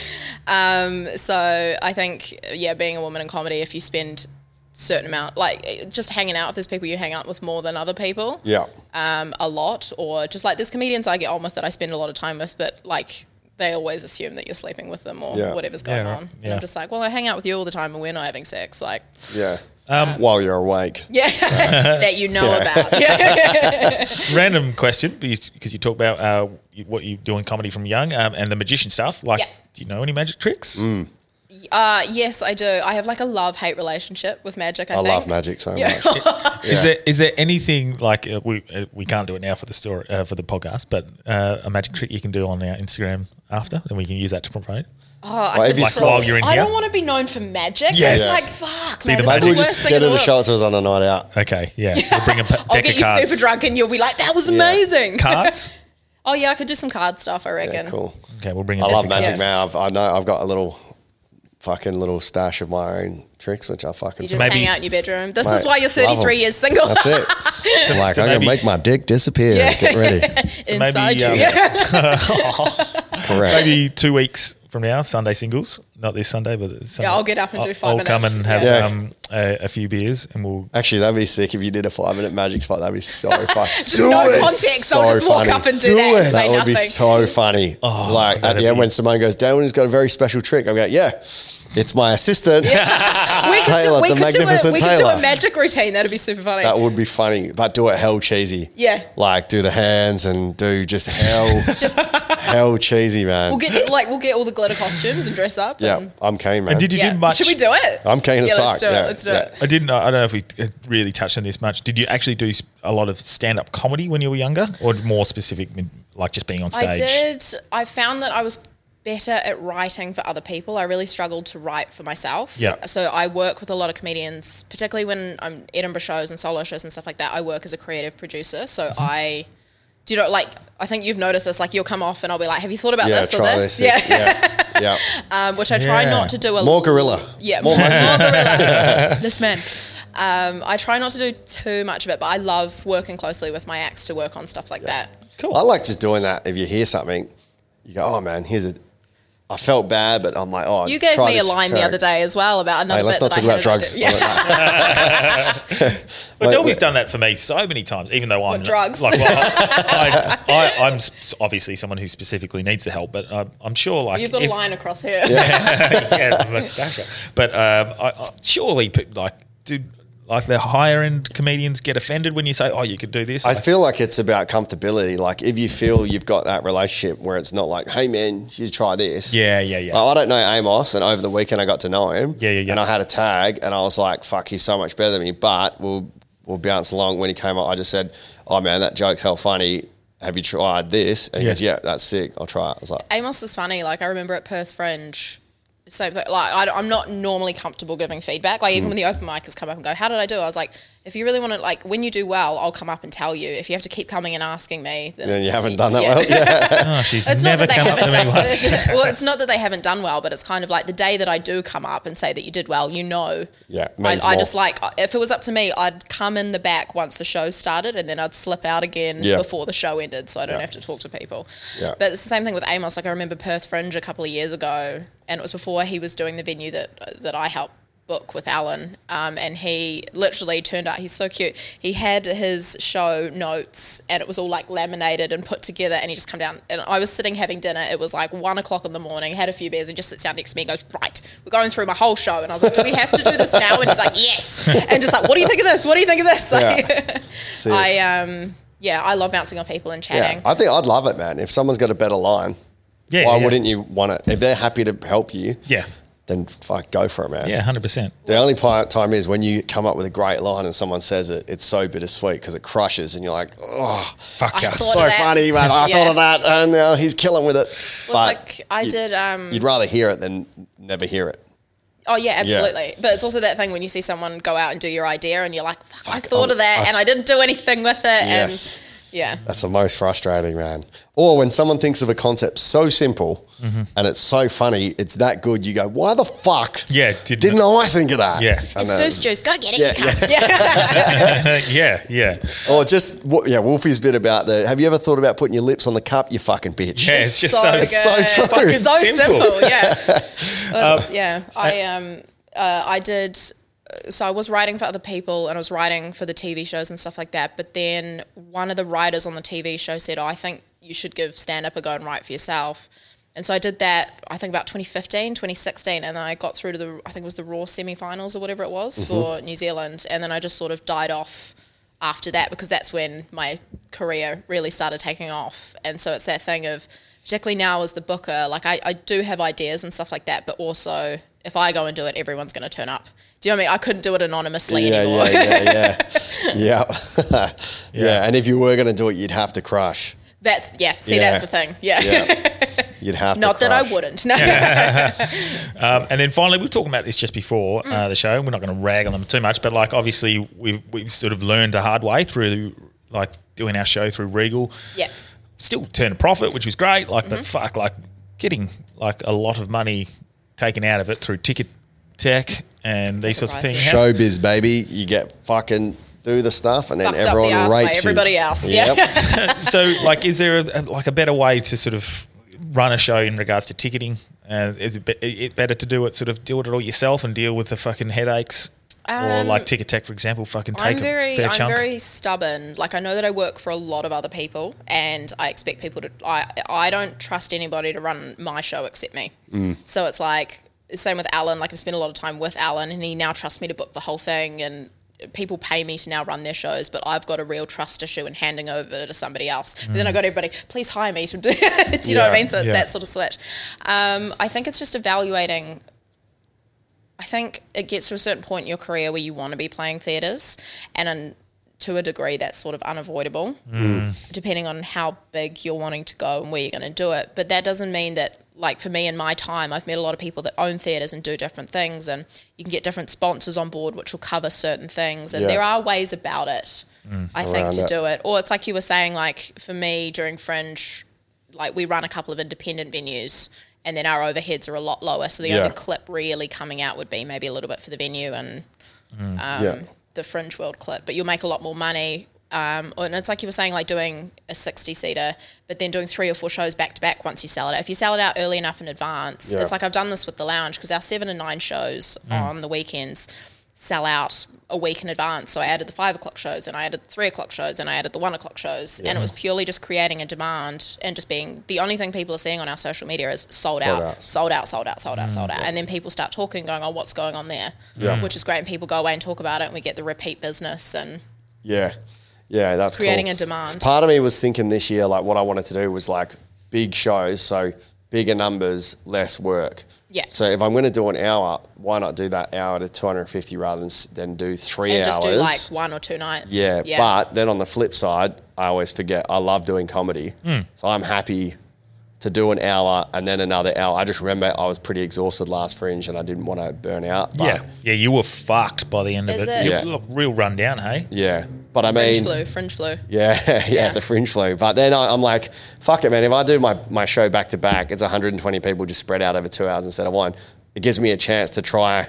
S3: so I think yeah, being a woman in comedy, if you spend certain amount like eh, just hanging out with those people you hang out with more than other people
S1: Yeah.
S3: um, a lot or just like there's comedians I get on with that I spend a lot of time with but like they always assume that you're sleeping with them or
S1: Yeah.
S3: whatever's going
S2: Yeah, right.
S3: on and
S2: Yeah.
S3: I'm just like well I hang out with you all the time and we're not having sex like <laughs>
S1: Yeah.
S2: Um,
S1: Um, While you're awake.
S2: <laughs>
S3: yeah that you know about
S1: <laughs>
S3: yeah.
S2: Random question, because you talk about uh, you- what you do in comedy from young um, and the magician stuff. Like,
S3: Yeah.
S2: do you know any magic tricks?
S1: Mm,
S3: uh, yes I do I have like a love hate relationship with magic I,
S1: I
S3: think.
S1: love magic so
S3: yeah.
S1: much.
S3: <laughs>
S2: Is there is there anything like uh, we uh, we can't do it now for the story uh, for the podcast, but uh, a magic trick you can do on our Instagram after, and we can use that to promote.
S1: Well, if you
S2: Like
S1: saw-
S2: while you're in
S3: I
S2: here.
S3: don't want to be known for magic
S2: Yes.
S3: it's like fuck man,
S2: the
S3: it's
S2: magic-
S3: the
S1: We'll
S2: We'll
S3: worst
S1: just
S3: thing
S1: get
S3: in the
S1: her to
S3: world.
S1: show it to us on a night out.
S2: Okay, yeah, we'll bring a p- deck
S3: <laughs> I'll get
S2: of
S3: you
S2: cards.
S3: super drunk and you'll be like, that was amazing.
S2: Cards.
S3: <laughs> Oh, yeah, I could do some card stuff, I reckon.
S1: Yeah, cool.
S2: Okay, we'll bring. a
S1: I
S2: deck
S1: love
S2: of
S1: magic,
S2: cards.
S1: man. I've, I know I've got a little fucking little stash of my own tricks, which I fucking.
S3: You just
S2: Maybe-
S3: hang out in your bedroom. This is
S1: Mate,
S3: why you're
S1: love
S3: 33
S1: 'em.
S3: years single.
S1: That's it. I'm like
S2: <laughs> so
S1: I'm gonna
S2: maybe-
S1: make my dick disappear.
S3: <laughs>
S1: Get ready.
S3: Inside <laughs>
S2: maybe, um,
S3: you.
S1: Correct.
S2: Maybe two weeks from now, Sunday singles. Not this Sunday, but it's Sunday.
S3: Yeah, I'll get up and do five
S2: I'll come
S3: minutes.
S2: and have
S1: Yeah.
S2: um, a, a few beers, and we'll
S1: Actually, that'd be sick if you did a five minute magic spot. That'd be
S3: <laughs>
S1: so fun.
S3: no context, I'll just walk up and do that and say
S1: that would be
S3: nothing.
S1: so funny. like at
S2: Oh, that'd
S1: the end
S2: be-
S1: when someone goes, Darwin has got a very special trick. I'm going, yeah, it's my assistant.
S3: we could,
S1: Taylor,
S3: do, we
S1: the
S3: could, do, a,
S1: magnificent
S3: we could do
S1: Taylor.
S3: a magic routine. That'd be super funny.
S1: That would be funny, but do it hell cheesy.
S3: Yeah.
S1: like do the hands and do just hell,
S3: <laughs> Just
S1: hell cheesy, man.
S3: we'll get like we'll get all the glitter costumes and dress up.
S1: <laughs> yeah,
S3: and-
S1: I'm keen, man.
S2: And did you
S3: yeah.
S2: do much?
S3: Should we do it?
S1: I'm keen as
S3: yeah,
S1: fuck.
S3: Let's do
S1: yeah,
S3: it. Let's do
S1: yeah.
S3: it.
S2: I didn't. I don't know if we uh, really touched on this much. Did you actually do s- a lot of stand-up comedy when you were younger, or more specific, like just being on stage?
S3: I did. I found that I was better at writing for other people. I really struggled to write for myself.
S2: Yeah.
S3: So I work with a lot of comedians, particularly when I'm Edinburgh shows and solo shows and stuff like that. I work as a creative producer, so
S1: Mm-hmm.
S3: I do you know like I think you've noticed this. Like you'll come off and I'll be like, "Have you thought about
S1: Yeah,
S3: this or
S1: try
S3: this?"
S1: this. this, Yeah,
S3: <laughs>
S1: yeah.
S3: Um, which I try
S2: Yeah.
S3: not to do a
S1: More gorilla.
S3: yeah,
S1: more.
S3: more, <laughs>
S1: monkey.
S3: gorilla. this man. Um, I try not to do too much of it, but I love working closely with my acts to work on stuff like that.
S2: Cool.
S1: I like just doing that. If you hear something, you go, "Oh man, here's a." I felt bad, but I'm like, "Oh."
S3: You gave
S1: try
S3: me a
S1: this
S3: line the
S1: trick."
S3: other day as well about another.
S1: Hey, let's
S3: bit
S1: not
S3: that
S1: talk
S3: I
S1: about
S3: had
S1: drugs.
S3: an idea- Yeah.
S2: But
S1: Like,
S2: Delby's
S1: yeah.
S2: done that for me so many times, even though I'm
S3: drugs?
S2: Like,
S3: <laughs>
S2: well, I, I, I'm s- obviously someone who specifically needs the help, but uh, I'm, I'm sure like
S3: You've got
S2: if-
S3: a line across here.
S2: <laughs> yeah, that's- but um, I, I, surely pe- like do like the higher end comedians get offended when you say, "Oh, you could do
S1: <laughs>
S2: this."
S1: I
S2: Like,
S1: feel like it's about comfortability. Like if you feel you've got that relationship where it's not like, "Hey man, you should try this."
S2: yeah, yeah, yeah.
S1: Like, I don't know Amos, and over the weekend I got to know him.
S2: Yeah, yeah, yeah.
S1: And I had a tag, and I was like, "Fuck, he's so much better than me." But we'll we'll bounce along. When he came up, I just said, "Oh man, that joke's hell funny. Have you tried this?" And he
S2: Yeah.
S1: goes, "Yeah, that's sick. I'll try it." I was like,
S3: <laughs> Amos is funny. Like I remember at Perth Fringe, same thing. Like I, am not normally comfortable giving feedback. Like even
S1: Mm.
S3: when the open micers come up and go, "How did I do?" I was like, "If you really want to, like when you do well, I'll come up and tell you. If you have to keep coming and asking me, then
S1: "And you
S3: it's-
S1: haven't done that
S3: yeah.
S1: well." Yeah.
S2: Oh, she's
S3: <laughs> It's
S2: never
S3: not that they
S2: come up
S3: haven't
S2: to
S3: done.
S2: me
S1: <laughs>
S2: once.
S3: <laughs> well, it's not that they haven't done well, but it's kind of like the day that I do come up and say that you did well, you know.
S1: Yeah,
S3: I,
S1: means
S3: I
S1: more.
S3: just like if it was up to me, I'd come in the back once the show started, and then I'd slip out again
S1: Yeah.
S3: before the show ended, so I don't
S1: Yeah.
S3: have to talk to people.
S1: Yeah.
S3: But it's the same thing with Amos. Like I remember Perth Fringe a couple of years ago, and it was before he was doing the venue that that I helped book with Alan. Um, and he literally turned out he's so cute. He had his show notes, and it was all like laminated and put together. And he just come down, and I was sitting having dinner. It was like one o'clock in the morning. Had a few beers, and just sits down next to me and goes, "Right, we're going through my whole show." And I was like, "Do we have to do this now?" And he's like, "Yes."
S1: <laughs>
S3: And just like, "What do you think of this? What do you think of this?" Like,
S1: See,
S3: <laughs> I um. Yeah, I love bouncing off people and chatting.
S1: yeah, I think I'd love it, man. If someone's got a better line,
S2: Yeah,
S1: why
S2: yeah.
S1: wouldn't you want it? If they're happy to help you,
S2: Yeah.
S1: then fuck, go for it, man.
S2: Yeah, hundred percent.
S1: The only part time is when you come up with a great line and someone says it, it's so bittersweet because it crushes and you're like, oh,
S2: Fuck
S3: I
S2: us.
S3: thought-
S1: so
S3: of that.
S1: funny, man. I
S3: <laughs> Yeah.
S1: thought of that and now he's killing with it.
S3: Well, it's like I
S1: you-
S3: did. Um,
S1: You'd rather hear it than never hear it.
S3: oh yeah, absolutely. But it's also that thing when you see someone go out and do your idea, and you're like, "Fuck, I
S1: Fuck,
S3: thought
S1: I-
S3: of that,
S1: I-
S3: and I didn't do anything with it."
S1: Yes.
S3: And yeah,
S1: That's the most frustrating, man. Or when someone thinks of a concept so simple
S2: Mm-hmm.
S1: and it's so funny, it's that good, you go, why the fuck
S2: Yeah,
S1: didn't,
S2: didn't-
S1: I think of that?
S2: Yeah.
S1: And
S3: it's
S1: then-
S3: boost juice. Go get it.
S1: Yeah,
S3: you cunt.
S1: <laughs>
S3: Yeah.
S2: <laughs> yeah, yeah.
S1: Or just, wo- yeah, Wolfie's bit about the, have you ever thought about putting your lips on the cup, you fucking bitch?
S2: Yeah, it's just so-
S1: It's so
S3: good.
S1: true.
S2: <laughs> Fucking
S3: so simple.
S2: simple.
S3: Yeah.
S2: <laughs>
S3: Well, it's- yeah. I um uh, I did. uh, So I was writing for other people, and I was writing for the TV shows and stuff like that. But then one of the writers on the TV show said, "Oh, I think you should give stand up a go and write for yourself." And so I did that. I think about 2015, 2016, and then I got through to the I think it was the Raw semi-finals or whatever it was
S2: Mm-hmm.
S3: for New Zealand, and then I just sort of died off after that because that's when my career really started taking off. And so it's that thing of, particularly now as the booker, like I, I do have ideas and stuff like that, but also if I go and do it, everyone's going to turn up. Do you know what I mean? I couldn't do it anonymously
S1: yeah,
S3: anymore.
S1: yeah, yeah, <laughs> yeah, yeah, yeah. And if you were going to do it, you'd have to crush.
S3: <laughs> that's, yeah, see,
S1: Yeah.
S3: that's the thing. Yeah. <laughs>
S1: Yeah, you'd have to.
S3: Not that I
S1: crush.
S3: wouldn't. <laughs> No.
S2: Um, and then finally, we were talking about this just before uh,
S3: Mm.
S2: the show, and we're not going to rag on them too much, but like obviously we've we've sort of learned the hard way through like doing our show through Regal.
S3: Yeah.
S2: Still turned a profit, which was great. Like,
S3: Mm-hmm.
S2: but fuck, like getting like a lot of money taken out of it through ticket tech and these sorts of
S3: prices.
S2: things.
S1: Showbiz, baby. You get fucking do the stuff, and then
S3: Fucked up
S1: everyone
S3: the arse by
S1: rates you.
S3: everybody else. Yeah.
S2: <laughs> so like is there a, like a better way to sort of run a show in regards to ticketing uh, is it, be, it better to do it sort of deal with it all yourself and deal with the fucking headaches or like ticket tech for example fucking take
S3: Um, I'm
S2: a
S3: very,
S2: fair
S3: I'm
S2: chunk
S3: very stubborn. Like I know that I work for a lot of other people, and I expect people to. I I don't trust anybody to run my show except me.
S2: Mm.
S3: So it's like same with Alan. Like I've spent a lot of time with Alan, and he now trusts me to book the whole thing, and people pay me to now run their shows. But I've got a real trust issue in handing over to somebody else. But then I got everybody, please hire me to <laughs> do. do you know what I
S1: Yeah,
S3: mean? So it's
S2: Mm. yeah.
S3: that sort of switch. Um, I think it's just evaluating I think it gets to a certain point in your career where you want to be playing theatres, and un- to a degree, that's sort of unavoidable, depending on how big you're wanting to go and where you're going to do it. But that doesn't mean that, like for me in my time, I've met a lot of people that own theatres and do different things, and you can get different sponsors on board which will cover certain things, and
S1: Yeah.
S3: there are ways about it. I think
S1: Around
S3: to
S1: it.
S3: do it, or it's like you were saying, like for me during Fringe, like we run a couple of independent venues. And then our overheads are a lot lower, so the
S1: Yeah.
S3: only clip really coming out would be maybe a little bit for the venue and
S1: <laughs> yeah.
S3: the fringe world clip, but you'll make a lot more money. Um, and it's like you were saying, like doing a 60 seater, but then doing three or four shows back to back once you sell it out. If you sell it out early enough in advance,
S1: Yeah.
S3: it's like I've done this with the lounge because our seven and nine shows on the weekends sell out a week in advance. So I added the five o'clock shows and I added the three o'clock shows and I added the one o'clock shows. And it was purely just creating a demand and just being the only thing people are seeing on our social media is
S1: Sold
S3: sold, out,
S1: out.
S3: sold out, sold out, sold out, sold out. And then people start talking, going, oh, what's going on there?
S1: Yeah.
S3: Which is great. And people go away and talk about it and we get the repeat business. And
S1: Yeah. Yeah, that's
S3: creating
S1: cool.
S3: a demand.
S1: Part of me was thinking this year, like what I wanted to do was like big shows, so bigger numbers, less work.
S3: Yeah.
S1: So if I'm going to do an hour, why not do that hour to 250 rather than s- than do three
S3: and
S1: hours?
S3: just do like one or two nights.
S1: Yeah, but then on the flip side, I always forget I love doing comedy. So I'm happy to do an hour and then another hour. I just remember I was pretty exhausted last fringe and I didn't want to burn out. But
S2: yeah, yeah, you were fucked by the end of
S3: Is
S2: it.
S3: it-
S2: You
S1: Yeah.
S2: look real run down, hey?
S1: Yeah. But I
S3: fringe
S1: mean,
S3: flu, fringe flu.
S1: yeah, yeah, <laughs>
S3: Yeah.
S1: the fringe flu. But then I, I'm like, fuck it, man. If I do my, my show back to back, it's 120 people just spread out over two hours instead of one. It gives me a chance to try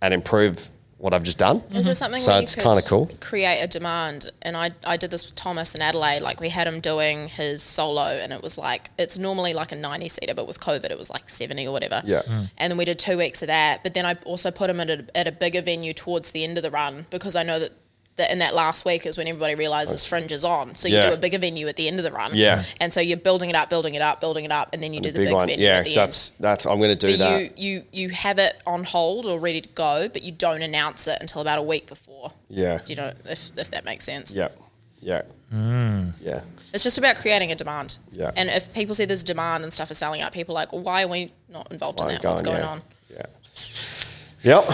S1: and improve what I've just done.
S3: Is there something
S1: So
S3: where
S1: it's
S3: you
S1: kinda
S3: could
S1: cool.
S3: create a demand? And I, I did this with Thomas in Adelaide. Like we had him doing his solo, and it was like it's normally like a ninety seater, but with COVID it was like seventy or whatever.
S1: Yeah. Mm.
S3: And then we did two weeks of that. But then I also put him at a, at a bigger venue towards the end of the run because I know that. That in that last week is when everybody realizes fringe is on, so you
S1: Yeah.
S3: do a bigger venue at the end of the run,
S1: Yeah.
S3: And so you're building it up, building it up, building it up, and then you do the,
S1: big,
S3: big
S1: one.
S3: venue
S1: Yeah,
S3: at the end.
S1: that's, that's, I'm going to do
S3: But
S1: that.
S3: you, you you have it on hold or ready to go, but you don't announce it until about a week before.
S1: Yeah.
S3: Do you know if, if that makes sense?
S1: yeah. Yeah. Yeah.
S3: It's just about creating a demand.
S1: Yeah.
S3: And if people see there's demand and stuff is selling out, people are like, why are we not involved in
S1: Why
S3: that? What's
S1: going,
S3: going
S1: yeah.
S3: on?
S1: Yeah. Yep.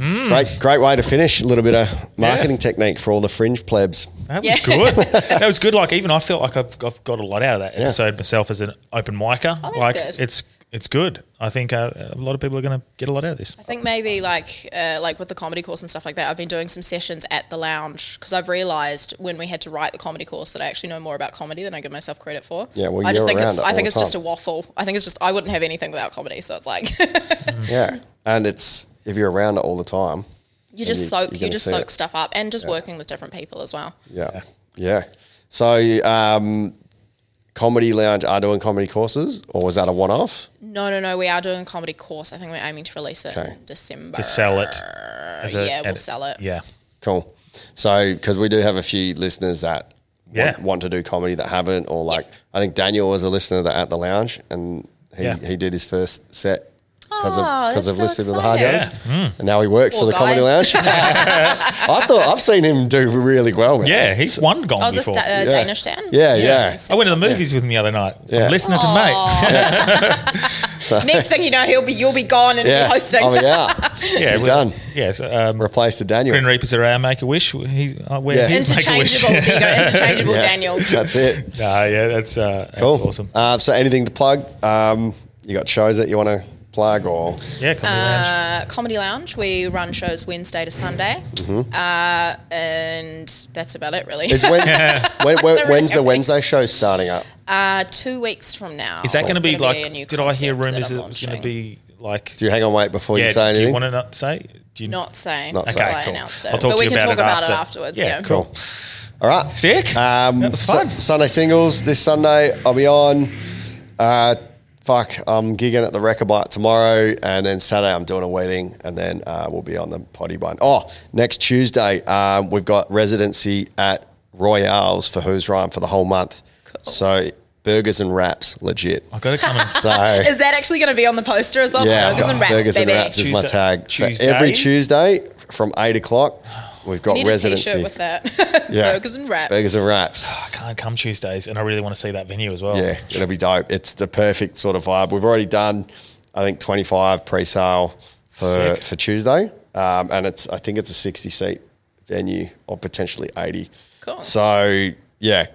S1: Great, great way to finish. A little bit of marketing technique for all the fringe plebs.
S2: That
S3: Yeah.
S2: was
S3: <laughs>
S2: good. that was good. Like even I felt like I've, I've got a lot out of that
S1: Yeah.
S2: episode myself as an open micer.
S3: Oh, that's
S2: like
S3: good.
S2: it's it's good. I think uh, a lot of people are going to get a lot out of this.
S3: I think maybe like uh, like with the comedy course and stuff like that, I've been doing some sessions at the lounge because I've realised when we had to write the comedy course that I actually know more about comedy than I give myself credit for.
S1: Yeah, well,
S3: I just
S1: you're
S3: think it's
S1: around it
S3: I
S1: all
S3: think
S1: the
S3: it's just a
S1: time.
S3: waffle. I think it's just I wouldn't have anything without comedy, so it's like
S1: Yeah. And it's if you're around it all the time.
S3: you just
S1: you-
S3: soak
S1: you're
S3: you
S1: gonna
S3: just
S1: see
S3: soak
S1: it.
S3: stuff up and just working with different people as well.
S1: Yeah. Yeah. So um, comedy lounge are doing comedy courses or was that a one off?
S3: No, no, no. We are doing a comedy course. I think we're aiming to release it
S1: Okay.
S3: in December.
S2: To sell it. as a-
S3: yeah, we'll
S2: and-
S3: sell it.
S2: Yeah.
S1: Cool. So because we do have a few listeners that
S2: Yeah.
S1: want, want to do comedy that haven't or like I think Daniel was a listener that at the lounge and he,
S2: Yeah.
S1: he did his first set because
S3: Oh,
S1: of because
S3: that's
S1: of
S3: so
S1: listening to the hard
S3: exciting.
S1: yards.
S2: Hmm.
S1: And now he works for
S3: Poor
S1: the comedy
S3: guy. <laughs>
S1: lounge. I thought I've seen him do really well. Man.
S2: Yeah, he's one gone
S3: Oh, is this
S2: before.
S3: da- uh, Danish Dan?
S1: Yeah, yeah.
S2: I went to the movies with him the other night.
S1: Yeah.
S2: Yeah. Listener to mate.
S3: <laughs> Next thing you know, he'll be you'll be gone and
S1: Yeah.
S3: he'll be hosting. <laughs>
S1: Oh yeah.
S2: <laughs> Yeah,
S1: You're
S2: we-
S1: done.
S2: Yeah, so um,
S1: Replace the Daniel.
S2: Grim Reapers are our Make a Wish. He's uh, where
S1: Yeah.
S2: he's Make a Wish.
S3: interchangeable. there you go. Interchangeable
S1: Yeah.
S3: Daniels.
S1: That's it.
S2: <laughs> Nah, yeah, that's uh, that's
S1: Cool.
S2: awesome.
S1: Uh, so anything to plug? Um, you got shows that you want to plug or
S2: yeah, comedy lounge.
S3: Uh, Comedy Lounge. We run shows Wednesday to Sunday, uh, and that's about it really.
S1: Mm-hmm. is
S2: <laughs>
S1: when, when, when-
S3: Sorry.
S1: when's the Wednesday show starting up?
S3: Uh, two weeks from now.
S2: Is that going
S3: it's
S2: to be
S3: gonna
S2: like?
S3: a new
S2: did I hear
S3: concept that
S2: rumours
S3: I'm
S2: that it's going to
S3: launching.
S2: be like?
S1: Do you hang on wait before
S2: yeah,
S1: you say
S2: do
S1: anything?
S2: you want to not say? Do you
S3: Not saying.
S1: Not
S3: Not
S1: saying.
S3: saying.
S1: Okay,
S3: I
S1: cool.
S3: announced
S2: I'll
S3: it.
S2: talk
S3: But
S2: to
S3: we
S2: you
S3: can
S2: about
S3: talk
S2: it
S3: about it
S2: after.
S3: afterwards.
S2: Yeah,
S3: Yeah,
S2: cool.
S1: All right.
S2: Sick.
S1: Um,
S2: That was
S1: Su-
S2: fun.
S1: Sunday singles this Sunday. I'll be on. Uh, fuck, I'm gigging at the Rechabite tomorrow, and then Saturday I'm doing a wedding, and then uh, we'll be on the potty bun. Oh, next Tuesday um, we've got residency at Royales for Who's Rhyme for the whole month. So burgers and wraps, legit.
S2: I got to <laughs> come and
S3: <laughs>
S1: So.
S3: <laughs> Is that actually going to be on the poster as well?
S1: Yeah,
S3: Burgers and
S1: <laughs>
S3: wraps,
S1: burgers and
S3: baby.
S1: wraps is my
S2: Tuesday-
S1: tag.
S2: Tuesday?
S1: So every Tuesday from eight o'clock, we've got
S3: Need
S1: residency.
S3: a t-shirt with <laughs> that.
S1: <laughs> Yeah.
S3: Burgers and wraps.
S1: Burgers and
S2: <sighs>
S1: wraps.
S2: I can't come Tuesdays, and I really want to see that venue as well.
S1: Yeah, it'll be dope. It's the perfect sort of vibe. We've already done, I think, 25 pre-sale for,
S2: Sick.
S1: for Tuesday, um, and it's I think it's a 60 seat venue or potentially 80.
S3: Cool.
S1: So yeah,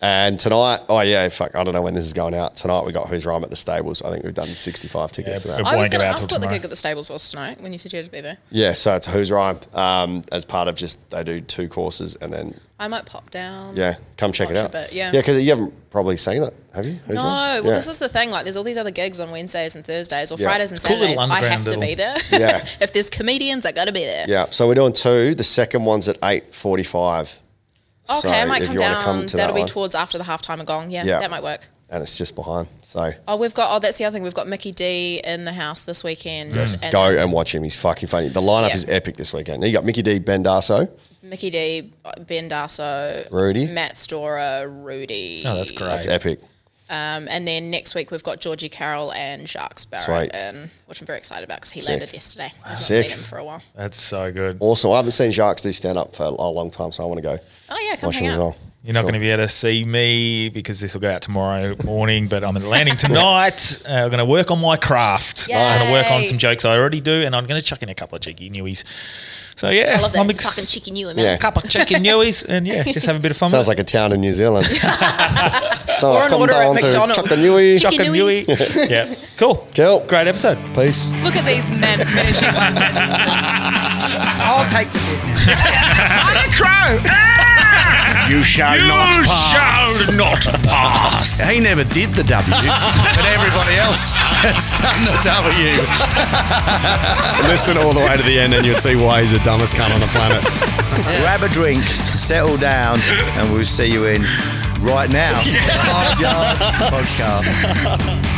S1: and tonight, oh yeah, fuck, I don't know when this is going out. Tonight we got who's rhyme at the stables. I think we've done 65 tickets
S2: Yeah,
S1: to that.
S3: I was
S2: Won't go
S3: going to
S2: out
S3: ask what
S2: till
S3: the
S2: tomorrow.
S3: gig at the stables was tonight when you said you had to be there.
S1: Yeah, so it's who's rhyme um, as part of just they do two courses and then
S3: I might pop down.
S1: yeah, come check it
S3: Watch a
S1: out.
S3: bit, yeah.
S1: yeah, because you haven't probably seen it, have you? Who's
S3: No,
S1: Rhyme?
S3: well,
S1: Yeah.
S3: this is the thing. Like, there's all these other gigs on Wednesdays and Thursdays or
S1: Yeah.
S3: Fridays and
S2: It's called a
S3: Saturdays.
S2: little
S3: I have to
S2: underground
S3: be there.
S1: Yeah.
S3: <laughs> if there's comedians, I got to be there.
S1: Yeah, so we're doing two. The second one's at eight forty-five.
S3: Okay,
S1: so
S3: I might
S1: if
S3: come
S1: you wanna
S3: down.
S1: come to that
S3: That'll be
S1: one.
S3: towards after the halftime and gong. Yeah,
S1: Yeah.
S3: that might work.
S1: and it's just behind. So
S3: Oh, we've got. Oh, that's the other thing. We've got Mickey D in the house this weekend. And
S1: go and watch him. He's fucking funny. The lineup
S3: Yeah.
S1: is epic this weekend. You got Mickey D, Ben Darso,
S3: Mickey D, Ben Darso,
S1: Rudy.
S3: Matt Storer, Rudy.
S2: Oh, that's great.
S1: It's epic.
S3: Um, and then next week we've got Georgie Carroll and Sharks
S1: Sweet.
S3: Barrett, in, which I'm very excited about because he
S1: Sick. Ah,
S3: landed yesterday. I haven't
S1: Sick.
S3: seen him for a while.
S2: That's so good.
S1: Awesome. I haven't seen Sharks do stand up for a long time, so I want to go.
S3: Oh yeah, come
S1: Watch
S3: hang
S1: him as
S3: out.
S1: well.
S2: You're not going to be able to see me because this will go out tomorrow <laughs> morning, but I'm landing <laughs> tonight. Uh, I'm going to work on my craft. I'm going to work on
S3: Yay.
S2: some jokes I already do, and I'm going to chuck in a couple of cheeky newies. So yeah,
S3: I love that.
S2: I'm
S3: it's
S2: ex- <laughs>
S3: fucking chicken you,
S1: Yeah.
S3: man.
S2: couple of cheeky newies, and yeah, just have a bit of fun.
S1: Sounds like
S2: with
S1: a town in New
S3: <laughs>
S1: Zealand.
S3: Or an order at McDonald's. <laughs>
S1: McDonald's.
S3: Chicken
S2: it.
S3: newies.
S2: <laughs> newie. yeah, cool,
S1: Cool.
S2: great episode.
S1: Peace.
S4: Look at these
S2: <laughs>
S4: men finishing my sentences. I'll take the good news. I'm a crow. Ah!
S6: You shall not pass.
S2: shall not pass.
S5: He never did the W, but everybody else has done the W.
S6: Listen all the way to the end, and you'll see why he's the dumbest cunt on the planet.
S5: Grab a drink, settle down, and we'll see you in right now. Five Yards Podcast.